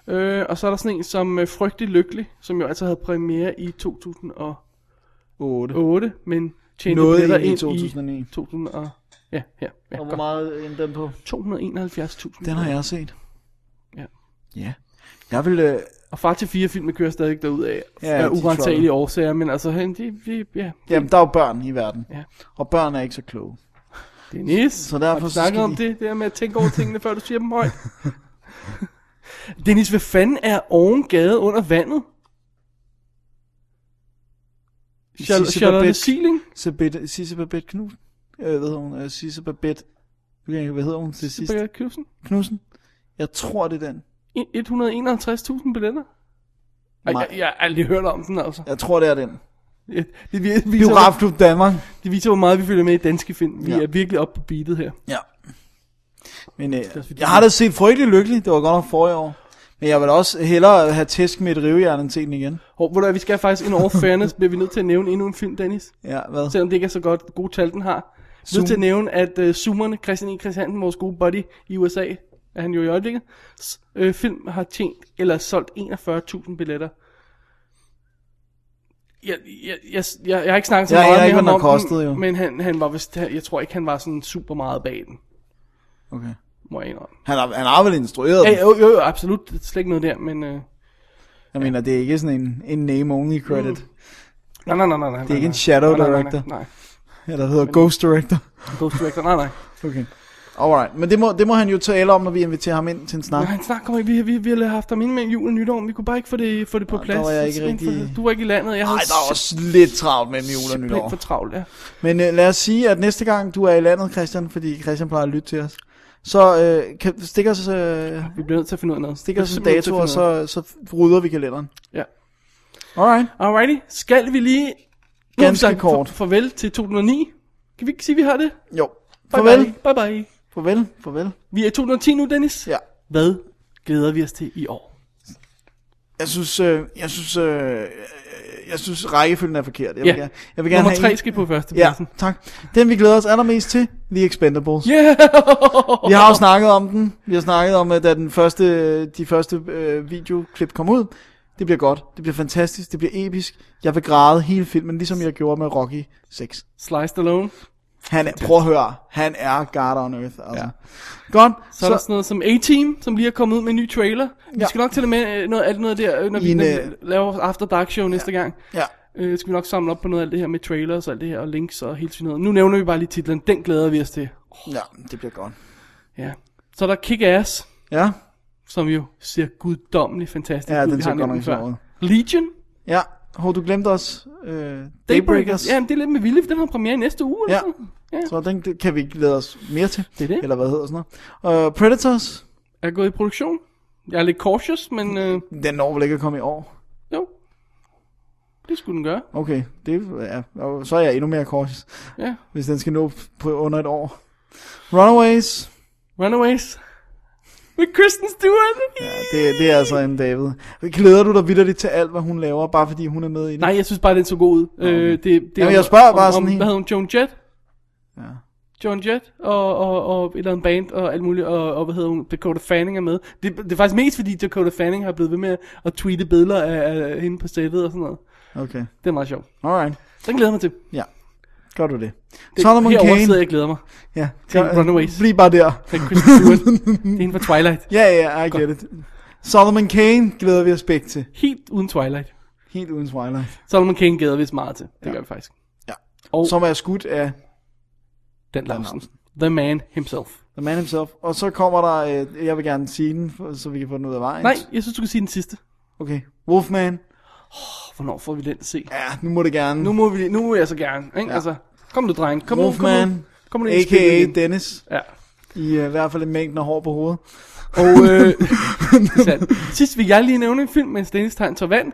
[SPEAKER 3] Øh, og så er der sådan en som øh, Frygtelig Lykkelig, som jo altså havde premiere i 2008,
[SPEAKER 4] 8.
[SPEAKER 3] men tjente
[SPEAKER 4] Nåede
[SPEAKER 3] billetter
[SPEAKER 4] ind i
[SPEAKER 3] ind
[SPEAKER 4] 2009.
[SPEAKER 3] i 2000 og... Ja, ja, ja.
[SPEAKER 4] Og hvor
[SPEAKER 3] godt.
[SPEAKER 4] meget endte den på?
[SPEAKER 3] 271.000.
[SPEAKER 4] Den har jeg set.
[SPEAKER 3] Ja.
[SPEAKER 4] Ja. Jeg vil, øh,
[SPEAKER 3] Og far til fire filmen kører stadig derudad.
[SPEAKER 4] Ja,
[SPEAKER 3] Ja, af
[SPEAKER 4] de
[SPEAKER 3] urensagelige
[SPEAKER 4] troller.
[SPEAKER 3] årsager, men altså, han, de, de, ja,
[SPEAKER 4] jamen, der er jo børn i verden.
[SPEAKER 3] Ja.
[SPEAKER 4] Og børn er ikke så kloge.
[SPEAKER 3] Dennis,
[SPEAKER 4] Så derfor
[SPEAKER 3] har du
[SPEAKER 4] så
[SPEAKER 3] snakket
[SPEAKER 4] skal
[SPEAKER 3] om
[SPEAKER 4] de-
[SPEAKER 3] det, det der med at tænke over tingene, før du siger dem højt? Dennis, hvad fanden er ovengade under vandet? Charl-
[SPEAKER 4] Sisse
[SPEAKER 3] Charlotte
[SPEAKER 4] Babette-
[SPEAKER 3] Seeling?
[SPEAKER 4] Sabette- Sisse Babette Knudsen. Øh, hvad hedder hun? Øh, Sisse Babette. Jeg kan ikke- Hvad hedder hun til sidst?
[SPEAKER 3] Babette Knudsen?
[SPEAKER 4] Knudsen. Jeg tror, det er den.
[SPEAKER 3] I- 151.000 billetter? Ej,
[SPEAKER 4] Nej.
[SPEAKER 3] jeg, jeg har aldrig hørt om den, altså.
[SPEAKER 4] Jeg tror, det er den.
[SPEAKER 3] Ja, Det vi- viser, hvor,
[SPEAKER 4] Biografklub Danmark.
[SPEAKER 3] det viser, hvor meget vi følger med i danske film. Vi
[SPEAKER 4] Ja.
[SPEAKER 3] er virkelig oppe på beatet her.
[SPEAKER 4] Ja. Men øh,
[SPEAKER 3] også fordi,
[SPEAKER 4] jeg
[SPEAKER 3] det-
[SPEAKER 4] har da set frygtelig lykkelig. Det var godt nok forrige år. Men jeg vil også hellere have tæsk med et rivejern end se den igen.
[SPEAKER 3] Hov, ved du hvad, vi skal faktisk, in all fairness, bliver vi nødt til at nævne endnu en film, Dennis.
[SPEAKER 4] Ja, hvad?
[SPEAKER 3] Selvom det ikke er så godt gode tal, den har.
[SPEAKER 4] Zoom.
[SPEAKER 3] Nødt til at nævne, at uh, Zoomerne, Christian E. Christiansen, vores gode buddy i USA, er han jo i øjeblikket, s- øh, film har tjent eller solgt 41.000 billetter. Jeg, jeg, jeg, jeg, jeg har ikke snakket så
[SPEAKER 4] Jeg aner
[SPEAKER 3] meget med
[SPEAKER 4] ikke,
[SPEAKER 3] ham
[SPEAKER 4] hvad
[SPEAKER 3] om
[SPEAKER 4] den har kostet,
[SPEAKER 3] den,
[SPEAKER 4] jo.
[SPEAKER 3] men han, han var vist, jeg tror ikke, han var sådan super meget bag den.
[SPEAKER 4] Okay.
[SPEAKER 3] må jeg indrømme.
[SPEAKER 4] Han har, han har vel instrueret
[SPEAKER 3] Ja,
[SPEAKER 4] den.
[SPEAKER 3] jo, jo, jo, absolut. Det er slet ikke noget der, men... Øh,
[SPEAKER 4] Jeg mener, det er ikke sådan en, en name-only credit.
[SPEAKER 3] Mm. nej, nej, nej, nej, nej.
[SPEAKER 4] Det er ikke en shadow
[SPEAKER 3] nej, nej, nej,
[SPEAKER 4] director.
[SPEAKER 3] Nej, nej. Mm.
[SPEAKER 4] Eller hedder Ghost Director.
[SPEAKER 3] Ghost Director, nej, nej.
[SPEAKER 4] Okay. Alright, men det må, det må han jo tale om, når vi inviterer ham ind til en snak.
[SPEAKER 3] Nej, han snak kommer ikke. Vi, vi, vi har haft ham inde med jul og nytår, men vi kunne bare ikke få det, få det på
[SPEAKER 4] der
[SPEAKER 3] plads.
[SPEAKER 4] var jeg ikke
[SPEAKER 3] Simpelthen
[SPEAKER 4] rigtig-
[SPEAKER 3] for- Du var ikke i landet, jeg
[SPEAKER 4] Nej,
[SPEAKER 3] havde
[SPEAKER 4] der er også lidt travlt med jul og
[SPEAKER 3] simpelthen
[SPEAKER 4] nytår.
[SPEAKER 3] for travlt, ja.
[SPEAKER 4] Men øh, lad os sige, at næste gang du er i landet, Christian, fordi Christian plejer at lytte til os, så øh, kan, stik os, øh,
[SPEAKER 3] Vi bliver nødt til at finde ud af noget.
[SPEAKER 4] stik os en
[SPEAKER 3] Simpelthen nødt til
[SPEAKER 4] dato,
[SPEAKER 3] at
[SPEAKER 4] og
[SPEAKER 3] finde noget.
[SPEAKER 4] så, så rydder vi kalenderen.
[SPEAKER 3] Ja.
[SPEAKER 4] Alright.
[SPEAKER 3] Alrighty. Skal vi lige... Nu har vi
[SPEAKER 4] Ganske
[SPEAKER 3] sagt
[SPEAKER 4] kort.
[SPEAKER 3] fa- farvel til 2009. Kan vi ikke sige, at vi har det?
[SPEAKER 4] Jo.
[SPEAKER 3] Bye
[SPEAKER 4] Farvel.
[SPEAKER 3] Bye bye. bye.
[SPEAKER 4] Farvel, farvel.
[SPEAKER 3] Vi er i 2010 nu, Dennis.
[SPEAKER 4] Ja.
[SPEAKER 3] Hvad glæder vi os til i år?
[SPEAKER 4] Jeg synes, øh, jeg synes, øh, øh, jeg synes rækkefølgen er forkert. Jeg
[SPEAKER 3] Ja.
[SPEAKER 4] gerne- jeg vil gerne
[SPEAKER 3] Nummer
[SPEAKER 4] have
[SPEAKER 3] tre
[SPEAKER 4] en-
[SPEAKER 3] skal på
[SPEAKER 4] Ja,
[SPEAKER 3] førstepladsen.
[SPEAKER 4] tak. Den vi glæder os allermest til, The Expendables.
[SPEAKER 3] Yeah!
[SPEAKER 4] Vi har jo snakket om den. Vi har snakket om, at da den første, de første øh, videoklip kom ud, det bliver godt, det bliver fantastisk, det bliver episk. Jeg vil græde hele filmen, ligesom jeg gjorde med Rocky 6.
[SPEAKER 3] Sliced alone.
[SPEAKER 4] Han er, prøv at høre, han er God on Earth. Altså. Ja. Godt,
[SPEAKER 3] Så, så er der sådan noget som A-Team, som lige er kommet ud med en ny trailer. Vi
[SPEAKER 4] Ja.
[SPEAKER 3] skal nok til det med øh, noget, alt noget der, øh, når
[SPEAKER 4] I
[SPEAKER 3] vi
[SPEAKER 4] en,
[SPEAKER 3] den,
[SPEAKER 4] øh,
[SPEAKER 3] laver vores After Dark show næste gang.
[SPEAKER 4] Ja.
[SPEAKER 3] Øh, skal vi nok samle op på noget af alt det her med trailers og alt det her, og links og hele sådan noget. Nu nævner vi bare lige titlen. Den glæder vi os til.
[SPEAKER 4] ja, det bliver godt.
[SPEAKER 3] Ja. Så er der Kick-Ass,
[SPEAKER 4] Ja,
[SPEAKER 3] som jo ser guddommeligt fantastisk
[SPEAKER 4] ja
[SPEAKER 3] ud.
[SPEAKER 4] den
[SPEAKER 3] Vi
[SPEAKER 4] så
[SPEAKER 3] har
[SPEAKER 4] godt
[SPEAKER 3] nævnt
[SPEAKER 4] nok
[SPEAKER 3] den
[SPEAKER 4] sådan
[SPEAKER 3] før.
[SPEAKER 4] noget.
[SPEAKER 3] Legion.
[SPEAKER 4] Ja, hov, du glemte også øh, Daybreakers.
[SPEAKER 3] Daybreakers. Ja, men det er lidt med vilje, for den har premiere i næste uge.
[SPEAKER 4] Ja.
[SPEAKER 3] Eller sådan.
[SPEAKER 4] Så den det kan vi glæde os mere til.
[SPEAKER 3] Det er det.
[SPEAKER 4] Eller hvad hedder sådan noget. Uh, Predators.
[SPEAKER 3] Er gået i produktion. Jeg er lidt cautious, men øh,
[SPEAKER 4] Den når vel ikke at komme i år.
[SPEAKER 3] jo. Det skulle den gøre.
[SPEAKER 4] Okay, det er, og så er jeg endnu mere cautious,
[SPEAKER 3] Ja.
[SPEAKER 4] hvis den skal nå på under et år. Runaways.
[SPEAKER 3] Runaways. Med Kristen Stewart.
[SPEAKER 4] Ja, det, det er altså en David. Glæder du dig vidderligt til alt, hvad hun laver, bare fordi hun er med i det?
[SPEAKER 3] Nej, jeg synes bare, den så god ud. Øh, det, det
[SPEAKER 4] Jamen,
[SPEAKER 3] om-
[SPEAKER 4] jeg spørger bare
[SPEAKER 3] om,
[SPEAKER 4] sådan
[SPEAKER 3] om,
[SPEAKER 4] helt-
[SPEAKER 3] Hvad hedder hun? Joan Jett?
[SPEAKER 4] Ja.
[SPEAKER 3] Joan Jett og, og, og et eller andet band og alt muligt, og, og hvad hedder hun, Dakota Fanning er med. Det, det er faktisk mest fordi Dakota Fanning har blevet ved med at tweete billeder af, af hende på sættet og sådan noget.
[SPEAKER 4] Okay,
[SPEAKER 3] Det er meget sjovt.
[SPEAKER 4] alright.
[SPEAKER 3] Den glæder jeg mig til.
[SPEAKER 4] Ja, gør du det.
[SPEAKER 3] Det,
[SPEAKER 4] Solomon
[SPEAKER 3] herovre
[SPEAKER 4] Kane.
[SPEAKER 3] sidder jeg og glæder mig.
[SPEAKER 4] Ja,
[SPEAKER 3] Til
[SPEAKER 4] gør-
[SPEAKER 3] Runaways.
[SPEAKER 4] Bliv bare der.
[SPEAKER 3] Med Kristen Stewart. det er hende fra Twilight.
[SPEAKER 4] Ja, ja, I get it. Solomon Kane glæder vi os begge til.
[SPEAKER 3] Helt uden Twilight.
[SPEAKER 4] Helt uden Twilight.
[SPEAKER 3] Solomon Kane glæder vi os meget til. Det ja. gør vi faktisk.
[SPEAKER 4] Ja.
[SPEAKER 3] Og
[SPEAKER 4] Som er skudt af
[SPEAKER 3] Dan Lausen. The man himself.
[SPEAKER 4] The Man Himself. Og så kommer der, øh, jeg vil gerne sige den, for- så vi kan få den ud af vejen.
[SPEAKER 3] Nej, jeg synes, du kan sige den sidste.
[SPEAKER 4] Okay. Wolfman.
[SPEAKER 3] Åh, Hvornår får vi den at se?
[SPEAKER 4] Ja, nu må det gerne.
[SPEAKER 3] Nu må vi, nu må jeg så gerne, ikke? Ja. Altså, kom nu, dreng. Kom
[SPEAKER 4] Wolfman,
[SPEAKER 3] nu, kom nu. Kom nu ind i spillet
[SPEAKER 4] a.k.a.
[SPEAKER 3] igen.
[SPEAKER 4] Dennis.
[SPEAKER 3] Ja.
[SPEAKER 4] I øh, hvert fald en mængden af hår på hovedet.
[SPEAKER 3] Og øh, det er sandt. sidst vil jeg lige nævne en film, mens Dennis tager en tår vand.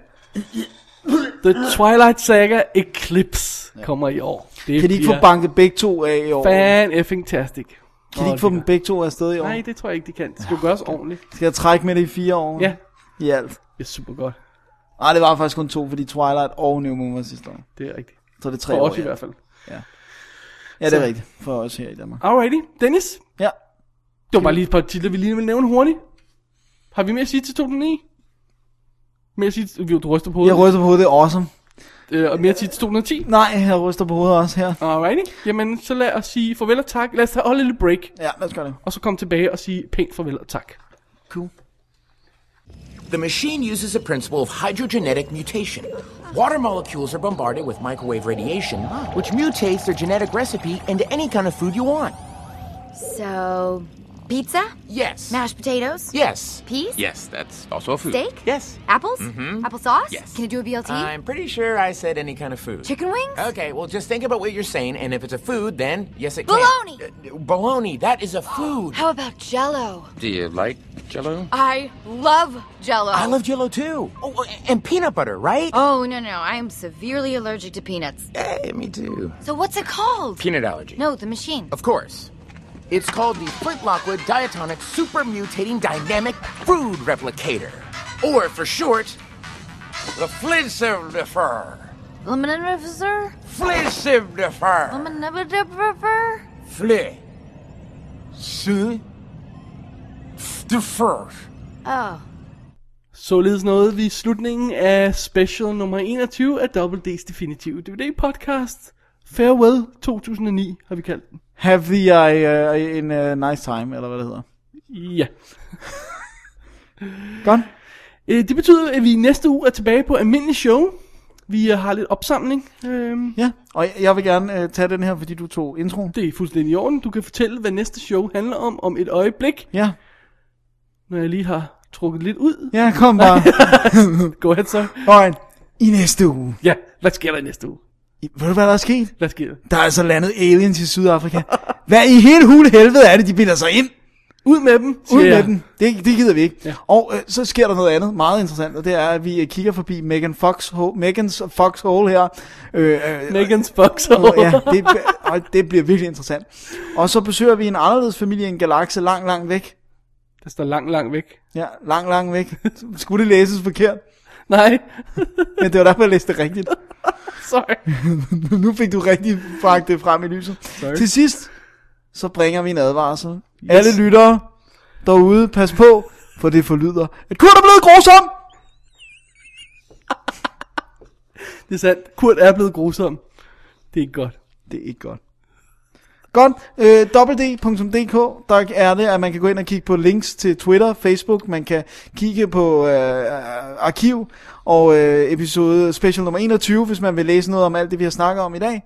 [SPEAKER 3] The Twilight Saga Eclipse kommer i år. Det
[SPEAKER 4] Kan de ikke få banket begge to af i år?
[SPEAKER 3] Fan effing tastic.
[SPEAKER 4] Kan de ikke få dem begge to afsted i år?
[SPEAKER 3] Nej, det tror jeg ikke, de kan. Det skal jo gøres ordentligt.
[SPEAKER 4] Skal jeg trække med det i fire år?
[SPEAKER 3] Ja,
[SPEAKER 4] I alt.
[SPEAKER 3] det er super godt.
[SPEAKER 4] Nej, det var faktisk kun to, fordi Twilight og New Moon var sidste år.
[SPEAKER 3] Det er rigtigt.
[SPEAKER 4] Så det er tre
[SPEAKER 3] For
[SPEAKER 4] år.
[SPEAKER 3] os i
[SPEAKER 4] alt.
[SPEAKER 3] hvert fald.
[SPEAKER 4] Ja, det er
[SPEAKER 3] Så-
[SPEAKER 4] rigtigt. For os her i Danmark.
[SPEAKER 3] Alrighty, Dennis.
[SPEAKER 4] Ja.
[SPEAKER 3] Det var bare lige et par titler, vi lige vil nævne hurtigt. Har vi mere at sige til 2009? Mere at sige til... Vi ryster på
[SPEAKER 4] Jeg
[SPEAKER 3] hovedet.
[SPEAKER 4] ryster på hovedet, det er awesome.
[SPEAKER 3] Øh, og mere at sige til 2010?
[SPEAKER 4] Nej, jeg ryster på hovedet også her.
[SPEAKER 3] Alrighty. Jamen, så lad os sige farvel og tak. Lad os tage holde et lille break,
[SPEAKER 4] Ja, lad os gøre det.
[SPEAKER 3] og så komme tilbage og sige pænt farvel og tak.
[SPEAKER 15] The machine uses a principle of hydrogenetic mutation. Water molecules are bombarded with microwave radiation, which mutates their genetic recipe into any kind of food you want.
[SPEAKER 7] So, pizza?
[SPEAKER 15] Yes.
[SPEAKER 7] Mashed potatoes?
[SPEAKER 15] Yes.
[SPEAKER 7] Peas?
[SPEAKER 15] Yes, that's also a food.
[SPEAKER 7] Steak?
[SPEAKER 15] Yes.
[SPEAKER 7] Apples?
[SPEAKER 15] Mhm.
[SPEAKER 7] Applesauce?
[SPEAKER 15] Yes.
[SPEAKER 7] Can it do a BLT?
[SPEAKER 15] I'm pretty sure I said any kind of food.
[SPEAKER 7] Chicken wings?
[SPEAKER 15] Okay, well, just think about what you're saying, and if it's a food, then yes, it
[SPEAKER 7] Bologna.
[SPEAKER 15] can. Bologna! Bologna, that is a food.
[SPEAKER 7] How about jello?
[SPEAKER 15] Do you like jello?
[SPEAKER 7] I love jello.
[SPEAKER 15] I love jello too. Oh, and peanut butter, right?
[SPEAKER 7] Oh, no, no. I am severely allergic to peanuts.
[SPEAKER 15] Hey, me too.
[SPEAKER 7] So, what's it called?
[SPEAKER 15] Peanut allergy.
[SPEAKER 7] No, the machine.
[SPEAKER 15] Of course. It's called the Flint Lockwood Diatonic Super Mutating Dynamic Food Replicator. Or for short, the Flintsivifer.
[SPEAKER 7] Lemon river?
[SPEAKER 15] Flintsivifer.
[SPEAKER 7] Lemon river?
[SPEAKER 15] Fli. Sy. Defer.
[SPEAKER 7] Oh.
[SPEAKER 3] Således nåede vi slutningen af special nummer 21 af Double D's Definitive DVD podcast. Farewell 2009 har vi kaldt den.
[SPEAKER 4] Have the, uh, en uh, nice uh, time, eller hvad det hedder.
[SPEAKER 3] Ja. Godt. Øh, det betyder, at vi i næste uge er tilbage på almindelig show. Vi øh, har lidt opsamling. Øhm,
[SPEAKER 4] ja, og jeg- jeg vil gerne øh, tage den her, fordi du tog introen.
[SPEAKER 3] Det er fuldstændig i orden. Du kan fortælle, hvad næste show handler om om et øjeblik.
[SPEAKER 4] Ja.
[SPEAKER 3] Når jeg lige har trukket lidt ud.
[SPEAKER 4] Ja, kom bare.
[SPEAKER 3] Go ahead, så.
[SPEAKER 4] Alright, i næste uge.
[SPEAKER 3] Ja, hvad sker der i næste uge?
[SPEAKER 4] I- Ved du, hvad der er sket?
[SPEAKER 3] Hvad sker der?
[SPEAKER 4] Der er altså landet aliens i Sydafrika. hvad i hele hule helvede er det, de bilder sig ind?
[SPEAKER 3] Ud med dem. siger
[SPEAKER 4] Ud med
[SPEAKER 3] jeg.
[SPEAKER 4] den. Det, det gider vi ikke. Ja. Og øh, så sker der noget andet meget interessant, og det er, at vi øh, kigger forbi Megan Fox, Megan's Foxhole her. Øh,
[SPEAKER 3] Megan's Foxhole.
[SPEAKER 4] ja, det, og det bliver virkelig interessant. Og så besøger vi en anderledes familie i en galakse langt, langt væk.
[SPEAKER 3] Der står langt, langt væk.
[SPEAKER 4] Ja, langt, langt væk. Skulle det læses forkert?
[SPEAKER 3] Nej.
[SPEAKER 4] Men det var derfor, jeg læste det rigtigt.
[SPEAKER 3] Sorry.
[SPEAKER 4] nu fik du rigtig bragt det frem i lyset.
[SPEAKER 3] Sorry.
[SPEAKER 4] Til sidst, så bringer vi en advarsel. Yes. Alle lyttere derude, pas på, for det forlyder, at Kurt er blevet grusom!
[SPEAKER 3] Det er sandt. Kurt er blevet grusom. Det er ikke godt.
[SPEAKER 4] Det er ikke godt. Godt, øh, www.dk, der er det, at man kan gå ind og kigge på links til Twitter, Facebook, man kan kigge på øh, arkiv og øh, episode special nummer 21, hvis man vil læse noget om alt det, vi har snakket om i dag.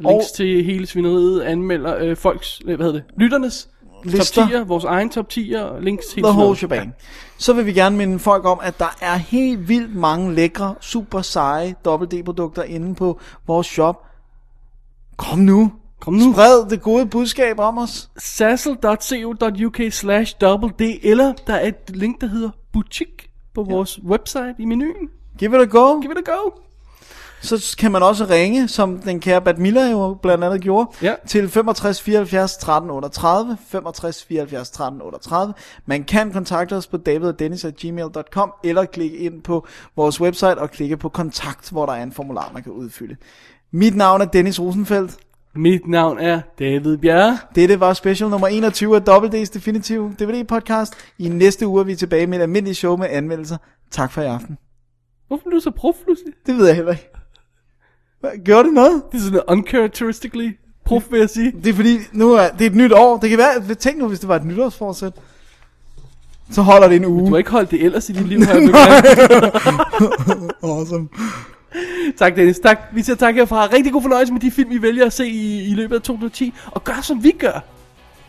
[SPEAKER 3] Links og... til hele svineriet anmelder øh, folks, øh, hvad hedder det, lytternes
[SPEAKER 4] Lister.
[SPEAKER 3] top 10'er, vores egen top 10'er, links til
[SPEAKER 4] The
[SPEAKER 3] hele
[SPEAKER 4] whole
[SPEAKER 3] svineriet.
[SPEAKER 4] shebang. Så vil vi gerne minde folk om, at der er helt vildt mange lækre, super seje D-produkter inde på vores shop. Kom nu.
[SPEAKER 3] Kom nu.
[SPEAKER 4] Spred det gode budskab om os.
[SPEAKER 3] sassel.co.uk slash double D, eller der er et link, der hedder butik på vores website i menuen.
[SPEAKER 4] Give it a go.
[SPEAKER 3] Give it a go.
[SPEAKER 4] Så kan man også ringe, som den kære Badmilla jo blandt andet gjorde,
[SPEAKER 3] ja.
[SPEAKER 4] til 65 74 13 38, 65 74 13 38. Man kan kontakte os på davidogdennis.gmail.com, eller klikke ind på vores website og klikke på kontakt, hvor der er en formular, man kan udfylde. Mit navn er Dennis Rosenfeldt.
[SPEAKER 3] Mit navn er David Bjerre.
[SPEAKER 4] Dette var special nummer 21 af Double D's Definitive DVD-podcast. I næste uge er vi tilbage med et almindeligt show med anmeldelser. Tak for i aften.
[SPEAKER 3] Hvorfor blev du så prof pludselig?
[SPEAKER 4] Det ved jeg heller ikke. Hvad, Gjorde det noget?
[SPEAKER 3] Det er sådan uncharacteristically prof, vil jeg sige.
[SPEAKER 4] Det er fordi, nu er det er et nyt år. Det kan være, tænk nu, hvis det var et nytårsforsæt. Så holder det en uge.
[SPEAKER 3] Du har ikke holdt det ellers i dit liv, har jeg begyndt.
[SPEAKER 4] awesome.
[SPEAKER 3] Tak Dennis, tak. Vi siger tak herfra. Rigtig god fornøjelse med de film, I vælger at se i, i løbet af 2010. Og gør som vi gør.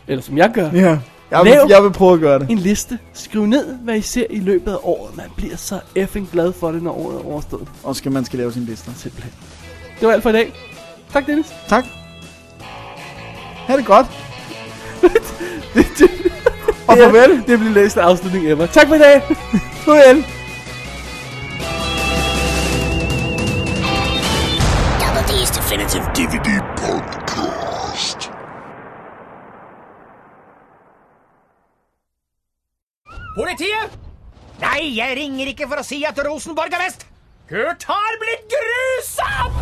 [SPEAKER 3] Eller som jeg gør.
[SPEAKER 4] Ja. Jeg vil,
[SPEAKER 3] Lav
[SPEAKER 4] jeg vil prøve at gøre det.
[SPEAKER 3] en liste. Skriv ned, hvad I ser i løbet af året. Man bliver så effing glad for det, når året er overstået.
[SPEAKER 4] Og skal man skal lave sin lister.
[SPEAKER 3] Simpelthen. Det var alt for i dag. Tak Dennis.
[SPEAKER 4] Tak. Ha' det godt.
[SPEAKER 3] Og farvel. Det bliver næste afslutning ever. Tak for i dag.
[SPEAKER 4] farvel.
[SPEAKER 1] Double D's Definitive DVD
[SPEAKER 16] Podcast.
[SPEAKER 15] Politiet! Nei, jeg ringer ikke for å si at Rosenborg er best. Kurt har blitt grusom!